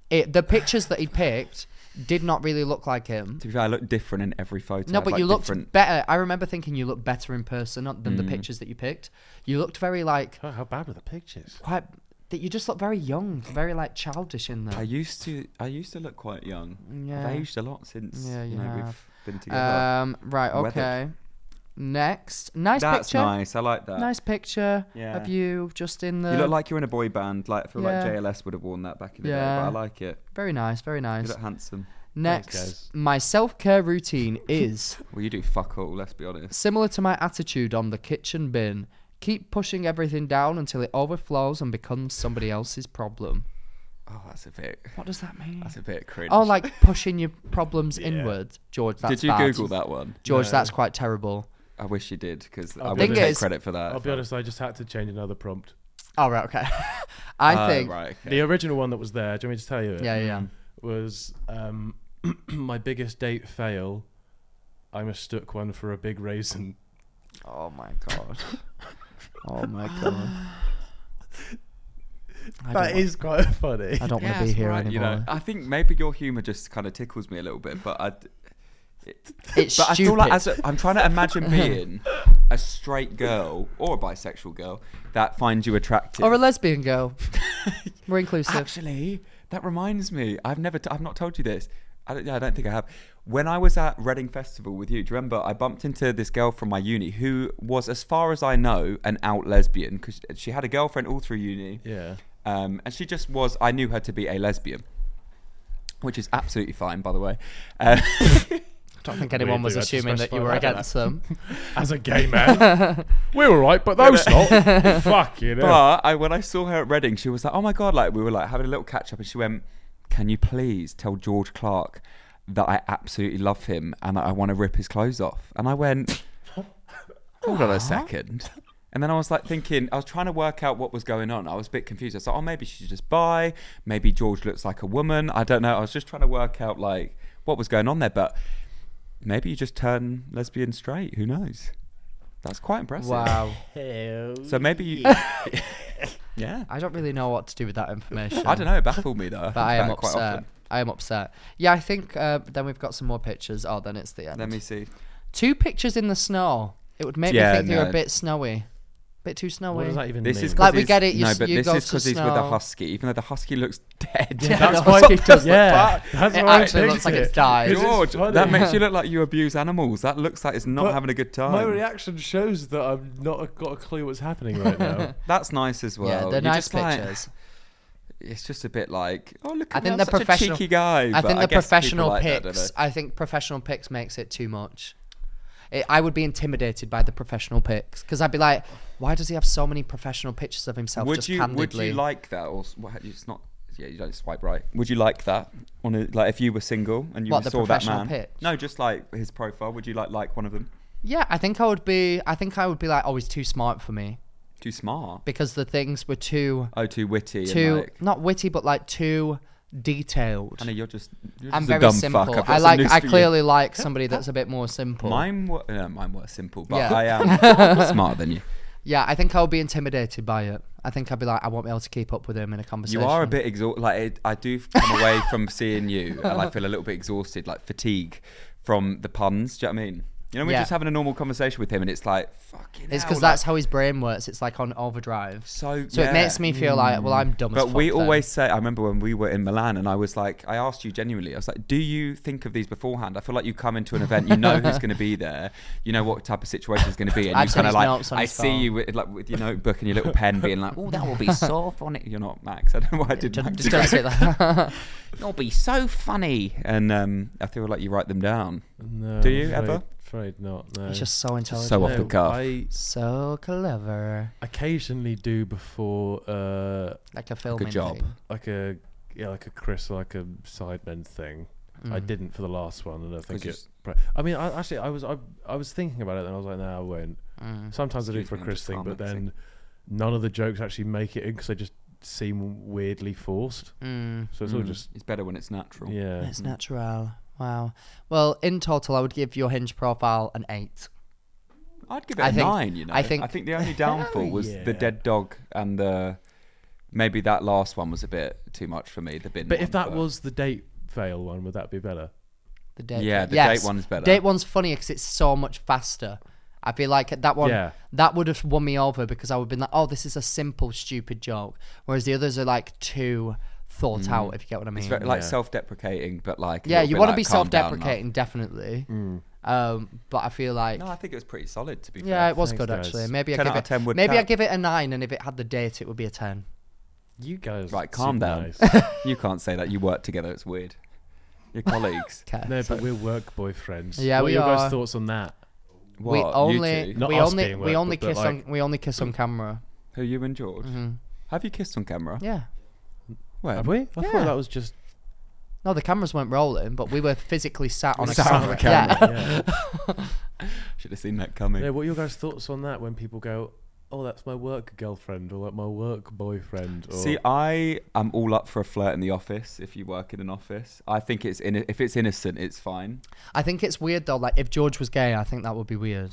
Speaker 2: It, the pictures that he picked did not really look like him.
Speaker 4: To be fair, I looked different in every photo.
Speaker 2: No,
Speaker 4: I had,
Speaker 2: but
Speaker 4: like,
Speaker 2: you looked
Speaker 4: different. Mm.
Speaker 2: better. I remember thinking you looked better in person not- than the pictures that you picked. You looked very like
Speaker 3: Oh, how bad were the pictures?
Speaker 2: quite. That you just look very young, very like childish in
Speaker 4: I
Speaker 2: there.
Speaker 4: used to. I used to look quite young.
Speaker 2: Yeah.
Speaker 4: I've aged a lot since.
Speaker 2: Yeah, you
Speaker 4: you know,
Speaker 2: have.
Speaker 4: we've been together.
Speaker 2: Um, right.
Speaker 4: Weathered.
Speaker 2: Okay. Next, nice
Speaker 4: That's
Speaker 2: picture.
Speaker 4: nice. I like that.
Speaker 2: Nice picture
Speaker 4: Yeah.
Speaker 2: of you just in the.
Speaker 4: You look like you're in a boy band. Like I feel
Speaker 2: Yeah.
Speaker 4: like JLS would have worn that back in the
Speaker 2: Yeah.
Speaker 4: day, but I like it.
Speaker 2: very nice, very
Speaker 4: You
Speaker 2: nice.
Speaker 4: look handsome.
Speaker 2: Next,
Speaker 3: guys.
Speaker 2: my self care
Speaker 4: *laughs*
Speaker 2: routine is
Speaker 4: Well, you do fuck all. Let's be honest.
Speaker 2: similar to my attitude on the kitchen bin. Keep pushing everything down until it overflows and becomes somebody else's problem.
Speaker 4: Oh, that's a bit.
Speaker 2: What does that mean?
Speaker 4: That's a bit cringe.
Speaker 2: Oh, like pushing your problems inward, George. That's
Speaker 4: did you
Speaker 2: bad.
Speaker 4: Google that one?
Speaker 2: George, that's quite terrible.
Speaker 4: I wish you did because I
Speaker 3: be
Speaker 4: wouldn't
Speaker 2: honest.
Speaker 4: take
Speaker 2: Is-
Speaker 4: credit for that.
Speaker 3: I'll be honest, I just had to change another prompt.
Speaker 2: All Oh, right, okay. *laughs* I
Speaker 4: Oh,
Speaker 2: think.
Speaker 4: right. Mm. okay.
Speaker 3: The original one that was there, do you want me to tell you? It?
Speaker 2: Yeah, yeah.
Speaker 5: Mm.
Speaker 3: Was um, *clears throat* my biggest date fail. I mistook one for a big raisin.
Speaker 2: Oh my *laughs* god. Oh my god. I
Speaker 5: That
Speaker 2: don't wa-
Speaker 5: is quite *laughs* funny.
Speaker 2: I don't want to
Speaker 4: Yeah,
Speaker 2: be
Speaker 4: that's
Speaker 2: here
Speaker 4: right,
Speaker 2: anymore.
Speaker 4: You know, I think maybe your humor just kind of tickles me a little bit, but I. It,
Speaker 2: it's
Speaker 4: but I
Speaker 2: stupid.
Speaker 4: feel like as a, I'm trying
Speaker 2: *laughs*
Speaker 4: to imagine being a straight girl or a bisexual girl that finds you attractive.
Speaker 2: or a lesbian girl.
Speaker 4: *laughs*
Speaker 2: We're inclusive.
Speaker 4: Actually, that reminds me. I've never, t- I've not told you this. I don't, yeah, I don't think I have. When I was at Reading Festival with you, do you remember I bumped into this girl from my uni who was, as far as I know, an out lesbian because she had a girlfriend all through uni.
Speaker 3: Yeah.
Speaker 4: Um, and she just was, I knew her to be a lesbian, which is absolutely fine, by the way. Uh, *laughs*
Speaker 2: I don't think anyone was
Speaker 3: do, I just
Speaker 2: assuming that you
Speaker 3: specified
Speaker 2: were
Speaker 3: that, don't I?
Speaker 2: against
Speaker 4: *laughs*
Speaker 2: them.
Speaker 3: As a gay man, we were right, but those not. Fuck you know.
Speaker 4: but I, when I saw her at Reading, she was like, oh my God, like we were like having a little catch up and she went, can you please tell George Clark that I absolutely love him and that I want to rip his clothes off? And I went, hold on a second. And then I was like thinking, I was trying to work out what was going on. I was a bit confused. I was like, oh, maybe she's just bi. Maybe George looks like a woman. I don't know. I was just trying to work out like what was going on there. But maybe you just turn lesbian straight. Who knows? That's quite impressive.
Speaker 2: Wow.
Speaker 4: So maybe you. *laughs* yeah.
Speaker 2: I don't really know what to do with that information.
Speaker 4: I don't know. It baffled me though. think
Speaker 2: But I am
Speaker 4: about it quite
Speaker 2: upset.
Speaker 4: often.
Speaker 2: I am upset. Yeah, I think uh, then we've got some more pictures. Oh, then it's the end.
Speaker 4: Let me see.
Speaker 2: Two pictures in the snow. It would make
Speaker 4: Yeah,
Speaker 2: me think you're a
Speaker 4: no.
Speaker 2: bit snowy. Bit too snowy.
Speaker 3: what does that even
Speaker 4: This
Speaker 3: mean?
Speaker 4: is 'cause
Speaker 2: Like, we
Speaker 4: he's-
Speaker 2: get it, you
Speaker 4: no,
Speaker 2: s-
Speaker 4: but
Speaker 2: you
Speaker 4: this
Speaker 2: go
Speaker 4: is
Speaker 2: to
Speaker 4: because he's with
Speaker 2: snow.
Speaker 4: a husky, even though the husky looks *laughs* dead.
Speaker 2: That's
Speaker 3: That's
Speaker 2: why
Speaker 3: why
Speaker 2: it
Speaker 3: it
Speaker 2: does
Speaker 3: does.
Speaker 2: look
Speaker 3: Yeah, that's
Speaker 2: It
Speaker 3: why I
Speaker 2: actually
Speaker 3: picked
Speaker 2: looks like
Speaker 3: it.
Speaker 2: it's died.
Speaker 3: Because it's
Speaker 4: George, that
Speaker 3: funny.
Speaker 4: makes you look like you abuse animals. That looks like it's not
Speaker 3: But
Speaker 4: having a good time.
Speaker 3: My reaction shows that I've not got a clue what's happening right now.
Speaker 4: That's nice as well.
Speaker 2: yeah, they're
Speaker 4: You're
Speaker 2: nice
Speaker 4: just like- *laughs*
Speaker 2: pictures.
Speaker 4: it's just a bit like, oh look,
Speaker 2: I
Speaker 4: at me,
Speaker 2: think
Speaker 4: I'm
Speaker 2: the
Speaker 4: such
Speaker 2: professional.
Speaker 4: a cheeky guy.
Speaker 2: I
Speaker 4: but
Speaker 2: think the
Speaker 4: guess people
Speaker 2: professional
Speaker 4: like that, don't
Speaker 2: picks.
Speaker 4: they?
Speaker 2: I think professional picks makes it too much. It, I would be intimidated by the professional picks because I'd be like, why does he have so many professional pictures of himself?
Speaker 4: Would
Speaker 2: just
Speaker 4: you would
Speaker 2: candidly?
Speaker 4: you like that, or s- what, it's not? Yeah, you don't swipe right. Would you like that on a, like if you were single and you
Speaker 2: What, the
Speaker 4: saw that
Speaker 2: professional
Speaker 4: man?
Speaker 2: pitch?
Speaker 4: No, just like his profile. Would you like like one of them?
Speaker 2: Yeah, I think I would be. I think I would be like, oh, he's too smart for me
Speaker 4: Too smart.
Speaker 2: because the things were too,
Speaker 4: Oh, too witty.
Speaker 2: too
Speaker 4: and like,
Speaker 2: not witty, but like too detailed.
Speaker 4: I know you're just. You're
Speaker 2: I'm
Speaker 4: just a
Speaker 2: very
Speaker 4: dumb
Speaker 2: simple.
Speaker 4: Fuck. I've got
Speaker 2: I
Speaker 4: some
Speaker 2: like.
Speaker 4: news
Speaker 2: I
Speaker 4: for you.
Speaker 2: clearly like somebody that's a bit more simple.
Speaker 4: Mine were no, mine were simple, but
Speaker 2: Yeah. *laughs*
Speaker 4: I am smarter than you.
Speaker 2: Yeah, I think I'll be intimidated by it. I think I'll be like, I won't be able to keep up with him in a
Speaker 4: You
Speaker 2: conversation.
Speaker 4: are a bit exhausted. Like it, I do come away from seeing you, and I feel a little bit exhausted, like fatigue from the puns. Do you know what I mean? You know, we're
Speaker 2: Yeah.
Speaker 4: just having a normal conversation with him, and it's like fucking.
Speaker 2: It's
Speaker 4: hell,
Speaker 2: because
Speaker 4: like-
Speaker 2: that's how his brain works. It's like on overdrive.
Speaker 4: So,
Speaker 2: so
Speaker 4: yeah.
Speaker 2: it makes me feel like, well, I'm dumb. as
Speaker 4: But
Speaker 2: fuck
Speaker 4: we
Speaker 2: then.
Speaker 4: always say. I remember when we were in Milan, and I was like, I asked you genuinely. I was like, Do you think of these beforehand? I feel like you come into an event, you know who's going to be there, you know what type of situation is going
Speaker 2: *laughs*
Speaker 4: to be, and
Speaker 2: I've
Speaker 4: you
Speaker 2: seen
Speaker 4: kind of
Speaker 2: his
Speaker 4: like,
Speaker 2: notes on
Speaker 4: I
Speaker 2: his
Speaker 4: see
Speaker 2: phone.
Speaker 4: you with, like with your notebook and your little pen, being like, Oh, that
Speaker 2: *laughs*
Speaker 4: will be so funny. You're not Max. I don't know why I
Speaker 2: *laughs*
Speaker 4: did
Speaker 2: Just-
Speaker 4: Max
Speaker 2: just don't say
Speaker 4: *laughs*
Speaker 2: that. *laughs*
Speaker 4: It'll be so funny. And um, I feel like you write them down.
Speaker 3: No,
Speaker 4: Do you
Speaker 3: afraid,
Speaker 4: ever?
Speaker 3: Afraid not. No.
Speaker 2: It's just so intelligent.
Speaker 4: so off the cuff.
Speaker 3: I
Speaker 2: So clever.
Speaker 3: occasionally do before uh,
Speaker 2: Like a filming
Speaker 4: job.
Speaker 2: thing.
Speaker 3: like a yeah, like a Chris like a Sidemen thing. I didn't for the last one, and I think
Speaker 4: you
Speaker 3: it.
Speaker 4: s-
Speaker 3: pre- I mean, I, actually, I was I, I was thinking about it, and I was like, no, I won't. Sometimes I do
Speaker 4: Excuse
Speaker 3: for a
Speaker 4: me, I'm
Speaker 3: Chris
Speaker 4: just
Speaker 3: thing, but
Speaker 4: commenting.
Speaker 3: then none of the jokes actually make it in because they just seem weirdly forced. So
Speaker 4: Mm.
Speaker 3: it's all just
Speaker 4: It's better when it's natural.
Speaker 3: yeah.
Speaker 2: Mm, It's natural. Wow. Well, in total, I would give your hinge profile an eight.
Speaker 4: I'd give it
Speaker 2: I
Speaker 4: a
Speaker 2: think-
Speaker 4: nine. You know,
Speaker 2: I think-
Speaker 4: I think the only downfall was
Speaker 3: yeah.
Speaker 4: the dead dog and the maybe that last one was a bit too much for me. The bin.
Speaker 3: But
Speaker 4: one,
Speaker 3: if that was the date fail one, would that be better?
Speaker 2: The date.
Speaker 4: Yeah,
Speaker 2: one.
Speaker 4: the date one's better.
Speaker 2: Date one's funny because it's so much faster. I feel like that one
Speaker 3: Yeah.
Speaker 2: that would have won me over because I would have been like, oh, this is a simple, stupid joke, whereas the others are like too thought out. If you get what I mean.
Speaker 4: Mm. it's very, like self-deprecating, but like a
Speaker 2: yeah,
Speaker 4: little
Speaker 2: you
Speaker 4: bit
Speaker 2: want to
Speaker 4: like,
Speaker 2: be
Speaker 4: calm down, love.
Speaker 2: self-deprecating, definitely. Um, but I feel like.
Speaker 4: No, I think it was pretty solid to be fair.
Speaker 2: yeah, it was
Speaker 3: Thanks,
Speaker 2: good
Speaker 3: guys.
Speaker 2: actually. Maybe I
Speaker 4: 10
Speaker 2: give
Speaker 4: out of
Speaker 2: it
Speaker 4: 10 would
Speaker 2: maybe I
Speaker 4: count.
Speaker 2: give it a nine, and if it had the date, it would be a ten.
Speaker 3: You guys,
Speaker 4: Right, calm
Speaker 3: seem
Speaker 4: down.
Speaker 3: nice.
Speaker 4: *laughs* you can't say that. You work together. It's weird.
Speaker 2: *laughs*
Speaker 4: Your colleagues.
Speaker 2: Okay.
Speaker 3: no, *laughs* but we're work boyfriends.
Speaker 2: Yeah,
Speaker 3: what
Speaker 2: we
Speaker 3: are your
Speaker 2: are.
Speaker 3: guys' thoughts on that?
Speaker 4: what?
Speaker 2: we
Speaker 4: you
Speaker 2: only
Speaker 4: two?
Speaker 3: Not
Speaker 2: we
Speaker 3: us
Speaker 2: only
Speaker 3: being
Speaker 2: we
Speaker 3: work,
Speaker 2: only
Speaker 3: but- but
Speaker 2: kiss
Speaker 3: like-
Speaker 2: on we only kiss
Speaker 3: *clears throat*
Speaker 2: on camera.
Speaker 4: Who you and George? Have you kissed on camera?
Speaker 2: Mm-hmm. Yeah.
Speaker 4: When?
Speaker 3: Have we? I
Speaker 2: Yeah.
Speaker 3: thought that was just
Speaker 2: No, the cameras weren't rolling, but we were physically sat on a
Speaker 4: Sat
Speaker 2: camera.
Speaker 4: on a camera.
Speaker 2: Yeah. *laughs*
Speaker 3: *laughs* yeah.
Speaker 4: *laughs* Should have seen that coming.
Speaker 3: Yeah, what are your guys' thoughts on that when people go, oh, that's my work girlfriend or like my work boyfriend? Or,
Speaker 4: See, I am all up for a flirt in the office. If you work in an office, I think it's in, if it's innocent, it's fine.
Speaker 2: I think it's weird though. Like if George was gay, I think that would be weird.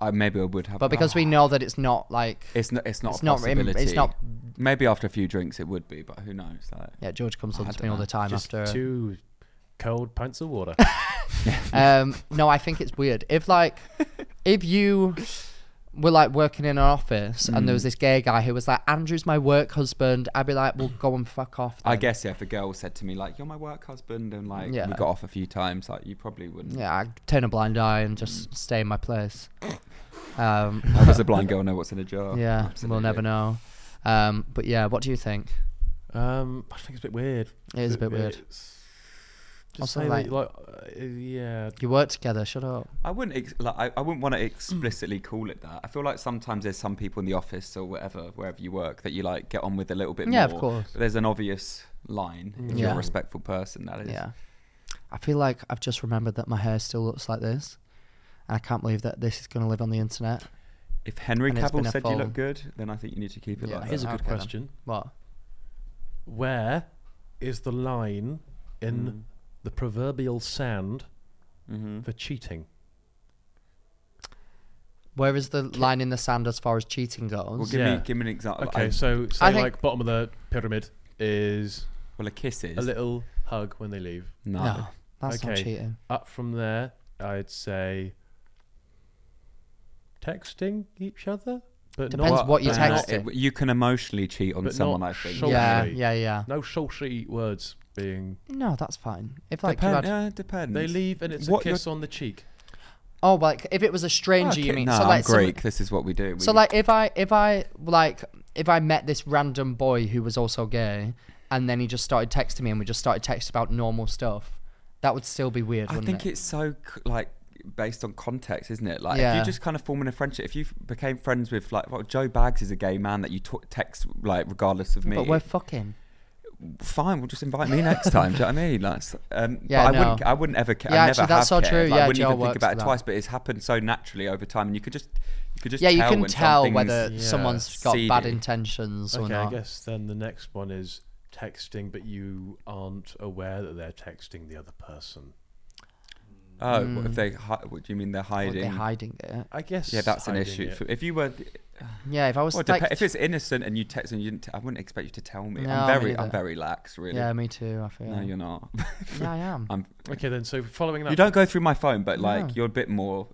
Speaker 4: I maybe I would have,
Speaker 2: But because we know that it's not like
Speaker 4: it's not, it's not,
Speaker 2: it's
Speaker 4: a
Speaker 2: not rem-
Speaker 4: possibility.
Speaker 2: it's not-
Speaker 4: Maybe after a few drinks, it would be, but who knows? Like,
Speaker 2: yeah, George comes up
Speaker 4: I
Speaker 2: to
Speaker 4: don't
Speaker 2: me all
Speaker 4: know.
Speaker 2: the time
Speaker 3: just
Speaker 2: after.
Speaker 3: two cold pints of water.
Speaker 2: Um, no, I think it's weird. If
Speaker 4: *laughs*
Speaker 2: like if you were like working in an office and
Speaker 4: Mm.
Speaker 2: there was this gay guy who was like Andrew's my work husband, I'd be like, well, go and fuck off.
Speaker 4: I
Speaker 2: then."
Speaker 4: guess yeah, if a girl said to me like, "You're my work husband," and like
Speaker 2: Yeah.
Speaker 4: we got off a few times, like you probably wouldn't.
Speaker 2: Yeah, I turn a blind eye and just stay in my
Speaker 4: *laughs*
Speaker 2: place. Um,
Speaker 4: How does a blind girl know what's in a
Speaker 2: *laughs*
Speaker 4: jar?
Speaker 2: yeah, we'll
Speaker 4: Oh, Absolutely.
Speaker 2: never know. Um, but yeah, what do you think?
Speaker 3: *laughs* um, I think it's a bit weird.
Speaker 2: It is a bit weird.
Speaker 3: It's- Just
Speaker 2: Also,
Speaker 3: say
Speaker 2: like-
Speaker 3: that, like uh, yeah,
Speaker 2: You work together. Shut up.
Speaker 4: I wouldn't ex- like, I, I wouldn't want to
Speaker 2: Mm.
Speaker 4: explicitly call it that. I feel like sometimes there's some people in the office or whatever, wherever you work, that you like get on with a little bit more.
Speaker 2: Yeah, of course.
Speaker 4: But there's an obvious line. If you're
Speaker 2: Yeah.
Speaker 4: a respectful person, that is.
Speaker 2: Yeah. I feel like I've just remembered that my hair still looks like this. And I can't believe that this is going to live on the internet.
Speaker 4: If Henry
Speaker 2: And it's been
Speaker 4: Cavill
Speaker 2: a
Speaker 4: said you
Speaker 2: full-
Speaker 4: look good, then I think you need to keep it
Speaker 2: Yeah,
Speaker 4: like
Speaker 2: here's
Speaker 4: that.
Speaker 2: a
Speaker 3: good
Speaker 2: Okay, then.
Speaker 3: question.
Speaker 2: What?
Speaker 3: Where is the line in the proverbial sand for cheating?
Speaker 2: Where is the line in the sand as far as cheating goes?
Speaker 4: Well, give
Speaker 3: Yeah.
Speaker 4: me give me an example.
Speaker 3: Okay,
Speaker 4: I-
Speaker 3: so say
Speaker 2: I think-
Speaker 3: like bottom of the pyramid is
Speaker 4: well, a kiss is
Speaker 3: a little hug when they leave.
Speaker 4: no.
Speaker 2: no, that's not
Speaker 3: Okay.
Speaker 2: cheating.
Speaker 3: Up from there, I'd say texting each other, but
Speaker 2: Depends
Speaker 3: not
Speaker 2: what you
Speaker 3: but
Speaker 4: No,
Speaker 3: not-
Speaker 2: text texting.
Speaker 4: it- you can emotionally cheat on
Speaker 3: But
Speaker 4: someone.
Speaker 3: not
Speaker 4: I think.
Speaker 3: sure.
Speaker 2: Yeah,
Speaker 3: Socially.
Speaker 2: yeah, yeah.
Speaker 3: No socially words being.
Speaker 2: No, that's fine. If like you
Speaker 4: Depend-
Speaker 2: had,
Speaker 4: yeah, depends.
Speaker 3: They leave and it's
Speaker 4: Mm. What
Speaker 3: a
Speaker 4: you're-
Speaker 3: kiss on the cheek.
Speaker 2: oh, like if it was a stranger, you
Speaker 4: Okay,
Speaker 2: mean?
Speaker 4: No,
Speaker 2: so
Speaker 4: I'm
Speaker 2: like some-
Speaker 4: Greek. this is what we do. We
Speaker 2: So like if I if I like if I met this random boy who was also gay and then he just started texting me and we just started texting about normal stuff, that would still be weird,
Speaker 4: I
Speaker 2: wouldn't
Speaker 4: think
Speaker 2: it?
Speaker 4: it's so c- like based on context, isn't it? Like if
Speaker 2: Yeah.
Speaker 4: you just kind of forming a friendship, if you f- became friends with like well, Joe Bags is a gay man that you t- text like regardless of me.
Speaker 2: But we're fucking.
Speaker 4: fine. Well, just invite me next time. do you know what I mean? Like, s- um,
Speaker 2: Yeah,
Speaker 4: but
Speaker 2: no.
Speaker 4: I wouldn't. I wouldn't ever. Ca-
Speaker 2: Yeah,
Speaker 4: I
Speaker 2: actually,
Speaker 4: never
Speaker 2: that's
Speaker 4: have
Speaker 2: so
Speaker 4: cared.
Speaker 2: true.
Speaker 4: Like,
Speaker 2: Yeah,
Speaker 4: I wouldn't
Speaker 2: Joel
Speaker 4: even think
Speaker 2: works
Speaker 4: about it
Speaker 2: for that.
Speaker 4: twice. But it's happened so naturally over time, and you could just. You could just
Speaker 2: Yeah, you
Speaker 4: tell
Speaker 2: can
Speaker 4: when
Speaker 2: tell
Speaker 4: something's
Speaker 2: whether someone's got bad
Speaker 4: seedy.
Speaker 2: intentions or
Speaker 3: okay,
Speaker 2: not.
Speaker 3: I guess then the next one is texting, but you aren't aware that they're texting the other person.
Speaker 4: Oh, what if they? Hi- what do you mean they're
Speaker 2: Mm. Or
Speaker 4: hiding?
Speaker 2: they're hiding it.
Speaker 3: I guess.
Speaker 4: yeah, that's an
Speaker 3: hiding
Speaker 4: issue.
Speaker 3: it.
Speaker 4: For- If you were,
Speaker 2: Yeah, if I was
Speaker 4: well,
Speaker 2: like,
Speaker 4: depe- if it's innocent and you text and you didn't, t- I wouldn't expect you to tell me.
Speaker 2: No,
Speaker 4: I'm
Speaker 2: me
Speaker 4: very, I'm
Speaker 2: neither.
Speaker 4: very lax, really.
Speaker 2: yeah, me too. I feel.
Speaker 4: no, you're not. *laughs*
Speaker 2: yeah, I am.
Speaker 4: I'm.
Speaker 3: Okay, then. So following that,
Speaker 4: You don't go through my phone, but like
Speaker 2: No.
Speaker 4: you're a bit more.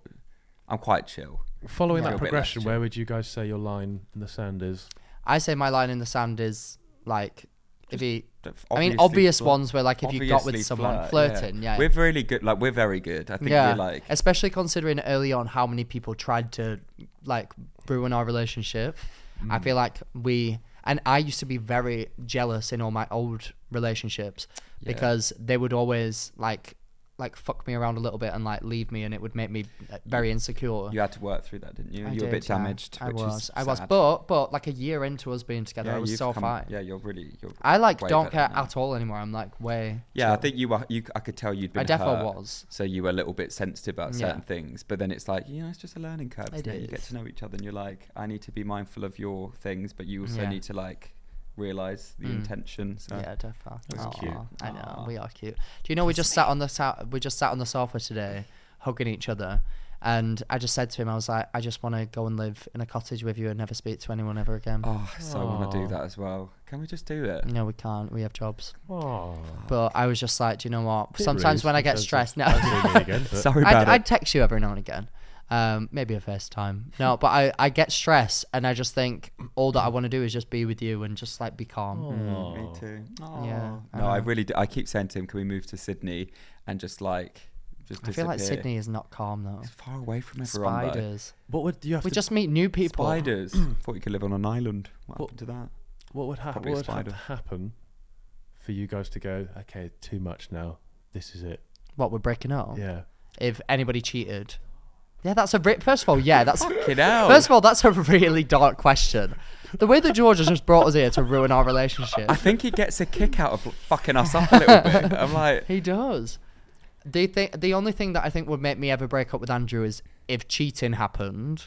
Speaker 4: I'm quite chill.
Speaker 3: following
Speaker 4: Yeah.
Speaker 3: that
Speaker 4: Feel a bit less
Speaker 3: progression,
Speaker 4: chill.
Speaker 3: where would you guys say your line in the sand is?
Speaker 2: I say my line in the sand is like if he. I mean,
Speaker 4: Obviously
Speaker 2: obvious
Speaker 4: flirt-
Speaker 2: ones where like if you got with
Speaker 4: obviously
Speaker 2: someone
Speaker 4: flirt,
Speaker 2: flirting, yeah,
Speaker 4: We're really good. Like we're very good. I think
Speaker 2: yeah,
Speaker 4: we're like.
Speaker 2: especially considering early on how many people tried to like ruin our relationship.
Speaker 4: Mm.
Speaker 2: I feel like we and I used to be very jealous in all my old relationships because they would always like like fuck me around a little bit and like leave me and it would make me uh, very insecure.
Speaker 4: You had to work through that, didn't you?
Speaker 2: I
Speaker 4: you were a
Speaker 2: did,
Speaker 4: bit
Speaker 2: yeah.
Speaker 4: damaged.
Speaker 2: I
Speaker 4: which is
Speaker 2: was. I was.
Speaker 4: sad.
Speaker 2: But but like a year into us being together,
Speaker 4: yeah,
Speaker 2: I was
Speaker 4: you've
Speaker 2: so
Speaker 4: come-
Speaker 2: fine.
Speaker 4: Yeah, you're really. You're
Speaker 2: I like
Speaker 4: way
Speaker 2: don't
Speaker 4: better
Speaker 2: care
Speaker 4: now.
Speaker 2: at all anymore. I'm like way.
Speaker 4: Yeah, I think you were. You, I could tell you'd been.
Speaker 2: I defo
Speaker 4: hurt,
Speaker 2: was.
Speaker 4: So you were a little bit sensitive about
Speaker 2: Yeah.
Speaker 4: certain things, but then it's like you know, it's just a learning curve.
Speaker 2: It
Speaker 4: Isn't it? You get
Speaker 2: is.
Speaker 4: to know each other, and you're like, I need to be mindful of your things, but you also
Speaker 2: Yeah. Mm.
Speaker 4: need to like realize the intention. So.
Speaker 2: Yeah, defo. Aw,
Speaker 3: cute.
Speaker 2: I know we are cute. Do you know we just sat on the sa- we just sat on the sofa today, hugging each other, and I just said to him, I was like, I just want to go and live in a cottage with you and never speak to anyone ever again.
Speaker 4: Oh, so I want to do that as well. Can we just do it?
Speaker 2: No, we can't. We have jobs.
Speaker 4: Ah,
Speaker 3: Oh,
Speaker 2: But I was just like, do you know what?
Speaker 3: Bit
Speaker 2: Sometimes
Speaker 3: rude,
Speaker 2: when I get
Speaker 3: because
Speaker 2: stressed, no.
Speaker 3: that's really mean again,
Speaker 4: *laughs*
Speaker 3: but-
Speaker 4: Sorry about
Speaker 2: I'd,
Speaker 4: it.
Speaker 2: I'd text you every now and again. Um, maybe a first time. No, but I, I get stressed and I just think all that I want to do is just be with you and just like be calm.
Speaker 3: ah.
Speaker 2: Mm.
Speaker 4: Me too.
Speaker 2: Yeah,
Speaker 4: Aw. No, I really. Do. I keep saying to him, "Can we move to Sydney and just like just
Speaker 2: I feel like
Speaker 4: disappear?"
Speaker 2: Sydney is not calm though.
Speaker 4: It's far away from everyone. though.
Speaker 2: Spiders.
Speaker 3: What would you have
Speaker 2: We
Speaker 3: to?
Speaker 2: just meet new people. *clears throat*
Speaker 4: Spiders. Thought you could live on an island. What happened to that?
Speaker 3: what would, hap-
Speaker 4: probably a
Speaker 3: what would have
Speaker 4: spider.
Speaker 3: to happen for you guys to go? Okay, too much now. This is it.
Speaker 2: What we're breaking up?
Speaker 3: Yeah.
Speaker 2: If anybody cheated. Yeah, that's a re- first of all. Yeah, that's
Speaker 4: Get out.
Speaker 2: first of all that's a really dark question. The way that George has just brought us here to ruin our relationship.
Speaker 4: I think he gets a kick out of fucking us up a little
Speaker 2: *laughs*
Speaker 4: bit. I'm like,
Speaker 2: He does. The thing, the only thing that I think would make me ever break up with Andrew is if cheating happened,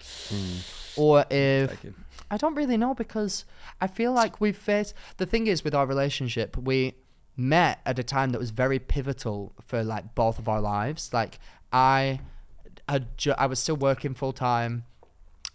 Speaker 2: or if
Speaker 4: Taken.
Speaker 2: I don't really know because I feel like we've faced. The thing is with our relationship, we met at a time that was very pivotal for like both of our lives. Like I, had ju- I was still working full time.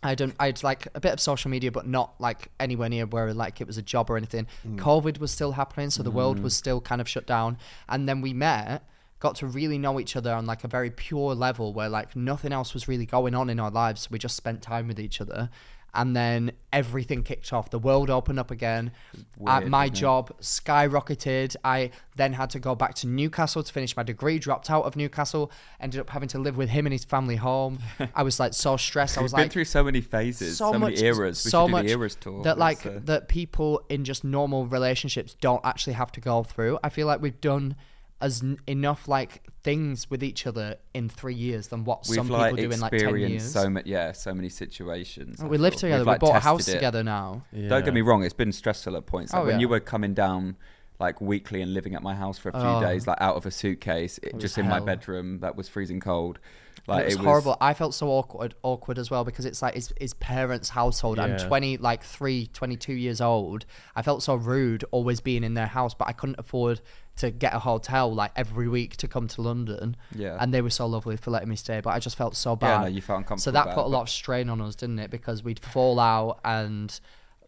Speaker 2: I don't. I'd like a bit of social media, but not like anywhere near where like it was a job or anything.
Speaker 4: Hmm.
Speaker 2: COVID was still happening, so the world was still kind of shut down. And then we met, got to really know each other on like a very pure level, where like nothing else was really going on in our lives. So we just spent time with each other, and then everything kicked off. The world opened up again. Uh,
Speaker 4: weird,
Speaker 2: my
Speaker 4: isn't it?
Speaker 2: job skyrocketed. I then had to go back to Newcastle to finish my degree. Dropped out of Newcastle. Ended up having to live with him in his family
Speaker 4: *laughs*
Speaker 2: home. I was like so stressed. I
Speaker 4: we've
Speaker 2: was
Speaker 4: been
Speaker 2: like
Speaker 4: through so many phases, so, many eras. We should do the eras tour.
Speaker 2: that
Speaker 4: It's,
Speaker 2: like
Speaker 4: uh,
Speaker 2: that people in just normal relationships don't actually have to go through. I feel like we've done as n- enough like things with each other in three years than what
Speaker 4: we've
Speaker 2: some
Speaker 4: like
Speaker 2: people do in like ten
Speaker 4: experienced
Speaker 2: years.
Speaker 4: so many, yeah, so many situations. I
Speaker 2: we live
Speaker 4: feel.
Speaker 2: together.
Speaker 4: We've,
Speaker 2: We
Speaker 4: like,
Speaker 2: bought a
Speaker 4: tested
Speaker 2: house
Speaker 4: it.
Speaker 2: together now.
Speaker 4: Don't
Speaker 3: Yeah.
Speaker 4: get me wrong; it's been stressful at points. Like
Speaker 2: Oh,
Speaker 4: when
Speaker 2: yeah.
Speaker 4: you were coming down, like weekly, and living at my house for a few days, like out of a suitcase, it, just in my
Speaker 2: Oh. hell.
Speaker 4: bedroom that was freezing cold.
Speaker 2: And
Speaker 4: Like
Speaker 2: it was horrible. I felt so awkward, awkward as well because it's like his, his parents' household. I'm
Speaker 3: Yeah.
Speaker 2: 20, like three, 22 years old. I felt so rude always being in their house, but I couldn't afford to get a hotel like every week to come to London.
Speaker 4: Yeah.
Speaker 2: And they were so lovely for letting me stay, but I just felt so bad.
Speaker 4: Yeah, no, you felt
Speaker 2: So
Speaker 4: uncomfortable
Speaker 2: that
Speaker 4: about
Speaker 2: put
Speaker 4: it,
Speaker 2: a lot of strain on us, didn't it? Because we'd fall out and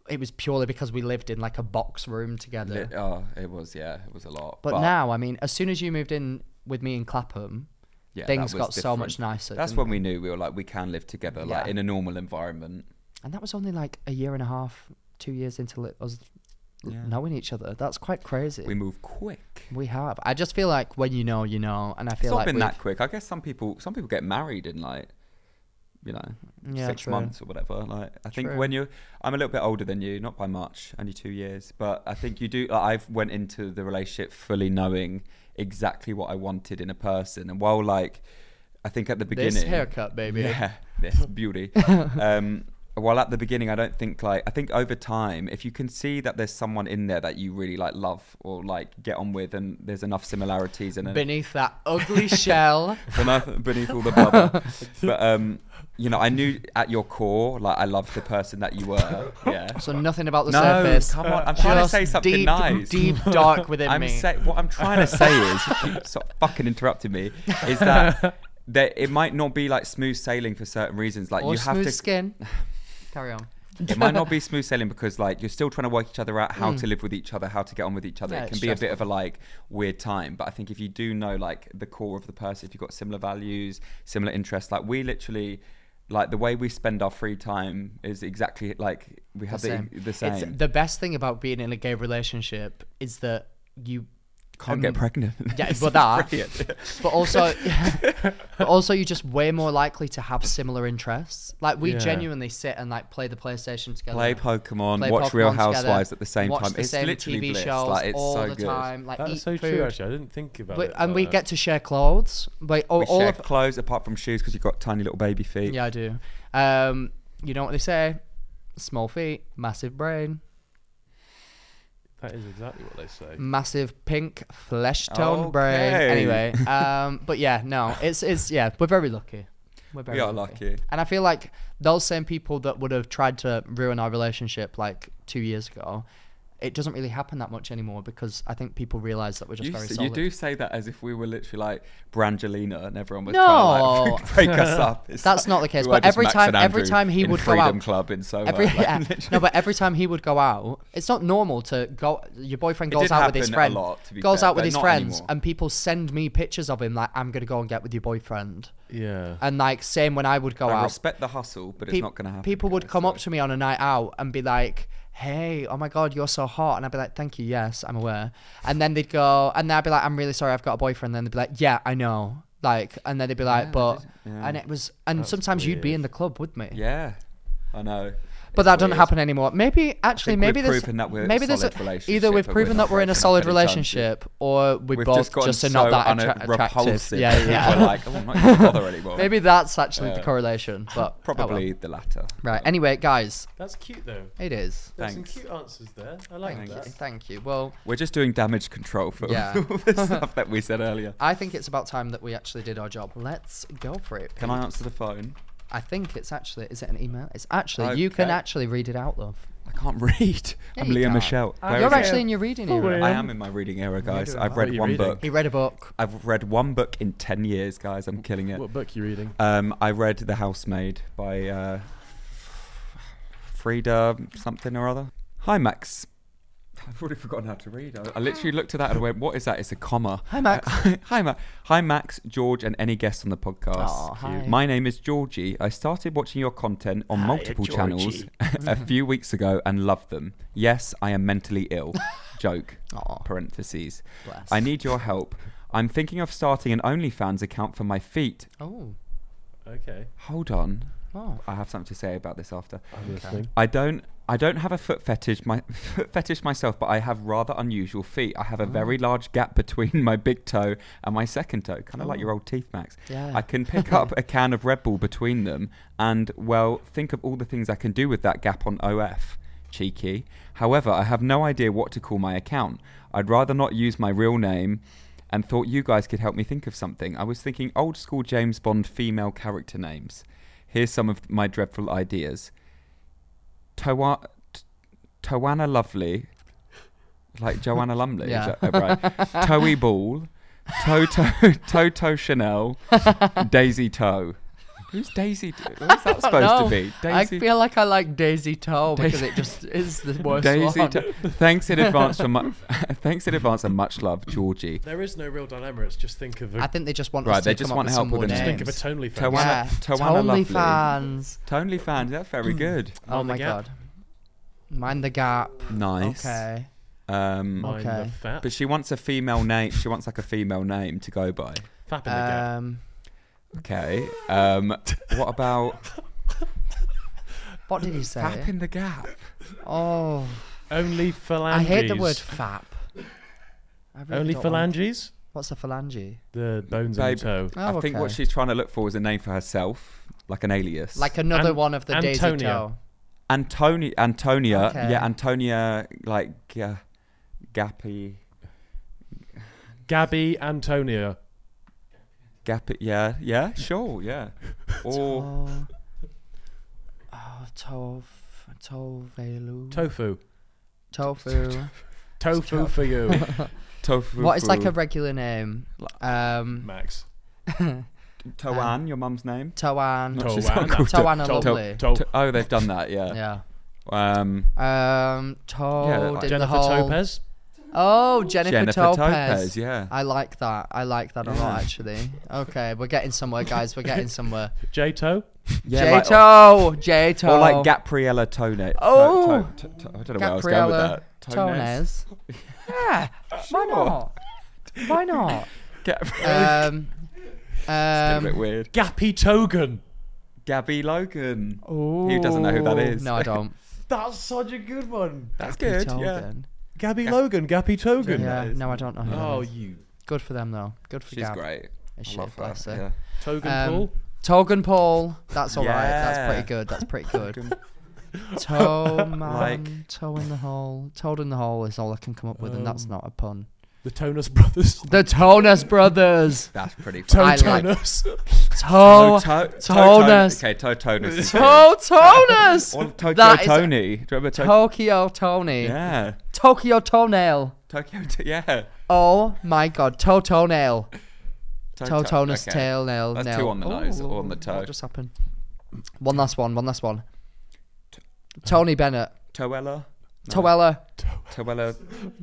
Speaker 2: it was purely because we lived in like a box room together.
Speaker 4: It, oh, it was yeah, it was a lot.
Speaker 2: But, now, I mean, as soon as you moved in with me in Clapham,
Speaker 4: yeah, that
Speaker 2: things
Speaker 4: was
Speaker 2: got so
Speaker 4: different.
Speaker 2: much nicer.
Speaker 4: That's
Speaker 2: didn't
Speaker 4: when we knew we were like we can live together, like
Speaker 2: Yeah.
Speaker 4: in a normal environment.
Speaker 2: and that was only like a year and a half, two years into li- us l- knowing each other. That's quite crazy.
Speaker 4: We
Speaker 2: We,
Speaker 4: move quick.
Speaker 2: have. I just feel like when you know, you know, and I feel
Speaker 4: It's not
Speaker 2: like
Speaker 4: been
Speaker 2: we've-
Speaker 4: that quick. I guess some people some people get married in like you know
Speaker 2: Yeah,
Speaker 4: six
Speaker 2: true.
Speaker 4: months or whatever. Like I think
Speaker 2: True.
Speaker 4: when you I'm a little bit older than you, not by much, only two years. But I think you do. Like, I've went into the relationship fully knowing exactly what I wanted in a person, and while like I think at the beginning
Speaker 2: this haircut, baby.
Speaker 4: yeah, *laughs*
Speaker 2: *laughs*
Speaker 4: this beauty. um, while at the beginning, I don't think like I think over time, if you can see that there's someone in there that you really like, love or like get on with, and there's enough similarities and
Speaker 2: Beneath that ugly *laughs* shell,
Speaker 4: *laughs* beneath, beneath all the bubble. but um, you know, I knew at your core, like I loved the person that you
Speaker 2: *laughs*
Speaker 4: were. Yeah.
Speaker 2: so nothing about the
Speaker 4: no,
Speaker 2: surface. Uh,
Speaker 4: come on. I'm trying to
Speaker 2: Just
Speaker 4: say something
Speaker 2: deep,
Speaker 4: nice.
Speaker 2: deep dark within
Speaker 4: *laughs* I'm
Speaker 2: me. *laughs*
Speaker 4: say, what I'm trying to say is, you keep sort of fucking interrupting me. Is that there, it might not be like smooth sailing for certain reasons. Like
Speaker 2: Or
Speaker 4: you have
Speaker 2: smooth
Speaker 4: to, *sighs*
Speaker 2: skin. Carry on.
Speaker 4: it might
Speaker 2: *laughs*
Speaker 4: not be smooth sailing because like you're still trying to work each other out, how to live with each other, how to get on with each other.
Speaker 2: Hmm. Yeah,
Speaker 4: it can
Speaker 2: it's
Speaker 4: be a bit of a like weird time. But I think if you do know like the core of the person, if you've got similar values, similar interests, like we literally. Like the way we spend our free time is exactly like we have the the, same.
Speaker 2: It's, the best thing about being in a gay relationship is that you
Speaker 4: Can't get pregnant. *laughs*
Speaker 2: Yeah, but that. But also, *laughs* but also, you're just way more likely to have similar interests. Like we
Speaker 3: Yeah.
Speaker 2: genuinely sit and like play the PlayStation together,
Speaker 4: play Pokemon,
Speaker 2: play
Speaker 4: watch Real
Speaker 2: Pokemon together,
Speaker 4: Housewives at the same
Speaker 2: watch
Speaker 4: time.
Speaker 2: The
Speaker 4: it's
Speaker 2: same
Speaker 4: literally
Speaker 2: TV
Speaker 4: bliss.
Speaker 2: shows
Speaker 4: like, it's
Speaker 2: all
Speaker 4: so
Speaker 2: the
Speaker 4: good.
Speaker 2: time. Like eat
Speaker 3: That's so
Speaker 2: food,
Speaker 3: true. Actually, I didn't think about
Speaker 2: But-
Speaker 3: it.
Speaker 2: and
Speaker 3: like
Speaker 2: we
Speaker 3: that.
Speaker 2: get to share clothes. Like all,
Speaker 4: We
Speaker 2: all
Speaker 4: share
Speaker 2: of
Speaker 4: clothes apart from shoes because you've got tiny little baby feet.
Speaker 2: yeah, I do. Um, you know what they say: small feet, massive brain,
Speaker 3: That is exactly what they say.
Speaker 2: massive pink flesh tone
Speaker 4: Okay.
Speaker 2: brain. Anyway, um, but yeah, no, it's it's yeah, we're very lucky. We're very
Speaker 4: We are lucky.
Speaker 2: And I feel like those same people that would have tried to ruin our relationship like two years ago, it doesn't really happen that much anymore because I think people realize that we're just
Speaker 4: You,
Speaker 2: very
Speaker 4: s- you
Speaker 2: solid.
Speaker 4: do say that as if we were literally like Brangelina and everyone was
Speaker 2: No.
Speaker 4: trying to like *laughs* break
Speaker 2: *laughs*
Speaker 4: us up. It's
Speaker 2: That's
Speaker 4: like
Speaker 2: not the case,
Speaker 4: we were
Speaker 2: but
Speaker 4: just
Speaker 2: every
Speaker 4: Max
Speaker 2: time-
Speaker 4: and
Speaker 2: every
Speaker 4: Andrew
Speaker 2: time he
Speaker 4: in
Speaker 2: would go
Speaker 4: Freedom
Speaker 2: out-
Speaker 4: Club in Soho. *laughs*
Speaker 2: Every,
Speaker 4: like,
Speaker 2: *laughs* yeah.
Speaker 4: literally.
Speaker 2: No, but every time he would go out, it's not normal to go. Your boyfriend
Speaker 4: It
Speaker 2: goes
Speaker 4: did
Speaker 2: out with his
Speaker 4: happen a
Speaker 2: friend,
Speaker 4: lot, to be
Speaker 2: goes
Speaker 4: fair,
Speaker 2: out with
Speaker 4: but
Speaker 2: his
Speaker 4: not
Speaker 2: friends,
Speaker 4: anymore.
Speaker 2: and people send me pictures of him like, "I'm gonna go and get with your boyfriend,"
Speaker 3: Yeah.
Speaker 2: and like same when I would go
Speaker 4: I
Speaker 2: out.
Speaker 4: respect the hustle, but
Speaker 2: Pe-
Speaker 4: it's not going to happen.
Speaker 2: People would
Speaker 4: guys,
Speaker 2: come
Speaker 4: so.
Speaker 2: up to me on a night out and be like, "Hey, oh my god, you're so hot," and I'd be like, "Thank you, yes, I'm aware." And then they'd go, and then I'd be like, "I'm really sorry, I've got a boyfriend." then they'd be like, "Yeah, I know." Like, and then they'd be like, "But," and it was, and sometimes you'd be in the club with me.
Speaker 4: *laughs* Yeah, I know.
Speaker 2: But
Speaker 4: It's
Speaker 2: that doesn't
Speaker 4: weird.
Speaker 2: happen anymore. Maybe actually,
Speaker 4: think
Speaker 2: maybe
Speaker 4: we've
Speaker 2: there's
Speaker 4: proven that we're a
Speaker 2: maybe there's
Speaker 4: solid
Speaker 2: a,
Speaker 4: relationship,
Speaker 2: either we've
Speaker 4: but we're
Speaker 2: proven
Speaker 4: not
Speaker 2: that we're in a
Speaker 4: breaking
Speaker 2: solid
Speaker 4: up anytime soon.
Speaker 2: relationship, or we
Speaker 4: We've
Speaker 2: both
Speaker 4: just gotten
Speaker 2: just are
Speaker 4: so
Speaker 2: not that
Speaker 4: un-
Speaker 2: attra- attractive.
Speaker 4: repulsive.
Speaker 2: Yeah,
Speaker 4: that
Speaker 2: yeah.
Speaker 4: We're like, oh, I'm not going to bother
Speaker 2: *laughs*
Speaker 4: anymore.
Speaker 2: maybe that's actually the correlation. But oh well.
Speaker 4: probably the latter.
Speaker 2: right. Anyway, guys,
Speaker 3: That's cute though.
Speaker 2: it is.
Speaker 3: There's some
Speaker 4: Thanks.
Speaker 3: cute answers there. I like
Speaker 2: Thank you.
Speaker 3: that.
Speaker 2: Thank you. Well,
Speaker 4: We're just doing damage control for *laughs*
Speaker 2: Yeah.
Speaker 4: all
Speaker 2: *laughs*
Speaker 4: the stuff that we said earlier.
Speaker 2: I think it's about time that we actually did our job. Let's go for it.
Speaker 4: Can I answer the phone?
Speaker 2: I think it's actually. Is it an email? It's actually. You can
Speaker 4: Okay.
Speaker 2: actually read it out, love.
Speaker 4: I can't *laughs* read.
Speaker 2: Yeah,
Speaker 4: I'm
Speaker 2: you
Speaker 4: Leah
Speaker 2: can.
Speaker 4: Michelle. Where
Speaker 2: You're
Speaker 4: is it?
Speaker 2: actually in your reading era.
Speaker 4: I am in my reading era, guys.
Speaker 3: doing well.
Speaker 4: I've
Speaker 3: What
Speaker 4: read
Speaker 3: are you
Speaker 4: one
Speaker 3: reading?
Speaker 4: book.
Speaker 2: He read a book.
Speaker 4: I've read one book in ten years, guys. I'm killing it.
Speaker 3: What book you reading?
Speaker 4: Um, I read The Housemaid by uh, Frida something or other. Hi, Max. *laughs* I've already forgotten how to read. I, I literally looked at that and went, "What is that? It's a comma."
Speaker 2: Hi, Max.
Speaker 4: *laughs* hi, Max. Hi, Max, George, and any guests on the podcast.
Speaker 2: Aw, hi.
Speaker 4: My name is Georgie. I started watching your content on multiple channels *laughs* a few weeks ago and love them. Yes, I am mentally
Speaker 2: *laughs*
Speaker 4: ill. Joke.
Speaker 2: Aw.
Speaker 4: Parentheses.
Speaker 2: Bless.
Speaker 4: I need your help. I'm thinking of starting an OnlyFans account for my feet.
Speaker 2: Oh.
Speaker 3: Okay.
Speaker 4: Hold on.
Speaker 2: Oh.
Speaker 4: I have something to say about this after.
Speaker 3: I'm listening.
Speaker 4: I don't I don't have a foot fetish my *laughs* foot fetish myself, but I have rather unusual feet. I have a very large gap between *laughs* my big toe and my second toe, kind of like your old teeth, Max.
Speaker 2: Yeah.
Speaker 4: I can pick up a can of Red Bull between them and well, think of all the things I can do with that gap on OF. Cheeky. However, I have no idea what to call my account. I'd rather not use my real name and thought you guys could help me think of something. I was thinking old school James Bond female character names. Here's some of my dreadful ideas. Towa- T- Toanna Lovely, like Joanna Lumley. is
Speaker 2: Yeah.
Speaker 4: that- oh, right.
Speaker 2: *laughs*
Speaker 4: Toey Ball, Toto Toto Chanel, Daisy Toe. Who's Daisy? Toe? Who's that supposed to be?
Speaker 2: I
Speaker 4: Daisy.
Speaker 2: feel like I like Daisy Toe because
Speaker 4: Daisy-
Speaker 2: it
Speaker 4: *laughs*
Speaker 2: just is the worst
Speaker 4: Daisy
Speaker 2: one.
Speaker 4: Toe. Thanks in advance for mu- *laughs* thanks in advance and much love, Georgie.
Speaker 3: There is no real dilemma. It's just think of a
Speaker 2: I think they just want
Speaker 4: Right,
Speaker 2: us
Speaker 4: they
Speaker 2: to
Speaker 4: just
Speaker 2: come
Speaker 4: want
Speaker 2: up with
Speaker 4: help
Speaker 2: some
Speaker 4: with
Speaker 2: more
Speaker 4: the
Speaker 3: just think
Speaker 2: names.
Speaker 3: of a Tonely fan.
Speaker 4: Toanna-
Speaker 2: yeah.
Speaker 4: Toanna Lovely.
Speaker 2: fans.
Speaker 4: Totally fans. That's very good.
Speaker 2: Oh
Speaker 3: Mind the
Speaker 2: my
Speaker 3: gap.
Speaker 2: god. Mind the gap.
Speaker 4: Nice.
Speaker 2: Okay.
Speaker 4: Um,
Speaker 3: Mind
Speaker 2: Okay.
Speaker 3: the fat.
Speaker 4: but she wants a female name. She wants like a female name to go by.
Speaker 3: Fap in the gap.
Speaker 2: Um,
Speaker 4: Okay.
Speaker 2: *laughs*
Speaker 4: Um, what about
Speaker 2: what did he say?
Speaker 4: Fap in the Gap?
Speaker 2: Oh,
Speaker 3: Only phalanges.
Speaker 2: I hate the word fap. I really
Speaker 3: Only
Speaker 2: don't like-
Speaker 3: phalanges.
Speaker 2: What's a phalange?
Speaker 3: The bones
Speaker 4: Babe,
Speaker 3: of the toe.
Speaker 2: Oh,
Speaker 4: I think what
Speaker 2: okay.
Speaker 4: she's trying to look for is a name for herself, like an alias.
Speaker 2: Like another
Speaker 3: An-
Speaker 2: one of the Daisy
Speaker 3: Antonia.
Speaker 2: Toe.
Speaker 4: Antoni- Antonia.
Speaker 2: Okay.
Speaker 4: Yeah, Antonia, like uh, Gappy.
Speaker 3: Gabby Antonia.
Speaker 4: Gappy. Yeah, yeah, sure, yeah. Or
Speaker 2: Oh, oh tov, tovelu,
Speaker 3: Tofu.
Speaker 2: tofu.
Speaker 3: Tofu for you,
Speaker 4: tofu.
Speaker 2: What is like a regular name? Um,
Speaker 3: Max.
Speaker 4: Toan, your mum's name.
Speaker 2: Toan.
Speaker 4: She's
Speaker 3: Toan,
Speaker 4: not called
Speaker 3: that's-
Speaker 2: Toan are
Speaker 3: Toe-
Speaker 2: lovely.
Speaker 3: Toe-
Speaker 4: To- oh, they've done that. Yeah.
Speaker 2: *laughs* Yeah.
Speaker 4: Um,
Speaker 2: Um, Toad
Speaker 4: Yeah, like-
Speaker 2: in
Speaker 3: Jennifer
Speaker 2: the hole.
Speaker 3: Topez.
Speaker 2: Oh, Jennifer,
Speaker 4: Jennifer
Speaker 2: Topez. Uh,
Speaker 4: Topez, yeah.
Speaker 2: I like that. I like that a lot, actually. Okay, we're getting somewhere, guys. We're
Speaker 4: *laughs*
Speaker 2: getting somewhere.
Speaker 3: J Toe.
Speaker 4: yeah, like- oh.
Speaker 2: J-Toe! J-Toe!
Speaker 4: or like Gabriella Tone.
Speaker 2: Oh!
Speaker 4: To- to- to- I don't know where I was going with that.
Speaker 2: Tones.
Speaker 4: Tones.
Speaker 2: *laughs* yeah. Why not? Why not?
Speaker 4: *laughs* *laughs* Gabriella.
Speaker 2: Um,
Speaker 4: a bit
Speaker 2: um,
Speaker 4: weird.
Speaker 3: Gappy Togan.
Speaker 4: Gabby Logan.
Speaker 2: oh,
Speaker 4: Who doesn't know who that is?
Speaker 2: no, I don't.
Speaker 3: That's such a good one.
Speaker 4: *laughs* That's good.
Speaker 2: Told
Speaker 4: Yeah.
Speaker 2: then.
Speaker 3: Gabby Logan. Gappy Togan.
Speaker 2: Yeah, no, I don't know who that
Speaker 3: Oh,
Speaker 2: is.
Speaker 3: you
Speaker 2: Good for them, though. Good for
Speaker 4: She's
Speaker 2: Gab. Oh,
Speaker 4: great. I
Speaker 2: shit,
Speaker 4: love
Speaker 2: bless
Speaker 4: her.
Speaker 2: her.
Speaker 4: Yeah.
Speaker 3: Togan
Speaker 2: Um,
Speaker 3: Paul.
Speaker 2: Togan Paul. That's alright.
Speaker 4: Yeah.
Speaker 2: That's pretty good. That's pretty
Speaker 4: *laughs*
Speaker 2: good. Toe man,
Speaker 4: Like-
Speaker 2: toe in the hole. Toad in the hole is all I can come up with, and that's
Speaker 4: Oh.
Speaker 2: not a pun.
Speaker 3: The Tonus Brothers.
Speaker 2: The Tonus Brothers.
Speaker 4: That's pretty fun.
Speaker 2: I
Speaker 3: *laughs* Toe
Speaker 2: like-
Speaker 3: Tonus.
Speaker 2: Toe.
Speaker 4: Toe-
Speaker 2: Tonus.
Speaker 4: Toe- Okay, Toe Tonus. *laughs* is good.
Speaker 2: Oh, Toe Tonus.
Speaker 4: Or Tokyo
Speaker 2: That is-
Speaker 4: Tony. Do you remember Tokyo?
Speaker 2: Tokyo Tony.
Speaker 4: yeah.
Speaker 2: Tokyo toenail.
Speaker 4: Tokyo. T- yeah.
Speaker 2: Oh my god. Toe toenail. Toe
Speaker 4: Toe- Toe-
Speaker 2: tonus
Speaker 4: okay.
Speaker 2: tail nail
Speaker 4: That's
Speaker 2: nail.
Speaker 4: two on the nose, or on the toe.
Speaker 2: What just happened? One last one. One last one. Tony Bennett.
Speaker 4: Toella.
Speaker 2: Toella.
Speaker 4: Toella.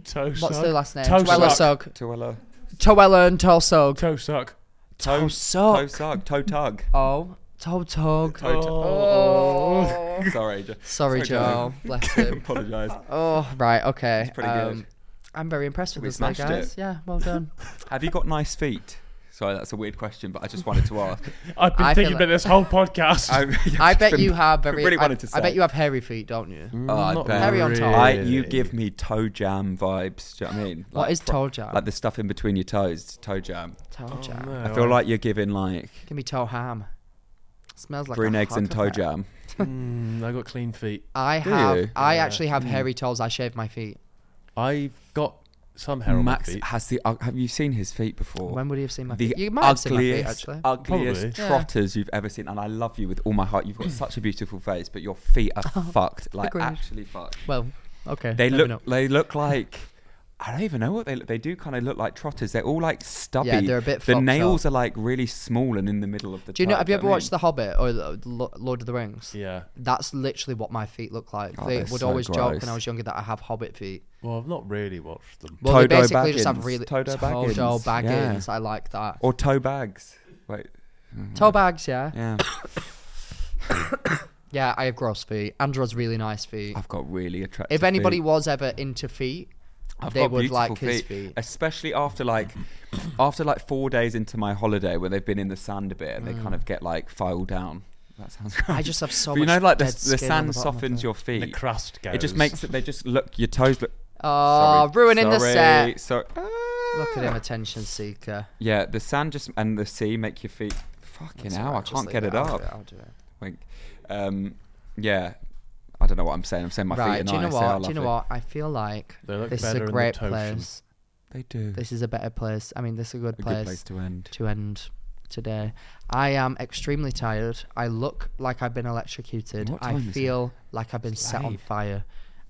Speaker 3: Toe
Speaker 2: What's
Speaker 3: Suck.
Speaker 2: the last name?
Speaker 3: Toe
Speaker 2: Toella
Speaker 3: Suck.
Speaker 2: Sog.
Speaker 4: Toella.
Speaker 2: Toella and Tolsog.
Speaker 3: Toe Suck.
Speaker 4: Toe
Speaker 2: Toe Suck.
Speaker 4: Toe suck.
Speaker 2: *laughs*
Speaker 4: Toe tug.
Speaker 2: Oh. Toe Tog.
Speaker 4: Toe tug.
Speaker 2: Oh.
Speaker 4: *laughs* Sorry. Jo-
Speaker 2: Sorry, Joe. Bless
Speaker 4: *laughs*
Speaker 2: him.
Speaker 4: Apologise.
Speaker 2: Oh, right. Okay.
Speaker 4: pretty good.
Speaker 2: um, I'm very impressed with
Speaker 4: We
Speaker 2: this, guy,
Speaker 4: smashed it.
Speaker 2: guys. Yeah, well done.
Speaker 4: Have you got nice feet? Sorry, that's a weird question, but I just wanted to ask.
Speaker 3: I've been
Speaker 2: I feel
Speaker 3: thinking
Speaker 2: like-
Speaker 3: about this whole podcast.
Speaker 4: *laughs*
Speaker 2: *laughs*
Speaker 4: I,
Speaker 2: I bet you have very.
Speaker 4: Really
Speaker 2: I-
Speaker 4: wanted to say.
Speaker 2: I bet you have hairy feet, don't you?
Speaker 4: Oh, I
Speaker 3: *laughs* Not
Speaker 4: bet.
Speaker 2: Hairy on top.
Speaker 4: I, you give me toe jam vibes. Do you know what I mean?
Speaker 2: What
Speaker 4: Like
Speaker 2: is toe
Speaker 4: pro-
Speaker 2: jam?
Speaker 4: Like the Oh, stuff in between your toes. Toe jam.
Speaker 2: Toe jam.
Speaker 4: I feel like you're giving like
Speaker 2: Give me toe ham. Smells like
Speaker 4: green
Speaker 2: a
Speaker 4: eggs and
Speaker 2: hot
Speaker 4: toe
Speaker 2: affair.
Speaker 4: jam.
Speaker 3: Mm, I got clean feet.
Speaker 2: I
Speaker 4: Do
Speaker 2: have.
Speaker 4: you? Mm.
Speaker 2: I actually have hairy toes. I shave my feet.
Speaker 3: I've got some hair on my
Speaker 4: Max
Speaker 3: feet.
Speaker 4: has the. ug- have you seen his feet before?
Speaker 2: When would you have seen my
Speaker 4: the
Speaker 2: feet? You might have
Speaker 4: ugliest,
Speaker 2: seen my feet actually.
Speaker 4: ugliest
Speaker 3: Probably.
Speaker 2: Yeah.
Speaker 4: trotters you've ever seen, and I love you with all my heart.
Speaker 2: *laughs*
Speaker 4: You've got such a beautiful face, but your feet are fucked, like
Speaker 2: Oh, agreed.
Speaker 4: actually fucked.
Speaker 2: well, okay.
Speaker 4: They
Speaker 2: maybe
Speaker 4: look,
Speaker 2: not.
Speaker 4: they look like I don't even know what they look. They do kind of look like trotters. They're all like stubby.
Speaker 2: they're a bit fucked
Speaker 4: The
Speaker 2: up.
Speaker 4: nails are like really small and in the middle of the.
Speaker 2: Do you know?
Speaker 4: toe,
Speaker 2: Have you ever
Speaker 4: what I
Speaker 2: watched The Hobbit or the Lo- Lord of the Rings?
Speaker 3: Yeah.
Speaker 2: That's literally what my feet look like.
Speaker 4: Oh,
Speaker 2: they
Speaker 4: they're
Speaker 2: would
Speaker 4: so
Speaker 2: always joke
Speaker 4: gross.
Speaker 2: when I was younger that I have hobbit feet.
Speaker 3: Well, I've not really watched them.
Speaker 2: Well, they
Speaker 4: Todo
Speaker 2: basically just have
Speaker 4: Baggins.
Speaker 2: really
Speaker 4: Todo
Speaker 2: Todo
Speaker 4: Baggins.
Speaker 2: Baggins.
Speaker 4: Yeah.
Speaker 2: I like that.
Speaker 4: Or toe bags. Wait,
Speaker 2: toe bags, yeah. yeah. *coughs*
Speaker 4: yeah.
Speaker 2: I have gross feet. Andrew's really nice feet.
Speaker 4: I've got really attractive.
Speaker 2: If anybody
Speaker 4: feet.
Speaker 2: was ever into feet,
Speaker 4: I've
Speaker 2: they
Speaker 4: got
Speaker 2: would
Speaker 4: beautiful
Speaker 2: like his feet.
Speaker 4: especially after like *clears throat* after like four days into my holiday where they've been in the sand a bit and they kind of get like filed down. That sounds.
Speaker 2: Mm. I
Speaker 4: gross.
Speaker 2: just have so
Speaker 4: But
Speaker 2: much.
Speaker 4: you know, like the,
Speaker 2: dead
Speaker 4: the
Speaker 2: skin on
Speaker 4: sand
Speaker 2: the bottom of
Speaker 4: softens
Speaker 2: them.
Speaker 4: your
Speaker 3: The
Speaker 4: feet.
Speaker 3: crust goes.
Speaker 4: It just makes it. They just look. Your toes look.
Speaker 2: Oh,
Speaker 4: sorry,
Speaker 2: ruining the
Speaker 4: sorry,
Speaker 2: set.
Speaker 4: Sorry. ah.
Speaker 2: Look at him, attention seeker.
Speaker 4: Yeah, the sand just and the sea make your feet. Fucking
Speaker 2: It's
Speaker 4: hell!
Speaker 2: alright,
Speaker 4: I
Speaker 2: just
Speaker 4: can't
Speaker 2: leave
Speaker 4: get it
Speaker 2: I'll do
Speaker 4: up.
Speaker 2: I'll do it.
Speaker 4: Wink. Um, yeah, I don't know what I'm saying. I'm saying my feet are
Speaker 2: Right,
Speaker 4: nice.
Speaker 2: do you know
Speaker 4: They are
Speaker 2: what? Do you know
Speaker 4: lovely.
Speaker 2: what? I feel like
Speaker 3: They look
Speaker 2: this is
Speaker 3: better
Speaker 2: a
Speaker 3: in the
Speaker 2: great
Speaker 3: totion.
Speaker 2: place.
Speaker 4: They do.
Speaker 2: This is a better place. I mean, this is a good
Speaker 4: a
Speaker 2: place,
Speaker 4: good place to end.
Speaker 2: to end today. I am extremely tired. I look like I've been electrocuted.
Speaker 4: What
Speaker 2: I
Speaker 4: time is it?
Speaker 2: feel like I've been set on
Speaker 4: late.
Speaker 2: fire.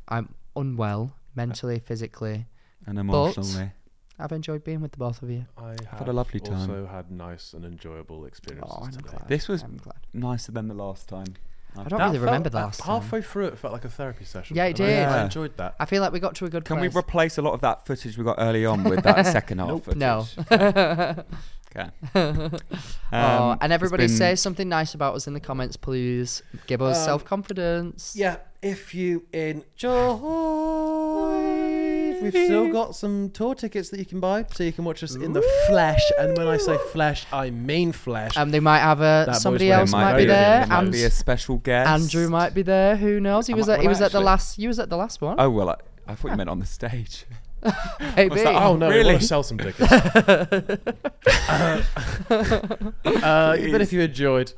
Speaker 2: I'm unwell
Speaker 4: Uh,
Speaker 2: mentally, physically.
Speaker 4: And
Speaker 2: But-
Speaker 4: emotionally.
Speaker 2: I've enjoyed being with the both of you.
Speaker 3: I have
Speaker 4: had a lovely time.
Speaker 3: Also had nice and enjoyable experiences
Speaker 2: Oh, I'm
Speaker 3: today.
Speaker 2: glad.
Speaker 4: This was-
Speaker 2: I'm glad.
Speaker 4: Nicer than the last time.
Speaker 2: I don't
Speaker 3: That
Speaker 2: really
Speaker 3: felt-
Speaker 2: remember the
Speaker 3: uh,
Speaker 2: last time.
Speaker 3: Halfway through, it felt like a therapy session.
Speaker 2: Yeah, it
Speaker 3: and I- I,
Speaker 4: did.
Speaker 3: enjoyed that.
Speaker 2: I feel like we got to a good
Speaker 4: Can
Speaker 2: place.
Speaker 4: we replace a lot of that footage we got early on with
Speaker 2: *laughs*
Speaker 4: that second half footage?
Speaker 2: No.
Speaker 4: *laughs*
Speaker 2: *laughs*
Speaker 4: Okay.
Speaker 2: Oh,
Speaker 4: Um,
Speaker 2: and
Speaker 4: it's
Speaker 2: everybody
Speaker 4: been-
Speaker 2: say something nice about us in the comments, please. Give us self confidence.
Speaker 5: Um, Yeah, if you enjoyed, we've still got some tour tickets that you can buy, so you can watch us in the flesh. And when I say flesh, I mean flesh.
Speaker 2: Um, they might have a
Speaker 3: boy's
Speaker 2: somebody
Speaker 3: wearing
Speaker 2: else
Speaker 3: my
Speaker 2: might,
Speaker 3: coat.
Speaker 2: be there.
Speaker 4: There might
Speaker 2: and
Speaker 4: be a special guest.
Speaker 2: Andrew might be there. Who knows? He
Speaker 4: Am
Speaker 2: was
Speaker 4: I-
Speaker 2: at, he
Speaker 4: will I
Speaker 2: was at the
Speaker 4: actually?
Speaker 2: last. You was at the last one.
Speaker 4: Oh well, I, I thought you meant on the stage.
Speaker 2: Maybe.
Speaker 4: that?
Speaker 3: Oh no! We
Speaker 4: Really?
Speaker 3: want to sell some tickets. uh, but if you enjoyed,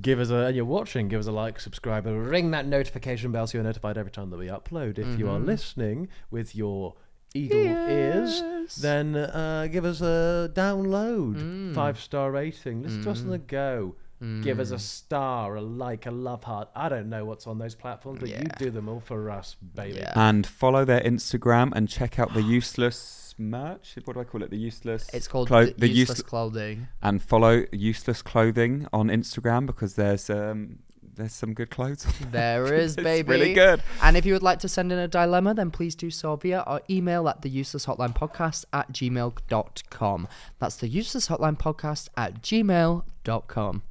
Speaker 3: give us a and you're watching, give us a like, subscribe, and ring that notification bell so you're notified every time that we upload. If you are listening with your eagle ears, then uh, give us a download, five star rating. Listen to us on the go. Give us a star, a like, a love heart. I don't know what's on those platforms, but you do them all for us, baby.
Speaker 2: Yeah.
Speaker 4: and follow their Instagram and check out the useless merch. What do I call it? The useless.
Speaker 2: It's called
Speaker 4: clo-
Speaker 2: the useless
Speaker 4: usel-
Speaker 2: clothing.
Speaker 4: and follow useless clothing on Instagram because there's um there's some good clothes. on there. *laughs*
Speaker 2: There is,
Speaker 4: It's
Speaker 2: baby.
Speaker 4: really good.
Speaker 2: And if you would like to send in a dilemma, then please do so via our email at the useless hotline podcast at gmail.com. That's the useless hotline podcast at gmail.com.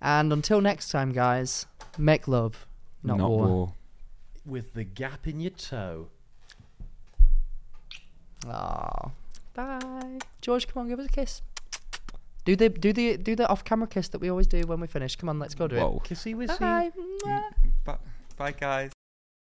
Speaker 2: And until next time, guys, make love, not, war.
Speaker 4: war.
Speaker 5: With the gap in your toe.
Speaker 2: Aw. Bye. George, come on, give us a kiss. Do the do the do the off camera kiss that we always do when we finish. Come on, let's go do
Speaker 4: Whoa.
Speaker 5: Kissy
Speaker 2: it.
Speaker 5: wissy.
Speaker 2: Bye. Mwah.
Speaker 4: Bye, bye guys.